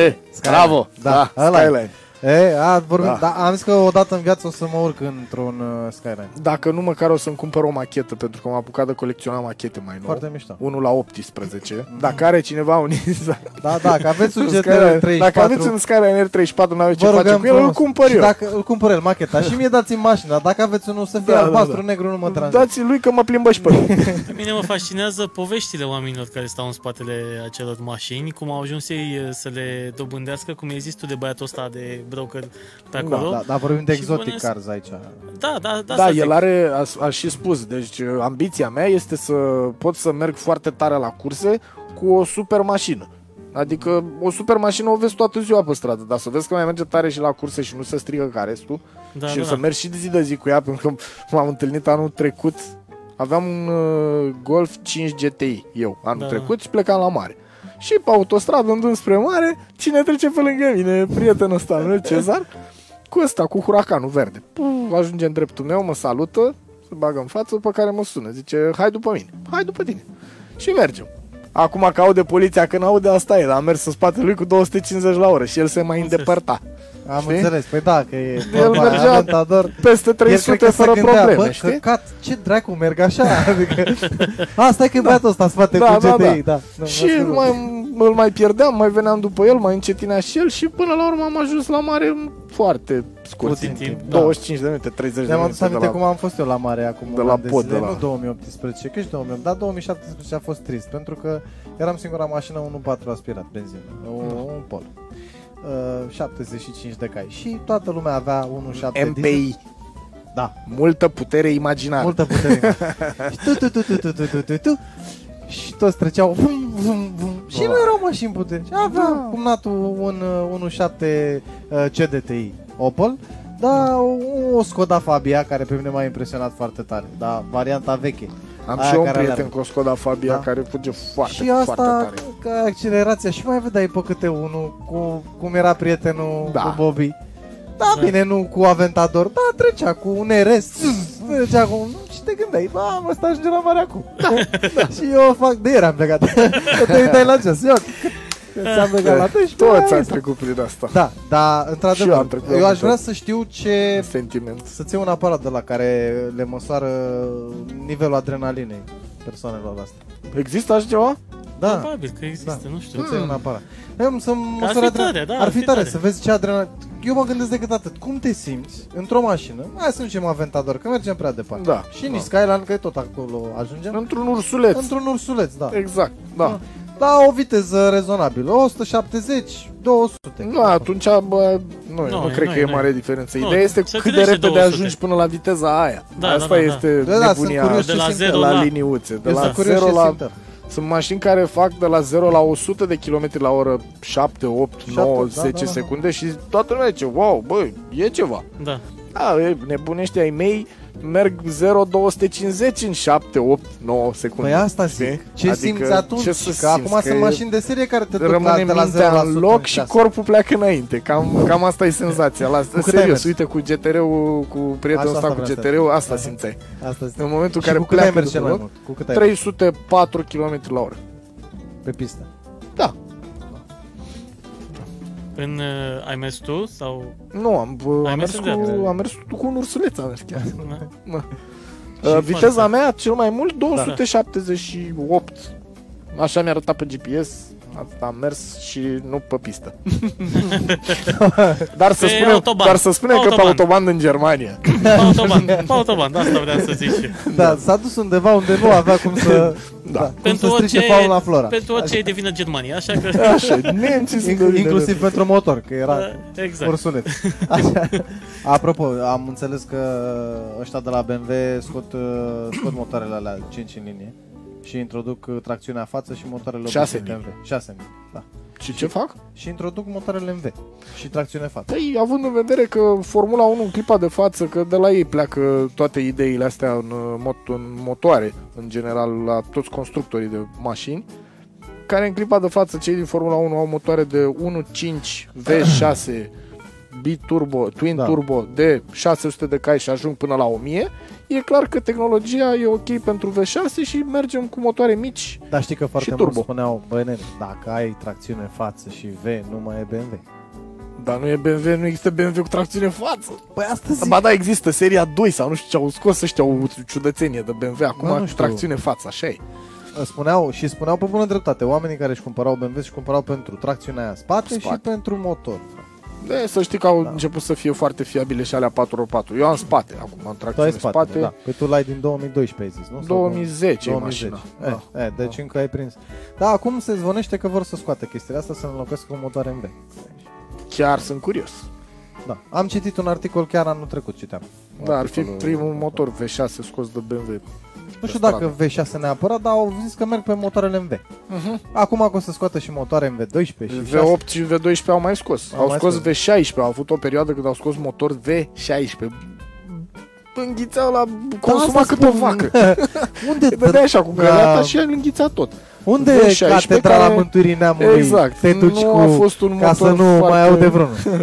Speaker 3: Bravo!
Speaker 2: Da,
Speaker 3: Da,
Speaker 2: ăla e.
Speaker 3: Skyline.
Speaker 2: E, a, vorbim, da.
Speaker 3: Da.
Speaker 2: da. am zis că odată în viață o să mă urc într-un uh, Skyline.
Speaker 3: Dacă nu, măcar o să-mi cumpăr o machetă, pentru că m-am apucat de colecționa machete mai nou.
Speaker 2: Foarte mișto.
Speaker 3: Unul la 18. Dacă are cineva un Nissan
Speaker 2: Da, da, că aveți un
Speaker 3: un
Speaker 2: GTR
Speaker 3: Skyline-
Speaker 2: 34.
Speaker 3: Dacă aveți un Skyline R34, nu aveți ce
Speaker 2: Vă
Speaker 3: face
Speaker 2: rugăm
Speaker 3: cu el, îl
Speaker 2: frumos.
Speaker 3: cumpăr
Speaker 2: Și
Speaker 3: eu.
Speaker 2: Dacă îl cumpăr el, macheta, și mie dați-mi mașina. Dacă aveți unul să fie
Speaker 3: Da, da,
Speaker 2: albastru,
Speaker 3: da.
Speaker 2: negru, nu mă deranjează.
Speaker 3: Dați lui că mă plimbă și pe mine.
Speaker 1: Pe mine mă fascinează poveștile oamenilor care stau în spatele acelor mașini, cum au ajuns ei uh, să le dobândească, cum există tu de băiatul ăsta de broker pe acolo.
Speaker 2: Da, da, vorbim de
Speaker 1: Și
Speaker 2: exotic
Speaker 1: puneți-
Speaker 2: cars aici.
Speaker 1: da, da, da,
Speaker 3: Da,
Speaker 1: să
Speaker 3: el
Speaker 1: zic.
Speaker 3: are, a, a și spus, deci uh, ambiția mea este să pot să merg foarte tare la curse cu o super mașină. Adică o super mașină o vezi toată ziua pe stradă, dar să vezi că mai merge tare și la curse și nu se strică ca restul.
Speaker 1: da,
Speaker 3: și
Speaker 1: da,
Speaker 3: o să
Speaker 1: da.
Speaker 3: merg și de zi de zi cu ea, pentru că m-am întâlnit anul trecut. Aveam un uh, Golf 5 GTI eu anul
Speaker 1: Da.
Speaker 3: da. trecut și plecam la mare. Și pe autostradă, în spre mare, cine trece pe lângă mine, prietenul ăsta meu, Cezar, cu ăsta, cu huracanul verde. Puf, ajunge în dreptul meu, mă salută, se bagă în față, pe care mă sună. Zice, hai după mine, hai după tine. Și mergem. Acum că aude poliția, când aude asta e, dar am mers în spatele lui cu 250 la oră și el se mai
Speaker 1: Înțeles.
Speaker 3: îndepărta.
Speaker 2: Am
Speaker 3: Știi?
Speaker 2: înțeles, păi da, că e
Speaker 3: El
Speaker 2: vorba aia,
Speaker 3: mergea
Speaker 2: Aventador.
Speaker 3: Peste
Speaker 2: El
Speaker 3: 300
Speaker 2: cred că se
Speaker 3: fără
Speaker 2: gândea,
Speaker 3: probleme,
Speaker 2: bă,
Speaker 3: știi?
Speaker 2: Căcat, ce dracu merg așa? Adică, a, stai că e băiatul ăsta în spate
Speaker 3: Da,
Speaker 2: cu
Speaker 3: da,
Speaker 2: GTI, da. Nu,
Speaker 3: Și
Speaker 2: mă
Speaker 3: îl
Speaker 2: scuz.
Speaker 3: mai, îl mai pierdeam, mai veneam după el, mai încetinea și el și până la urmă am ajuns la mare în foarte scurt
Speaker 2: Puțin
Speaker 3: timp.
Speaker 1: timp,
Speaker 2: da.
Speaker 3: 25 de minute, 30 de
Speaker 2: Ne-am
Speaker 3: minute.
Speaker 2: adus aminte
Speaker 3: de la...
Speaker 2: cum am fost eu la mare acum
Speaker 3: de
Speaker 2: un
Speaker 3: la
Speaker 2: an de
Speaker 3: pod,
Speaker 2: zile,
Speaker 3: de la-
Speaker 2: nu 2018, că și 2018, dar 2017 a fost trist, pentru că eram singura mașină 1.4 aspirat, benzină, o,
Speaker 3: Hmm.
Speaker 2: un pol. Uh, 75 de cai și toată lumea avea 1.7 diesel.
Speaker 3: MPI.
Speaker 2: Da,
Speaker 3: Multă putere imaginară.
Speaker 2: multă putere. și tu, tu, tu, tu, tu, tu, tu, tu, tu, și toți treceau vum, vum, vum. Și
Speaker 3: Da.
Speaker 2: nu erau mașini puternice. Aveam
Speaker 3: Da.
Speaker 2: cum natul un uh, 1.7 uh, CDTI Opel, dar o, o Skoda Fabia care pe mine m-a impresionat foarte tare, dar varianta veche.
Speaker 3: Am
Speaker 2: Aia
Speaker 3: și eu un
Speaker 2: care
Speaker 3: prieten
Speaker 2: alergă.
Speaker 3: cu o Skoda Fabia
Speaker 2: Da.
Speaker 3: care fuge foarte,
Speaker 2: și
Speaker 3: foarte
Speaker 2: asta Da,
Speaker 3: tare.
Speaker 2: că accelerația și mai vedeai pe câte unul cu cum era prietenul
Speaker 3: Da.
Speaker 2: cu Bobby. Da,
Speaker 1: Da.
Speaker 2: bine, nu cu Aventador, da, trecea cu un RS, zzz, trecea cu un... și te gândeai, mamă, ăsta ajunge la mare acum. Da. și eu o fac, de ieri am plecat, că te uitai la ceas, eu, ți-am plecat la 12,
Speaker 3: Da. Toți
Speaker 2: mai
Speaker 3: am
Speaker 2: este.
Speaker 3: trecut prin asta.
Speaker 2: Da, da,
Speaker 3: Și eu
Speaker 2: într-adevăr,
Speaker 3: am trecut,
Speaker 2: eu,
Speaker 3: am
Speaker 2: aș vrea
Speaker 3: trecut.
Speaker 2: să știu ce...
Speaker 3: Sentiment.
Speaker 2: Să-ți iei un aparat de la care le măsoară nivelul adrenalinei. persoanelor astea.
Speaker 3: Există așa ceva?
Speaker 2: Da,
Speaker 1: Probabil că există,
Speaker 2: Da.
Speaker 1: nu știu.
Speaker 2: puțin în apara. Eu să
Speaker 1: Că Hmm. ar fi tare, da,
Speaker 2: ar fi tare, să vezi ce adrenalin. Eu mă gândesc decât atât. Cum te simți într-o mașină? Hai să nu zicem Aventador, că mergem prea departe.
Speaker 3: Da,
Speaker 2: Și
Speaker 3: da.
Speaker 2: nici Skyline, că tot acolo ajungem.
Speaker 3: Într-un ursuleț.
Speaker 2: Într-un ursuleț, da.
Speaker 3: Exact, da.
Speaker 2: La o viteză rezonabilă, 170, 200.
Speaker 3: Nu, Da, atunci bă, nu,
Speaker 1: Nu,
Speaker 3: nu, nu
Speaker 1: e-
Speaker 3: cred
Speaker 1: nu
Speaker 3: că
Speaker 1: e,
Speaker 3: e
Speaker 1: nu e.
Speaker 3: mare diferență.
Speaker 1: Nu,
Speaker 3: Ideea este
Speaker 1: să
Speaker 3: cât de
Speaker 1: crește
Speaker 3: repede
Speaker 1: 200.
Speaker 3: ajungi până la viteza aia.
Speaker 1: Da, da,
Speaker 3: Asta
Speaker 1: da, da.
Speaker 3: este
Speaker 2: Da, da, sunt
Speaker 3: nebunia
Speaker 2: curios
Speaker 1: de la
Speaker 2: ce simt
Speaker 1: zero
Speaker 2: eu.
Speaker 1: la-
Speaker 3: la liniuțe. De
Speaker 2: Eu
Speaker 3: la
Speaker 2: sunt curios
Speaker 3: 0
Speaker 2: ce Păi
Speaker 3: la...
Speaker 2: simt eu.
Speaker 3: Sunt mașini care fac de la 0 la 100 de km la oră 7, 8, 9,
Speaker 2: da,
Speaker 3: 10
Speaker 2: da, da.
Speaker 3: secunde și toată lumea zice, wow, băi, e ceva.
Speaker 1: Da.
Speaker 3: Da, e, nebunește ai mei, merg 0-250 în 7, 8, 9 secunde.
Speaker 2: Păi asta
Speaker 3: știi? Adică
Speaker 2: zic. Ce simți atunci?
Speaker 3: Ce să
Speaker 2: că acum
Speaker 3: simți?
Speaker 2: sunt
Speaker 3: Că
Speaker 2: mașini de serie care te duc la,
Speaker 3: rămâne
Speaker 2: de la 0%
Speaker 3: mintea în loc și
Speaker 2: casă.
Speaker 3: corpul pleacă înainte. Cam, cam asta e senzația. La,
Speaker 2: cât ai
Speaker 3: serios,
Speaker 2: mers?
Speaker 3: uite, cu GTR-ul, cu prietenul
Speaker 2: Asta-
Speaker 3: ăsta
Speaker 2: asta
Speaker 3: cu
Speaker 2: vreau să-
Speaker 3: GTR-ul, asta
Speaker 2: Aha.
Speaker 3: simțeai.
Speaker 2: Asta zic.
Speaker 3: În momentul
Speaker 2: Și
Speaker 3: în
Speaker 2: cu
Speaker 3: care
Speaker 2: cât ai
Speaker 3: pleacă
Speaker 2: mers
Speaker 3: de
Speaker 2: cel
Speaker 3: pe
Speaker 2: mai
Speaker 3: loc,
Speaker 2: mult? Cu cât ai mers
Speaker 3: 304 km la oră.
Speaker 2: pe pistă?
Speaker 3: Da.
Speaker 1: În, uh, ai mers tu sau...
Speaker 3: Nu, am, bă,
Speaker 1: Ai
Speaker 3: am,
Speaker 1: mers
Speaker 3: mers
Speaker 1: în
Speaker 3: cu,
Speaker 1: dreapta.
Speaker 3: am mers cu un ursuleț, am mers chiar.
Speaker 1: Da.
Speaker 3: Uh, viteza
Speaker 1: foarte-
Speaker 3: mea, cel mai
Speaker 2: Da.
Speaker 3: mult, 278. Așa mi-a arătat pe GPS. Asta am mers și nu pe pistă. dar, să
Speaker 1: Pe
Speaker 3: spunem,
Speaker 1: autoban.
Speaker 3: dar să spunem că pe
Speaker 1: Autoban.
Speaker 3: autoban din Germania.
Speaker 1: Pe autoban, pe autoban, da, asta vreau să zic și eu.
Speaker 2: Da, s-a dus undeva unde nu avea cum să, da. cum
Speaker 1: Pentru
Speaker 2: să strice
Speaker 1: orice-
Speaker 2: fauna flora.
Speaker 1: Pentru orice e de vină Germania, așa că...
Speaker 3: Așa, nemții sunt de vină.
Speaker 2: Inclusiv pentru motor, că era
Speaker 1: Da, exact.
Speaker 2: ursuleț. Așa. Apropo, am înțeles că ăștia de la BMW scot, uh, scot motoarele alea 5 în linie și introduc uh, tracțiunea față și motoarele
Speaker 3: Șase
Speaker 2: obișnuite
Speaker 3: în
Speaker 2: MV. 6 în linie, da.
Speaker 3: Și ce fac?
Speaker 2: Și introduc motoarele MV și tracțiune față.
Speaker 3: Păi, având în vedere că Formula 1 în clipa de față, că de la ei pleacă toate ideile astea în, uh, mot, în motoare, în general, la toți constructorii de mașini, care în clipa de față, cei din Formula 1 au motoare de 1.5 V6 biturbo, twin
Speaker 2: Da.
Speaker 3: da. turbo de 600 de cai și ajung până la 1000, e clar că tehnologia e ok pentru V6 și mergem cu motoare mici.
Speaker 2: Dar știi că foarte
Speaker 3: Și
Speaker 2: mult
Speaker 3: turbo.
Speaker 2: spuneau, băi nene, dacă ai tracțiune față și V, nu mai e BMW.
Speaker 3: Dar nu e BMW, nu există BMW cu tracțiune față.
Speaker 2: Păi asta zic.
Speaker 3: Ba da, există seria 2 sau nu știu ce au scos ăștia o ciudățenie de BMW acum
Speaker 2: Bă, nu
Speaker 3: cu
Speaker 2: știu.
Speaker 3: tracțiune față, așa e.
Speaker 2: spuneau și spuneau pe bună dreptate, oamenii care își cumpărau BMW și cumpărau pentru tracțiunea aia în spate, spate.
Speaker 3: Spate.
Speaker 2: și pentru motor. frate.
Speaker 3: De, să știi că au
Speaker 2: Da.
Speaker 3: da. început să fie foarte fiabile și alea 4x4. Eu am spate acum, am
Speaker 2: Tu ai
Speaker 3: tracțiune
Speaker 2: spate,
Speaker 3: spate.
Speaker 2: spate. da. Păi tu l-ai din 2012, ai zis, nu? Sau
Speaker 3: 2010
Speaker 2: 2010.
Speaker 3: e mașina. Da.
Speaker 2: Eh, eh, deci încă ai prins. Da, acum se zvonește că vor să scoată chestiile astea să înlocuiesc cu motoare MV.
Speaker 3: Chiar sunt curios.
Speaker 2: Da. Am citit un articol chiar anul trecut, citeam.
Speaker 3: Da, ar fi
Speaker 2: Articolul-
Speaker 3: primul motor V6 scos de BMW.
Speaker 2: Nu știu
Speaker 3: pe
Speaker 2: dacă V6 neapărat, dar au zis că merg pe motoarele MV.
Speaker 3: Uh-huh.
Speaker 2: Acum că o să scoată și motoare MV12 și V8.
Speaker 3: V8 și V12 au mai scos.
Speaker 2: Au
Speaker 3: au
Speaker 2: mai
Speaker 3: scos
Speaker 2: scos.
Speaker 3: V16, au avut o perioadă când au scos motor V16. Înghițeau la... consuma
Speaker 2: Da, asta
Speaker 3: cât o
Speaker 2: spun.
Speaker 3: vacă.
Speaker 2: Unde,
Speaker 3: Te vedeai așa cu
Speaker 2: Da.
Speaker 3: găleata și el înghițea tot.
Speaker 2: unde
Speaker 3: V16
Speaker 2: catedrala
Speaker 3: care-
Speaker 2: mântuirii neamului
Speaker 3: Exact.
Speaker 2: Păi, te duci
Speaker 3: nu
Speaker 2: cu...
Speaker 3: a fost un motor
Speaker 2: ca să nu
Speaker 3: foarte...
Speaker 2: mai aude vreunul.
Speaker 3: Da.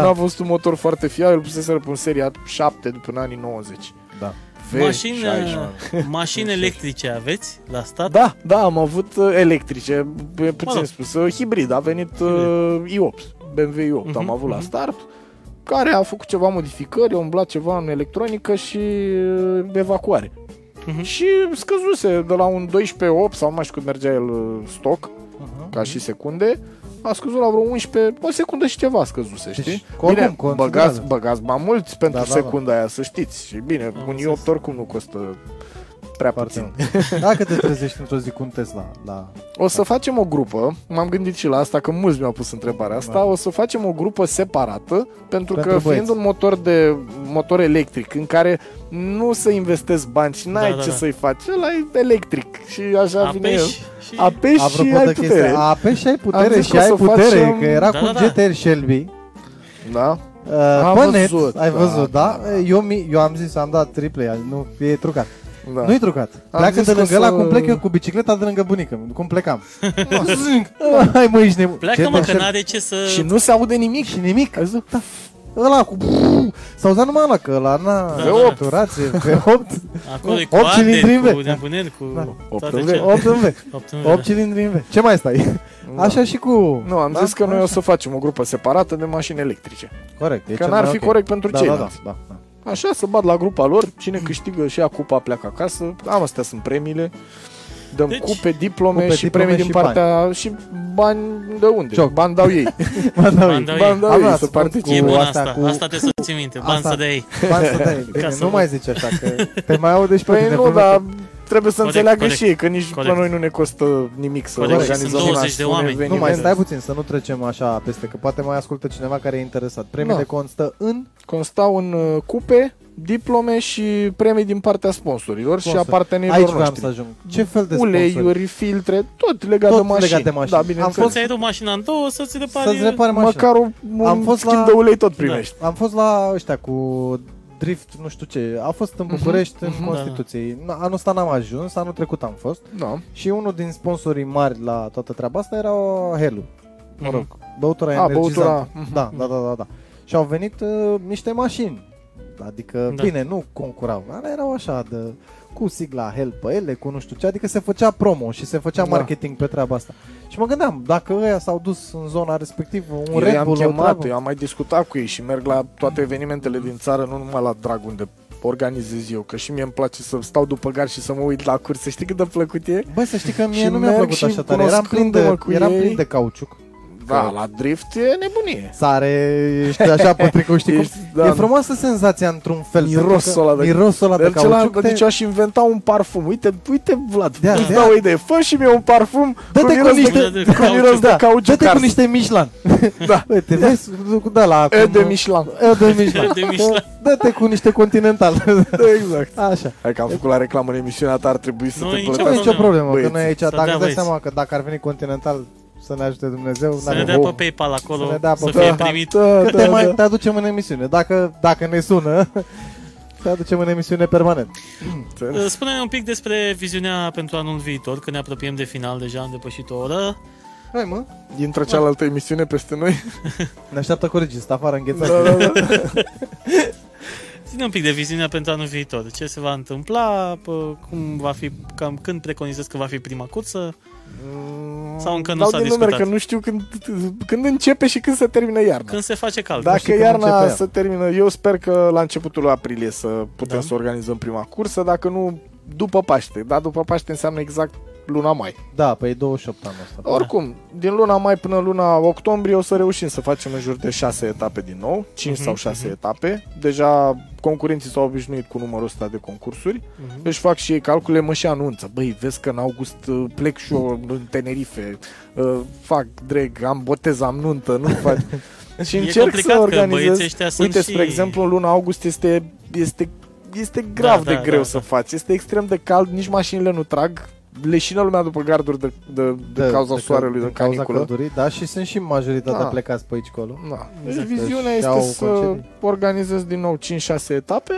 Speaker 3: Nu
Speaker 2: da.
Speaker 3: a fost un motor foarte fiabil, puseseră pe un seria 7 de până anii 90.
Speaker 2: da.
Speaker 3: V,
Speaker 1: Mașini, uh,
Speaker 3: 16.
Speaker 1: mașini electrice aveți la stat?
Speaker 3: Da, da, am avut uh, electrice, e
Speaker 1: Mă
Speaker 3: puțin
Speaker 1: rog.
Speaker 3: spus, uh, hibrid, a venit uh, i8, BMW i8 am
Speaker 1: Mhm,
Speaker 3: avut la
Speaker 1: mhm.
Speaker 3: start, care a făcut ceva modificări, a umblat ceva în electronică și uh, evacuare.
Speaker 1: Mhm.
Speaker 3: Și scăzuse de la un 12.8 sau nu mai știu cât mergea el uh, stoc,
Speaker 2: Uh-huh.
Speaker 3: ca și secunde, a scăzut la vreo 11, o secundă și ceva scăzuse,
Speaker 2: Deci,
Speaker 3: știi?
Speaker 2: oricum,
Speaker 3: bine,
Speaker 2: considerat.
Speaker 3: băgați, băgați mai mulți pentru
Speaker 2: Da,
Speaker 3: da,
Speaker 2: da,
Speaker 3: secunda aia, să știți. Și bine, Am un
Speaker 1: înțeles.
Speaker 3: i8 oricum nu costă prea
Speaker 2: Foarte
Speaker 3: puțin.
Speaker 2: mult. Dacă te trezești într-o zi cu un Tesla da. la...
Speaker 3: O să facem o grupă, m-am gândit și la asta, că mulți mi-au pus întrebarea asta,
Speaker 2: Da.
Speaker 3: o să facem o grupă separată,
Speaker 2: Pentru
Speaker 3: pentru, că fiind
Speaker 2: băieți.
Speaker 3: un motor de motor electric în care nu să investezi bani și n-ai
Speaker 1: Da, da,
Speaker 3: ce
Speaker 1: da.
Speaker 3: să-i faci, ăla e electric și așa vine el.
Speaker 1: Apeși și...
Speaker 3: Apeși și
Speaker 2: Apropo de
Speaker 3: ai putere.
Speaker 2: chestia, ape și ai putere
Speaker 3: Am zis
Speaker 2: și
Speaker 3: că
Speaker 2: ai
Speaker 3: o să
Speaker 2: putere,
Speaker 3: facem-
Speaker 2: că era
Speaker 1: Da,
Speaker 2: cu
Speaker 1: da,
Speaker 2: un
Speaker 1: da.
Speaker 2: GTR Shelby.
Speaker 3: Da?
Speaker 2: Uh,
Speaker 3: Am
Speaker 2: pe net,
Speaker 3: văzut,
Speaker 2: ai
Speaker 3: da,
Speaker 2: văzut, da?
Speaker 3: da.
Speaker 2: Eu, mi, eu am zis, am dat triple, nu, e trucat.
Speaker 3: da.
Speaker 2: Nu-i trucat. Pleacă
Speaker 3: zis
Speaker 2: de
Speaker 3: că
Speaker 2: lângă la
Speaker 3: să-
Speaker 2: cum plec eu cu bicicleta de lângă bunică, cum plecam. Zâng. Hai mă, ești nebun.
Speaker 1: Pleacă
Speaker 2: Ce
Speaker 1: mă, că
Speaker 2: mașină?
Speaker 1: n-are ce să...
Speaker 3: Și nu se aude nimic.
Speaker 2: Și nimic.
Speaker 3: Ai zis?
Speaker 2: Da. Ăla cu... S-au dat numai ăla, că ăla n-a...
Speaker 1: Da,
Speaker 3: da.
Speaker 2: Turație, pe 8.
Speaker 1: Acolo e cu
Speaker 2: Opt
Speaker 1: arderi,
Speaker 2: cilindri,
Speaker 1: cu
Speaker 2: da.
Speaker 1: nebunel, cu
Speaker 2: Da.
Speaker 3: Opt
Speaker 1: toate
Speaker 3: în V.
Speaker 1: cele.
Speaker 2: 8 în V.
Speaker 1: Opt în V,
Speaker 2: 8 cilindri în V. Ce mai stai?
Speaker 3: Da.
Speaker 2: Așa și cu...
Speaker 3: Nu, am
Speaker 2: da?
Speaker 3: zis că noi o
Speaker 2: Așa.
Speaker 3: să facem o grupă separată de mașini electrice.
Speaker 2: Corect. e
Speaker 3: Că
Speaker 2: cel
Speaker 3: n-ar
Speaker 2: mai
Speaker 3: fi
Speaker 2: ok.
Speaker 3: corect pentru
Speaker 2: da, da, da,
Speaker 3: ceilalți.
Speaker 2: da, da.
Speaker 3: Așa, să bat la grupa lor, cine câștigă și ia cupa pleacă acasă. Am astea sunt premiile. Dăm
Speaker 1: Deci,
Speaker 3: deci, cupe, diplome
Speaker 2: cupe,
Speaker 3: cupe, și
Speaker 2: diplome
Speaker 3: premii
Speaker 2: și
Speaker 3: din
Speaker 2: bani.
Speaker 3: partea bani. și bani de unde?
Speaker 2: Cioc.
Speaker 3: Bani dau ei.
Speaker 2: Bani dau ei.
Speaker 1: Bani dau ei.
Speaker 3: bani dau
Speaker 2: Avea
Speaker 3: ei
Speaker 2: să
Speaker 3: să
Speaker 2: spun
Speaker 3: participe. Păi
Speaker 2: cu
Speaker 1: E bun
Speaker 2: asta,
Speaker 1: asta,
Speaker 2: cu-
Speaker 1: asta, trebuie să ții minte, bani
Speaker 2: Asta-
Speaker 1: să dea ei.
Speaker 2: Bani să dai. Bine,
Speaker 1: să
Speaker 2: nu
Speaker 1: nu-
Speaker 2: mai zici așa, că te mai au deci pe
Speaker 3: Păi
Speaker 2: tine.
Speaker 3: nu,
Speaker 2: probabil.
Speaker 3: dar trebuie să
Speaker 1: Corect,
Speaker 3: înțeleagă
Speaker 1: corect,
Speaker 3: și ei, că nici
Speaker 1: corect.
Speaker 3: pe noi nu ne costă nimic să
Speaker 1: Corect,
Speaker 2: și
Speaker 3: organizăm
Speaker 1: sunt
Speaker 3: un
Speaker 1: 20 de
Speaker 3: astfel
Speaker 1: oameni.
Speaker 2: Nu,
Speaker 3: eveniment.
Speaker 2: mai stai puțin, să nu trecem așa peste, că poate mai ascultă cineva care e interesat. Premiile
Speaker 3: Da.
Speaker 2: constă în...
Speaker 3: Constau în uh, cupe, diplome și premii din partea sponsorilor
Speaker 2: Sponsor.
Speaker 3: și a partenerilor
Speaker 2: Aici vreau
Speaker 3: noștri.
Speaker 2: să ajung. Ce fel de sponsor?
Speaker 3: Uleiuri, filtre, tot legat
Speaker 2: Tot
Speaker 3: de mașini.
Speaker 2: legat de mașini.
Speaker 3: Da,
Speaker 2: Am
Speaker 3: bineînțeles.
Speaker 1: Când ți-ai dat mașina în două, să-ți repari...
Speaker 2: Să-ți repare mașina.
Speaker 3: Măcar un, un
Speaker 2: Am
Speaker 3: Am
Speaker 2: fost
Speaker 3: fost schimb
Speaker 2: la-
Speaker 3: de ulei tot primești.
Speaker 2: Am fost la ăștia cu drift, nu știu ce. A fost în București, în Constituție. Na, Anul ăsta n-am ajuns, anul trecut am fost.
Speaker 3: Da.
Speaker 2: Și unul din sponsorii mari la toată treaba asta era o Helu.
Speaker 1: Mă rog.
Speaker 2: Băutura
Speaker 3: A,
Speaker 2: energizantă.
Speaker 3: băutura. Mhm.
Speaker 2: Da, da, da, da, da. Și au venit uh, niște mașini. Adică, da.
Speaker 1: Da.
Speaker 2: bine, nu concurau. Alea erau așa de cu sigla Hel pe ele, cu nu știu ce, adică se făcea promo și se făcea
Speaker 3: Da.
Speaker 2: marketing pe treaba asta. Și mă gândeam, dacă ăia s-au dus în zona respectivă, un
Speaker 3: Eu
Speaker 2: Red
Speaker 3: i-am
Speaker 2: Bull, o
Speaker 3: chemat,
Speaker 2: treabă-
Speaker 3: eu am mai discutat cu ei și merg la toate evenimentele din țară, nu numai la drag unde organizez eu, că și mie îmi place să stau după gar și să mă uit la curse. Știi cât de plăcut e?
Speaker 2: Bă, să știi că mie
Speaker 3: Și
Speaker 2: nu mi-a
Speaker 3: merg
Speaker 2: plăcut
Speaker 3: și
Speaker 2: așa tare. Eram plin de,
Speaker 3: cunoscându-mă cu
Speaker 2: eram
Speaker 3: ei.
Speaker 2: plin de cauciuc.
Speaker 3: Da, la drift e nebunie.
Speaker 2: Sare, ești așa pe tricou, știi cum?
Speaker 3: Ești, da.
Speaker 2: E frumoasă senzația într-un fel. pentru că
Speaker 3: Mirosul ăla de-
Speaker 2: mirosul ăla de
Speaker 3: El cel
Speaker 2: cauciuc.
Speaker 3: te...
Speaker 2: te-
Speaker 3: deci eu aș inventa un parfum. Uite, uite Vlad,
Speaker 2: Da,
Speaker 3: da, îți
Speaker 2: da.
Speaker 3: dau o idee. Fă și mie un parfum
Speaker 2: Dă-te
Speaker 3: cu
Speaker 2: cu
Speaker 3: miros
Speaker 2: niște-
Speaker 3: de, cu
Speaker 1: cu
Speaker 3: miros de
Speaker 2: Da,
Speaker 3: cauciuc.
Speaker 2: Dă-te cu
Speaker 3: ars.
Speaker 2: niște Michelin.
Speaker 3: Da.
Speaker 2: Uite, vezi, cu de la
Speaker 3: E de Michelin.
Speaker 2: E de Michelin.
Speaker 1: De Michelin.
Speaker 2: Dă-te cu niște Continental.
Speaker 3: Da, exact.
Speaker 2: Așa.
Speaker 3: Hai că am făcut la reclamă în emisiunea ta, ar trebui să
Speaker 1: Nu,
Speaker 3: te
Speaker 1: nici
Speaker 2: Nu e
Speaker 3: plătească.
Speaker 2: nicio problemă, că
Speaker 3: Băieți.
Speaker 2: noi aici,
Speaker 1: Să dea
Speaker 2: dacă îți dai
Speaker 1: da, băieți.
Speaker 2: seama că dacă ar veni Continental să ne ajute Dumnezeu,
Speaker 1: Să ne
Speaker 2: n-avem-
Speaker 1: dea
Speaker 3: Oh.
Speaker 1: pe PayPal
Speaker 2: Da, Să ne
Speaker 1: acolo,
Speaker 2: dea pe
Speaker 1: să
Speaker 2: PayPal.
Speaker 1: fie primit.
Speaker 3: Da,
Speaker 2: Că te mai te aducem în emisiune. Dacă, dacă ne sună, te aducem în emisiune permanent.
Speaker 3: Înțeles.
Speaker 1: Spune-ne un pic despre viziunea pentru anul viitor, că ne apropiem de final deja, am depășit o oră.
Speaker 2: Hai mă,
Speaker 3: Intră cealaltă emisiune peste noi.
Speaker 2: ne așteaptă cu regist, afară înghețat.
Speaker 3: Da, da, da.
Speaker 1: Ține un pic de viziunea pentru anul viitor. Ce se va întâmpla, pă, cum va fi, cam când preconizez că va fi prima cursă. Sau încă nu
Speaker 3: Mm, Dau
Speaker 1: s-a
Speaker 3: din
Speaker 1: discutat?
Speaker 3: numere, că nu știu când, când începe și când se termină iarna.
Speaker 1: Când se face cald.
Speaker 2: Da.
Speaker 1: Da.
Speaker 2: nu știi
Speaker 3: Dacă
Speaker 2: când începe
Speaker 3: iarna
Speaker 2: ea.
Speaker 3: se termină, eu sper că la începutul lui aprilie să putem
Speaker 1: Da.
Speaker 3: să organizăm prima cursă, dacă nu după Paște. Da, după Paște înseamnă exact luna mai.
Speaker 2: Da, pe e 28 anul ăsta.
Speaker 1: Da.
Speaker 3: Oricum, din luna mai până luna octombrie o să reușim să facem în jur de 6 etape din nou, 5
Speaker 1: Mhm,
Speaker 3: sau 6 etape. Deja concurenții s-au obișnuit cu numărul ăsta de concursuri.
Speaker 1: Mhm.
Speaker 3: Își fac și ei calcule, mă și anunță. Băi, vezi că în august uh, plec și eu în Tenerife, uh, fac drag, am botez, am nuntă, nu fac... și
Speaker 1: E
Speaker 3: încerc
Speaker 1: complicat
Speaker 3: să
Speaker 1: că
Speaker 3: organizez.
Speaker 1: băieții ăștia sunt
Speaker 3: Uite,
Speaker 1: și-
Speaker 3: spre exemplu, în luna august este, este, este grav
Speaker 1: Da,
Speaker 3: de
Speaker 1: da,
Speaker 3: greu
Speaker 1: da,
Speaker 3: să
Speaker 1: da.
Speaker 3: faci. Este extrem de cald, nici mașinile nu trag. Leșină lumea după garduri de, de, de, Da, de cauza soarelui, de,
Speaker 2: din cauza
Speaker 3: caniculă.
Speaker 2: căldurii, da, și sunt și majoritatea
Speaker 3: Da.
Speaker 2: plecați pe aici colo.
Speaker 3: Da. Deci
Speaker 1: Exact.
Speaker 3: viziunea
Speaker 2: Își
Speaker 3: este
Speaker 2: iau
Speaker 3: să
Speaker 2: concedii.
Speaker 3: organizez din nou 5-6 etape,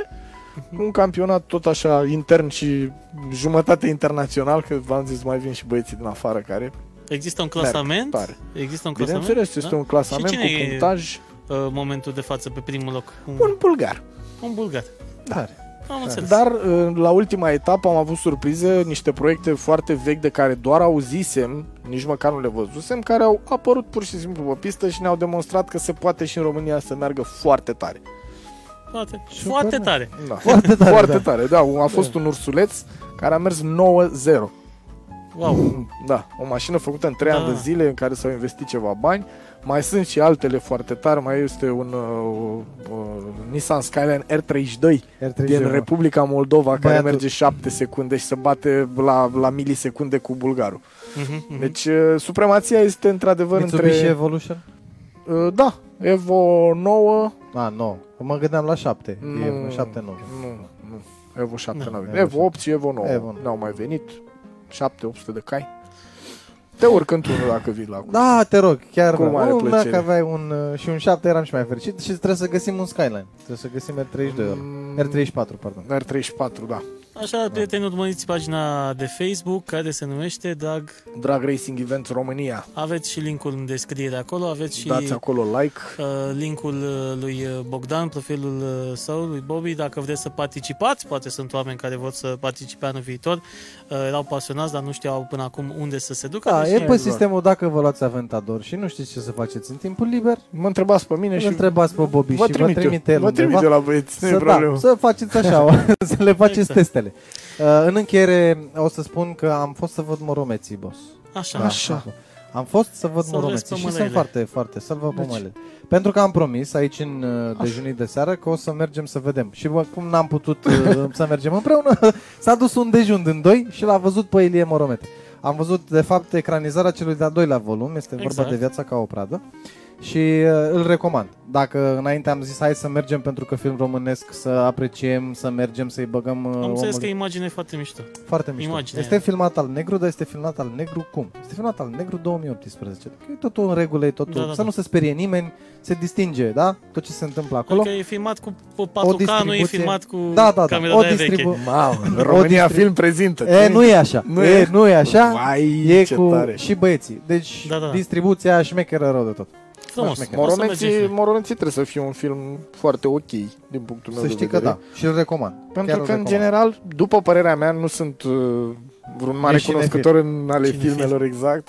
Speaker 3: un campionat tot așa intern și jumătate internațional, că v-am zis mai vin și băieții din afară care
Speaker 1: Există un
Speaker 3: merg
Speaker 1: clasament.
Speaker 3: tare.
Speaker 1: Există un clasament.
Speaker 3: Bineînțeles, este
Speaker 1: da?
Speaker 3: un clasament
Speaker 1: Și
Speaker 3: cu
Speaker 1: cine e?
Speaker 3: punctaj.
Speaker 1: Uh, momentul de față pe primul loc. Un,
Speaker 3: Un bulgar.
Speaker 1: un bulgar.
Speaker 2: Da.
Speaker 1: Am înțeles.
Speaker 3: Dar uh, la ultima etapă am avut surprize, niște proiecte foarte vechi de care doar auzisem, nici măcar nu le văzusem, care au apărut pur și simplu pe pistă și ne-au demonstrat că se poate și în România să meargă foarte tare.
Speaker 1: Foarte,
Speaker 2: Super,
Speaker 1: foarte
Speaker 2: mă.
Speaker 1: tare.
Speaker 3: Da.
Speaker 2: Foarte tare,
Speaker 3: Foarte
Speaker 2: da.
Speaker 3: tare, da. A fost un ursuleț care a mers 9-0.
Speaker 1: Wow.
Speaker 2: Mm.
Speaker 3: Da, o mașină făcută în 3
Speaker 1: Da.
Speaker 3: ani
Speaker 2: Ah.
Speaker 3: de zile în care s-au investit ceva bani. Mai sunt și altele foarte tari. Mai este un uh, uh, Nissan Skyline R32
Speaker 2: R32,
Speaker 3: din
Speaker 2: mă.
Speaker 3: Republica Moldova care
Speaker 2: Băiatul-
Speaker 3: merge 7 secunde și se bate la, la milisecunde cu bulgarul.
Speaker 1: Mhm, mhm.
Speaker 3: Deci uh, supremația este într-adevăr
Speaker 2: Mitsubishi
Speaker 3: între...
Speaker 2: Evolution?
Speaker 3: Uh, da, Evo 9...
Speaker 2: A, nu. Mă gândeam la 7.
Speaker 3: Nu,
Speaker 2: E 7 9.
Speaker 3: Nu, nu. Evo 7
Speaker 1: Nu,
Speaker 3: nu,
Speaker 2: Evo
Speaker 3: Evo 8 și Evo 9.
Speaker 2: Evo.
Speaker 3: N-au mai venit. 7-800 de cai. Te urc într-unul dacă vii la curs.
Speaker 2: Da, te rog, chiar
Speaker 3: Cu
Speaker 2: mă.
Speaker 3: mare
Speaker 2: Nu,
Speaker 3: plăcere.
Speaker 2: dacă aveai un, uh, și un 7 eram și mai fericit și trebuie să găsim un Skyline. Trebuie să găsim R32 ori.
Speaker 3: Mm.
Speaker 2: R34, pardon.
Speaker 3: R34, da.
Speaker 1: Așa, prieteni, urmăriți pagina de Facebook care se numește Drag.
Speaker 3: Drag Racing Event România.
Speaker 1: Aveți și linkul în descriere acolo, aveți și
Speaker 3: Dați acolo like.
Speaker 1: uh, linkul uh, lui uh, Bogdan, profilul uh, său, lui Bobby, dacă vreți să participați, poate sunt oameni care vor să participe anul viitor, uh, erau pasionați, dar nu știau până acum unde să se ducă.
Speaker 2: Da,
Speaker 1: deci
Speaker 2: e pe sistemul dacă vă luați Aventador și nu știți ce să faceți în timpul liber,
Speaker 3: Mă întrebați pe mine
Speaker 2: îl
Speaker 3: și
Speaker 2: întrebați pe Bobby
Speaker 3: vă
Speaker 2: și vă
Speaker 3: trimit,
Speaker 2: trimite
Speaker 3: eu.
Speaker 2: el
Speaker 3: Vă
Speaker 2: undeva.
Speaker 3: trimit eu la băieți, nu e
Speaker 2: să, da,
Speaker 3: problemă.
Speaker 2: să faceți așa, o- să le faceți
Speaker 1: Exact.
Speaker 2: testele. Uh, în încheiere o să spun că am fost să văd moromeții, boss.
Speaker 1: Așa.
Speaker 2: Da, am fost. Am fost să văd
Speaker 1: Să vezi
Speaker 2: moromeții
Speaker 1: pe
Speaker 2: și sunt
Speaker 1: mălele.
Speaker 2: foarte, foarte, să-l văd deci... Pentru că am promis aici în uh, dejunii de seară că o să mergem să vedem. Și bă, cum n-am putut uh, să mergem împreună, s-a dus un dejun din doi și l-a văzut pe Ilie Moromete. Am văzut, de fapt, ecranizarea celui de-al doilea volum, este exact.
Speaker 1: Exact.
Speaker 2: vorba de viața ca o pradă. Și uh, îl recomand. Dacă înainte am zis hai să mergem pentru că film românesc, să apreciem, să mergem, să-i băgăm... uh,
Speaker 1: Am înțeles că
Speaker 2: omul-
Speaker 1: imagine e foarte mișto.
Speaker 2: foarte mișto.
Speaker 1: Imaginea.
Speaker 2: Este filmat al negru, dar este filmat al negru cum? Este filmat al negru 2018. Că e totul în regulă, e totul.
Speaker 1: Da,
Speaker 2: Da,
Speaker 1: da,
Speaker 2: da, să
Speaker 1: da.
Speaker 2: nu se sperie nimeni, se distinge, da? Tot ce se întâmplă
Speaker 1: Acolo?
Speaker 2: acolo.
Speaker 1: Adică e filmat cu cu
Speaker 2: O
Speaker 1: 4K, nu e
Speaker 2: distribuție-
Speaker 1: filmat cu
Speaker 2: Da, da, da.
Speaker 1: camera
Speaker 2: O
Speaker 1: de aia
Speaker 2: distribu-
Speaker 1: veche.
Speaker 3: Mamă, România
Speaker 2: distri-
Speaker 3: Film prezintă.
Speaker 2: E, nu e așa.
Speaker 3: Nu
Speaker 2: Nu e,
Speaker 3: e.
Speaker 2: e, nu e așa.
Speaker 3: Vai,
Speaker 2: e
Speaker 3: ce
Speaker 2: cu
Speaker 3: tare.
Speaker 2: și băieții. Deci
Speaker 1: Da, da, da.
Speaker 2: distribuția șmecheră rău de tot.
Speaker 1: Frumos.
Speaker 2: Moromeții-
Speaker 1: O să mergem și
Speaker 3: Moromeții,
Speaker 1: noi.
Speaker 3: Moromeții trebuie să fie un film foarte ok, din punctul meu
Speaker 2: Să
Speaker 3: de
Speaker 2: știi că
Speaker 3: vedere.
Speaker 2: da. Și îl recomand.
Speaker 3: Pentru
Speaker 2: Chiar
Speaker 3: că,
Speaker 2: îl
Speaker 3: în
Speaker 2: recomand.
Speaker 3: general, după părerea mea, nu sunt uh, vreun mare
Speaker 2: Ești
Speaker 3: cunoscător în ale
Speaker 1: Cinefil.
Speaker 3: filmelor exact,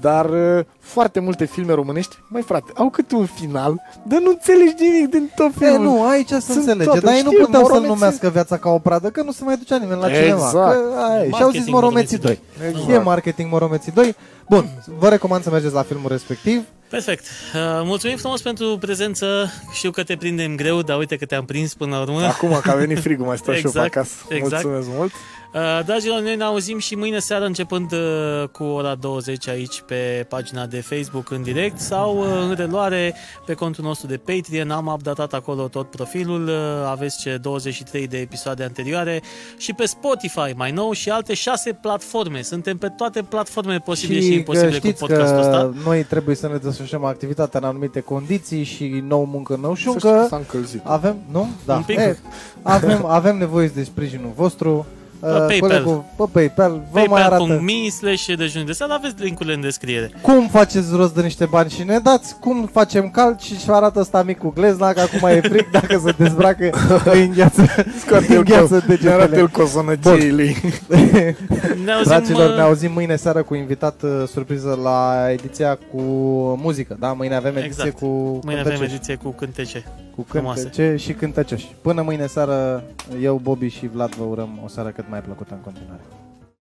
Speaker 3: dar uh, foarte multe filme românești, mai frate, au câte un final, dar nu înțelegi nimic din tot
Speaker 2: E,
Speaker 3: filmul.
Speaker 2: nu, aici se
Speaker 3: Sunt
Speaker 2: înțelege,
Speaker 3: toate,
Speaker 2: dar ei nu
Speaker 3: știu,
Speaker 2: puteau să-l
Speaker 3: moromeții-
Speaker 2: numească viața ca o pradă, că nu se mai ducea nimeni la
Speaker 3: Exact.
Speaker 2: cinema. Că, aia e. Și au zis
Speaker 1: Marketing
Speaker 2: Moromeții 2.
Speaker 3: Exact.
Speaker 2: E marketing Moromeții 2. Bun, vă recomand să mergeți la filmul respectiv.
Speaker 1: Perfect. Uh, Mulțumim frumos pentru prezență. Știu că te prindem greu, dar uite că te-am prins până la urmă.
Speaker 3: Acum că a venit frigul, mai stau și eu
Speaker 1: Exact,
Speaker 3: pe acasă.
Speaker 1: exact.
Speaker 3: Mulțumesc mult.
Speaker 1: Uh, Dragilor, noi ne auzim și mâine seară începând uh, cu ora 20 aici pe pagina de Facebook în direct sau uh, în reluare pe contul nostru de Patreon. Am updatat acolo tot profilul, uh, aveți ce 23 de episoade anterioare și pe Spotify mai nou și alte șase platforme. Suntem pe toate platformele posibile și,
Speaker 2: că
Speaker 1: imposibile cu
Speaker 2: uh, știți
Speaker 1: podcastul ăsta.
Speaker 2: că noi trebuie să ne desfășurăm activitatea în anumite condiții și nou muncă, nou
Speaker 3: Să știi că
Speaker 2: șuncă.
Speaker 3: s-a încălzit.
Speaker 2: Avem, nu?
Speaker 1: Un
Speaker 2: Da.
Speaker 1: pic.
Speaker 2: E, avem, avem nevoie de sprijinul vostru. Uh,
Speaker 1: PayPal.
Speaker 2: Colegul, pe PayPal. Vă mai arată
Speaker 1: paypal.me slash dejun de seară, aveți linkurile în descriere.
Speaker 2: cum faceți rost de niște bani și ne dați, cum facem cald și și arată asta micul glezna, că acum e fric, dacă se dezbracă, îi îngheață,
Speaker 3: Scoate
Speaker 2: îi
Speaker 3: el,
Speaker 2: îngheață
Speaker 3: co- arată
Speaker 2: degetele.
Speaker 3: el cozonăgiei lui.
Speaker 1: Ne auzim,
Speaker 2: Dragilor, ne
Speaker 1: uh,
Speaker 2: auzim mâine seară cu invitat uh, surpriză la ediția cu muzică. Da, mâine avem ediție
Speaker 1: Exact.
Speaker 2: cu
Speaker 1: Mâine avem
Speaker 2: cântăcești.
Speaker 1: ediție cu cântece.
Speaker 2: cu
Speaker 1: frumoase.
Speaker 2: cântece și cântăceși. Până mâine seară, eu, Bobby și Vlad vă urăm o seară cât mai plăcută în continuare.